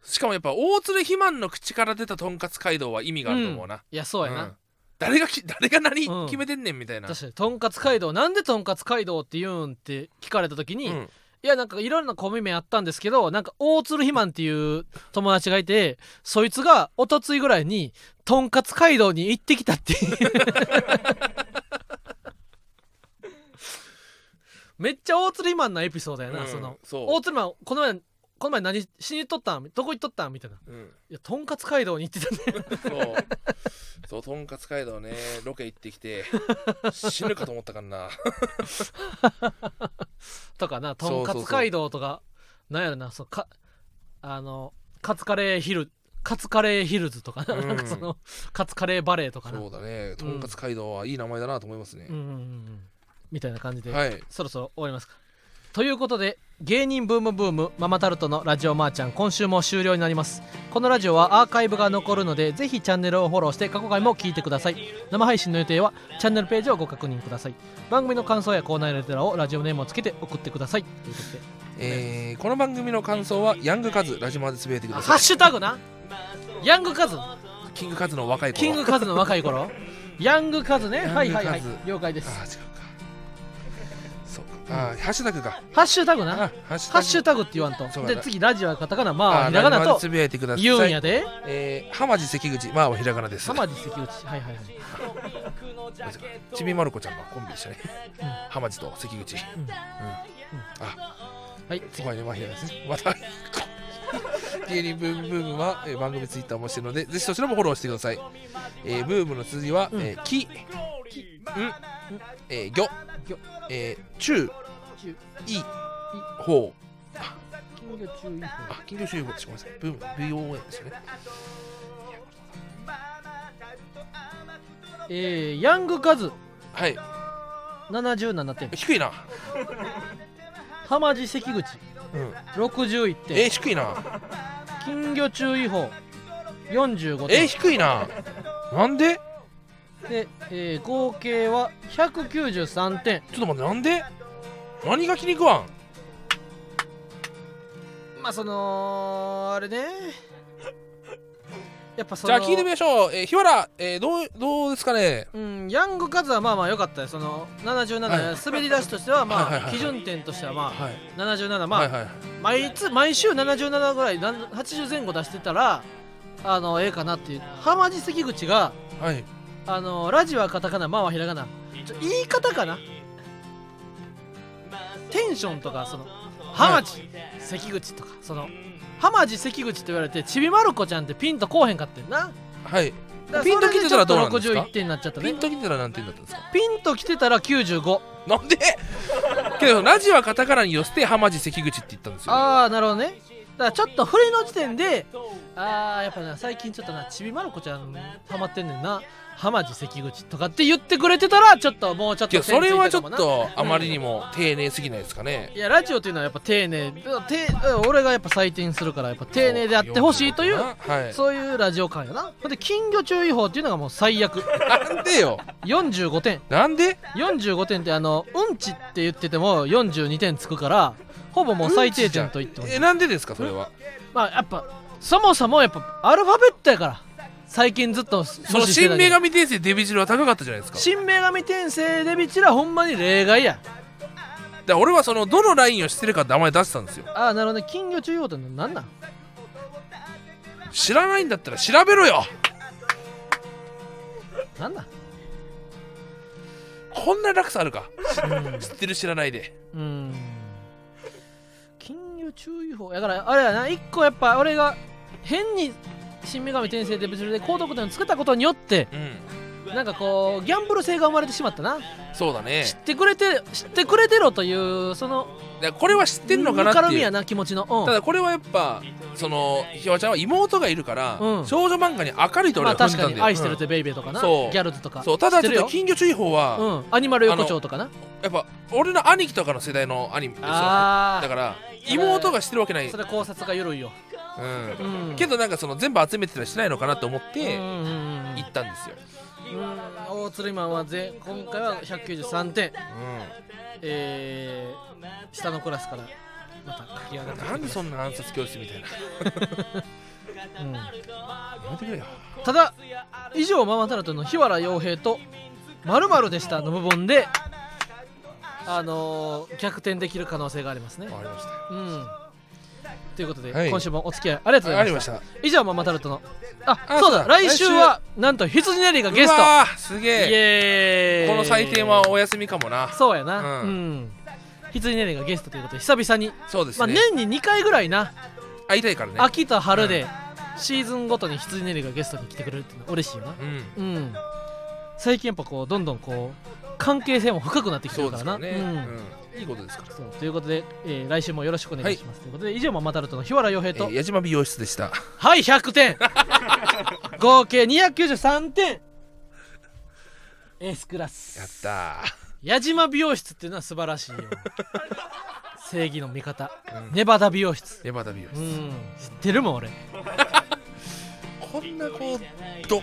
[SPEAKER 2] しかもやっぱ大鶴肥満の口から出たとんかつ街道は意味があると思うな、
[SPEAKER 1] いやそうやな、
[SPEAKER 2] うん誰がき誰が何
[SPEAKER 1] うん
[SPEAKER 2] 決めてんねんみたいな、
[SPEAKER 1] 確かにとんかつ街道なんでとんかつ街道って言うんって聞かれた時に、
[SPEAKER 2] うん
[SPEAKER 1] いやなんかいろんなコンビ名あったんですけどなんか大鶴ひまんっていう友達がいてそいつが一昨日ぐらいにとんかつ街道に行ってきたって いうめっちゃ大鶴ひまんなエピソードやな、
[SPEAKER 2] うん
[SPEAKER 1] その
[SPEAKER 2] そう
[SPEAKER 1] 大鶴ひまんこの前この前何しに行っとったんどこ行っとったんみたいな
[SPEAKER 2] うん
[SPEAKER 1] いやとんかつ街道に行ってたね
[SPEAKER 2] そうそうとんかつ街道ねロケ行って きて死ぬかと思ったからな
[SPEAKER 1] とかな
[SPEAKER 2] そう
[SPEAKER 1] と
[SPEAKER 2] そ
[SPEAKER 1] んか
[SPEAKER 2] うそう
[SPEAKER 1] つ街道とかなんやろなそうかあのカツカレーヒルカツカレーヒルズとかな,、
[SPEAKER 2] うん
[SPEAKER 1] なんかそのカツカレーバレーとかな
[SPEAKER 2] そうだねとんかつ街道はいい名前だなと思いますね
[SPEAKER 1] うん、うんうんうんみたいな感じで、
[SPEAKER 2] はい
[SPEAKER 1] そろそろ終わりますかということで芸人ブームブームママタルトのラジオマーちゃん今週も終了になりますこのラジオはアーカイブが残るのでぜひチャンネルをフォローして過去回も聞いてください生配信の予定はチャンネルページをご確認ください番組の感想やコーナーレターをラジオネームをつけて送ってくださいということで
[SPEAKER 2] えーこの番組の感想はヤングカズラジマでつぶやいてく
[SPEAKER 1] あ
[SPEAKER 2] だ
[SPEAKER 1] ハ
[SPEAKER 2] さ
[SPEAKER 1] ッ
[SPEAKER 2] い
[SPEAKER 1] シュタグなヤングカズ
[SPEAKER 2] キングカズの若い子
[SPEAKER 1] キングカズの若い頃ヤングカズね
[SPEAKER 2] ヤングカズ
[SPEAKER 1] はいはいはい了解で
[SPEAKER 2] あ
[SPEAKER 1] す
[SPEAKER 2] ー違うかそうかあーハッシュタグか
[SPEAKER 1] ハッシュタグ
[SPEAKER 2] あ
[SPEAKER 1] な
[SPEAKER 2] ハッシュタグ
[SPEAKER 1] ハッシュタグって言わんと
[SPEAKER 2] そうだ
[SPEAKER 1] で
[SPEAKER 2] な
[SPEAKER 1] 次ラジオはカタカナ
[SPEAKER 2] あ
[SPEAKER 1] まあ
[SPEAKER 2] ー
[SPEAKER 1] ひらがな
[SPEAKER 2] ラジマで
[SPEAKER 1] と
[SPEAKER 2] つぶやいてください
[SPEAKER 1] 言うんやで
[SPEAKER 2] えー、浜地関口まあはひらがなです
[SPEAKER 1] 浜マ関口はいはいはい
[SPEAKER 2] ちびまる子ちゃんがコンビでしたね、浜地と関口、うんうんあ
[SPEAKER 1] はい
[SPEAKER 2] そこはねまあひらがなですねまた芸人ブームブームは、えー番組ツイッターもしてるのでぜひそちらもフォローしてください、えーブームの次は、
[SPEAKER 1] うん
[SPEAKER 2] えーきんえーぎょ
[SPEAKER 1] ぎょ
[SPEAKER 2] えーちゅう
[SPEAKER 1] ちゅう
[SPEAKER 2] いほう
[SPEAKER 1] 金魚注意報
[SPEAKER 2] あ緊急集合しごめんなさいブーム VON ですよね
[SPEAKER 1] えーヤングカズ
[SPEAKER 2] はい
[SPEAKER 1] 77点
[SPEAKER 2] 低いな、
[SPEAKER 1] 浜地関口
[SPEAKER 2] うん、
[SPEAKER 1] 61
[SPEAKER 2] えー
[SPEAKER 1] 点
[SPEAKER 2] 低いな
[SPEAKER 1] 金魚注意報45
[SPEAKER 2] えー
[SPEAKER 1] 点
[SPEAKER 2] 低いななんで
[SPEAKER 1] で、えー合計は193点
[SPEAKER 2] ちょっと待ってなんで何が気に食わん
[SPEAKER 1] まあそのあれねやっぱそ
[SPEAKER 2] じゃ
[SPEAKER 1] の
[SPEAKER 2] あ聞いてみましょう、えー、日原、えー、どうどうですかね
[SPEAKER 1] うん、ヤングカズはまあまあ良かったよその77、
[SPEAKER 2] はい
[SPEAKER 1] 滑り出しとしてはまあ、
[SPEAKER 2] はいはいはい
[SPEAKER 1] 基準点としてはまあ
[SPEAKER 2] はい、
[SPEAKER 1] 77まあ、
[SPEAKER 2] はいはい
[SPEAKER 1] 毎つ毎週77ぐらいなん80前後出してたらあのええかなっていう浜地関口が
[SPEAKER 2] はい
[SPEAKER 1] あのラジはカタカナマンはひらがなちょ言い方かなテンションとかその浜地、関口とかその浜地関口と言われてちびまる子ちゃんってピンとこうへんかってんな
[SPEAKER 2] はい
[SPEAKER 1] だから
[SPEAKER 2] ピンときてたらどうなん
[SPEAKER 1] それ
[SPEAKER 2] ですか
[SPEAKER 1] ちょっと61点になっちゃった
[SPEAKER 2] ピ
[SPEAKER 1] ね
[SPEAKER 2] ンときてたら何点だったんですか
[SPEAKER 1] ピンときてたら95
[SPEAKER 2] なんでけどラジはカタカナに寄せて浜地関口って言ったんですよ
[SPEAKER 1] ああなるほどねだからちょっと振りの時点でああやっぱな最近ちょっとなちびまる子ちゃんハマってんねんな浜地関口とかって言ってくれてたらちょっともうちょっ
[SPEAKER 2] け
[SPEAKER 1] と
[SPEAKER 2] どそれはちょっ
[SPEAKER 1] 点ついたかも
[SPEAKER 2] とあまりにも丁寧すぎないですかね
[SPEAKER 1] ないやラジオというのはやっぱ丁寧て俺がやっぱ採点するからやっぱ丁寧であってほしいという
[SPEAKER 2] はい
[SPEAKER 1] そういうラジオ感やなほんで金魚注意報っていうのがもう最悪
[SPEAKER 2] なんでよ
[SPEAKER 1] 45点
[SPEAKER 2] なんで
[SPEAKER 1] 45点ってあのうんちって言ってても42点つくからほぼもう最低点と言ってもいい
[SPEAKER 2] えなんでですかそれは
[SPEAKER 1] まあやっぱそもそもやっぱアルファベットやから最近ずっと
[SPEAKER 2] その
[SPEAKER 1] 無視して
[SPEAKER 2] 新
[SPEAKER 1] たけ
[SPEAKER 2] 女
[SPEAKER 1] ど
[SPEAKER 2] 神転生デビジルは高かったじゃないですか
[SPEAKER 1] 新女神転生デビチラほんまに例外や
[SPEAKER 2] だから俺はそのどのラインをしてるかって名前出してたんですよ
[SPEAKER 1] ああなるほどね金魚中央ってなんなん
[SPEAKER 2] 知らないんだったら調べろよ
[SPEAKER 1] なんなん
[SPEAKER 2] こんな落差あるか知ってる知らないで
[SPEAKER 1] うんうん金魚注意報やからあれやな一個やっぱ俺が変に新女神転生デビチラで高得点をつけたことによって
[SPEAKER 2] うん
[SPEAKER 1] なんかこうギャンブル性が生まれてしまったな
[SPEAKER 2] そうだね
[SPEAKER 1] 知ってくれて知ってくれてろというその
[SPEAKER 2] だからこれは知ってんのかな
[SPEAKER 1] ぬか
[SPEAKER 2] っ
[SPEAKER 1] る
[SPEAKER 2] て
[SPEAKER 1] み
[SPEAKER 2] い
[SPEAKER 1] や
[SPEAKER 2] う
[SPEAKER 1] な気持ちの
[SPEAKER 2] ただこれはやっぱそのひわちゃんは妹がいるから、
[SPEAKER 1] うん
[SPEAKER 2] 少女漫画に明るいと
[SPEAKER 1] まあ
[SPEAKER 2] 俺は感
[SPEAKER 1] 確
[SPEAKER 2] じ
[SPEAKER 1] か
[SPEAKER 2] たんだ
[SPEAKER 1] に
[SPEAKER 2] よ、
[SPEAKER 1] 愛してるってベイベーとかな、
[SPEAKER 2] そう
[SPEAKER 1] ギャルズとか
[SPEAKER 2] そうただちょっ
[SPEAKER 1] 知
[SPEAKER 2] と
[SPEAKER 1] って
[SPEAKER 2] 金魚注意報は、
[SPEAKER 1] るようんアニマル横丁とかな
[SPEAKER 2] やっぱ俺の兄貴とかの世代のアニメですよだ
[SPEAKER 1] ああ
[SPEAKER 2] から妹が知ってるわけない、
[SPEAKER 1] それ考察が緩いよ、
[SPEAKER 2] う
[SPEAKER 1] うん
[SPEAKER 2] ん、けどなんかその全部集めてたりしないのかなと思っ
[SPEAKER 1] うん
[SPEAKER 2] て
[SPEAKER 1] うんうんうん
[SPEAKER 2] 行ったんですよ、
[SPEAKER 1] うん大鶴マンはぜ今回は193点
[SPEAKER 2] う
[SPEAKER 1] えー、下のクラスからまた書き上がっ
[SPEAKER 2] ん、
[SPEAKER 1] て
[SPEAKER 2] なんでそんな暗殺教室みたいな
[SPEAKER 1] うん
[SPEAKER 2] やめてくれよ
[SPEAKER 1] ただ以上ママタルトの日原洋平と〇〇でしたの部分であのー逆転できる可能性がありますね
[SPEAKER 2] わかりました
[SPEAKER 1] うんということで、
[SPEAKER 2] はい
[SPEAKER 1] 今週もお付き合いありがとうござ
[SPEAKER 2] あり
[SPEAKER 1] いま
[SPEAKER 2] ま
[SPEAKER 1] し
[SPEAKER 2] したた
[SPEAKER 1] 以上ママタルトのあ
[SPEAKER 2] あ
[SPEAKER 1] そう
[SPEAKER 2] そ
[SPEAKER 1] だ
[SPEAKER 2] うだ
[SPEAKER 1] 来週はなんと羊ネリーがゲス
[SPEAKER 2] う
[SPEAKER 1] ト
[SPEAKER 2] わーす
[SPEAKER 1] イ
[SPEAKER 2] げえ
[SPEAKER 1] エーイ
[SPEAKER 2] この祭典はお休みかもな
[SPEAKER 1] そうやなう、
[SPEAKER 2] うんん
[SPEAKER 1] 羊ネリーがゲストということで久々に、
[SPEAKER 2] そうです
[SPEAKER 1] まあ、
[SPEAKER 2] ね
[SPEAKER 1] 年に2回ぐらいな、
[SPEAKER 2] 会いたいからね
[SPEAKER 1] 秋と春でシーズンごとに羊ネリーがゲストに来てくれるっていうのは嬉しいよな
[SPEAKER 2] うん
[SPEAKER 1] うん最近やっぱこうどんどんこう関係性も深くなってきて
[SPEAKER 2] そ
[SPEAKER 1] る
[SPEAKER 2] う
[SPEAKER 1] か
[SPEAKER 2] で
[SPEAKER 1] らな
[SPEAKER 2] すからね
[SPEAKER 1] うん
[SPEAKER 2] うんいいことですから
[SPEAKER 1] そうということで、えー来週もよろしくお願いします、ということで以上ママタルトの日原洋平
[SPEAKER 2] え
[SPEAKER 1] と、
[SPEAKER 2] ー矢島美容室でした
[SPEAKER 1] はい100点 合計293点 S クラス
[SPEAKER 2] やった
[SPEAKER 1] 矢島美容室っていうのは素晴らしい よ正義の味方、
[SPEAKER 2] うん
[SPEAKER 1] ネバダ美容室
[SPEAKER 2] ー山田美容
[SPEAKER 1] う
[SPEAKER 2] 室
[SPEAKER 1] ん知ってるもん俺
[SPEAKER 2] こんなこうど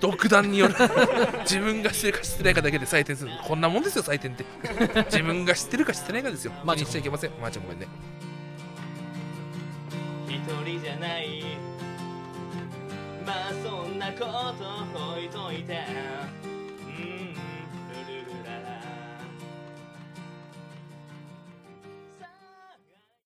[SPEAKER 2] 独断による 自分が知ってるか知ってないかだけで採点するこんなもんですよ採点って自分が知ってるか知ってないかですよ
[SPEAKER 1] マ
[SPEAKER 2] マ
[SPEAKER 1] ー
[SPEAKER 2] ー
[SPEAKER 1] チ
[SPEAKER 2] チ
[SPEAKER 1] ョ
[SPEAKER 2] しちゃいけませんマーチョごめんね
[SPEAKER 3] 一人じゃないまあそんなことほいといて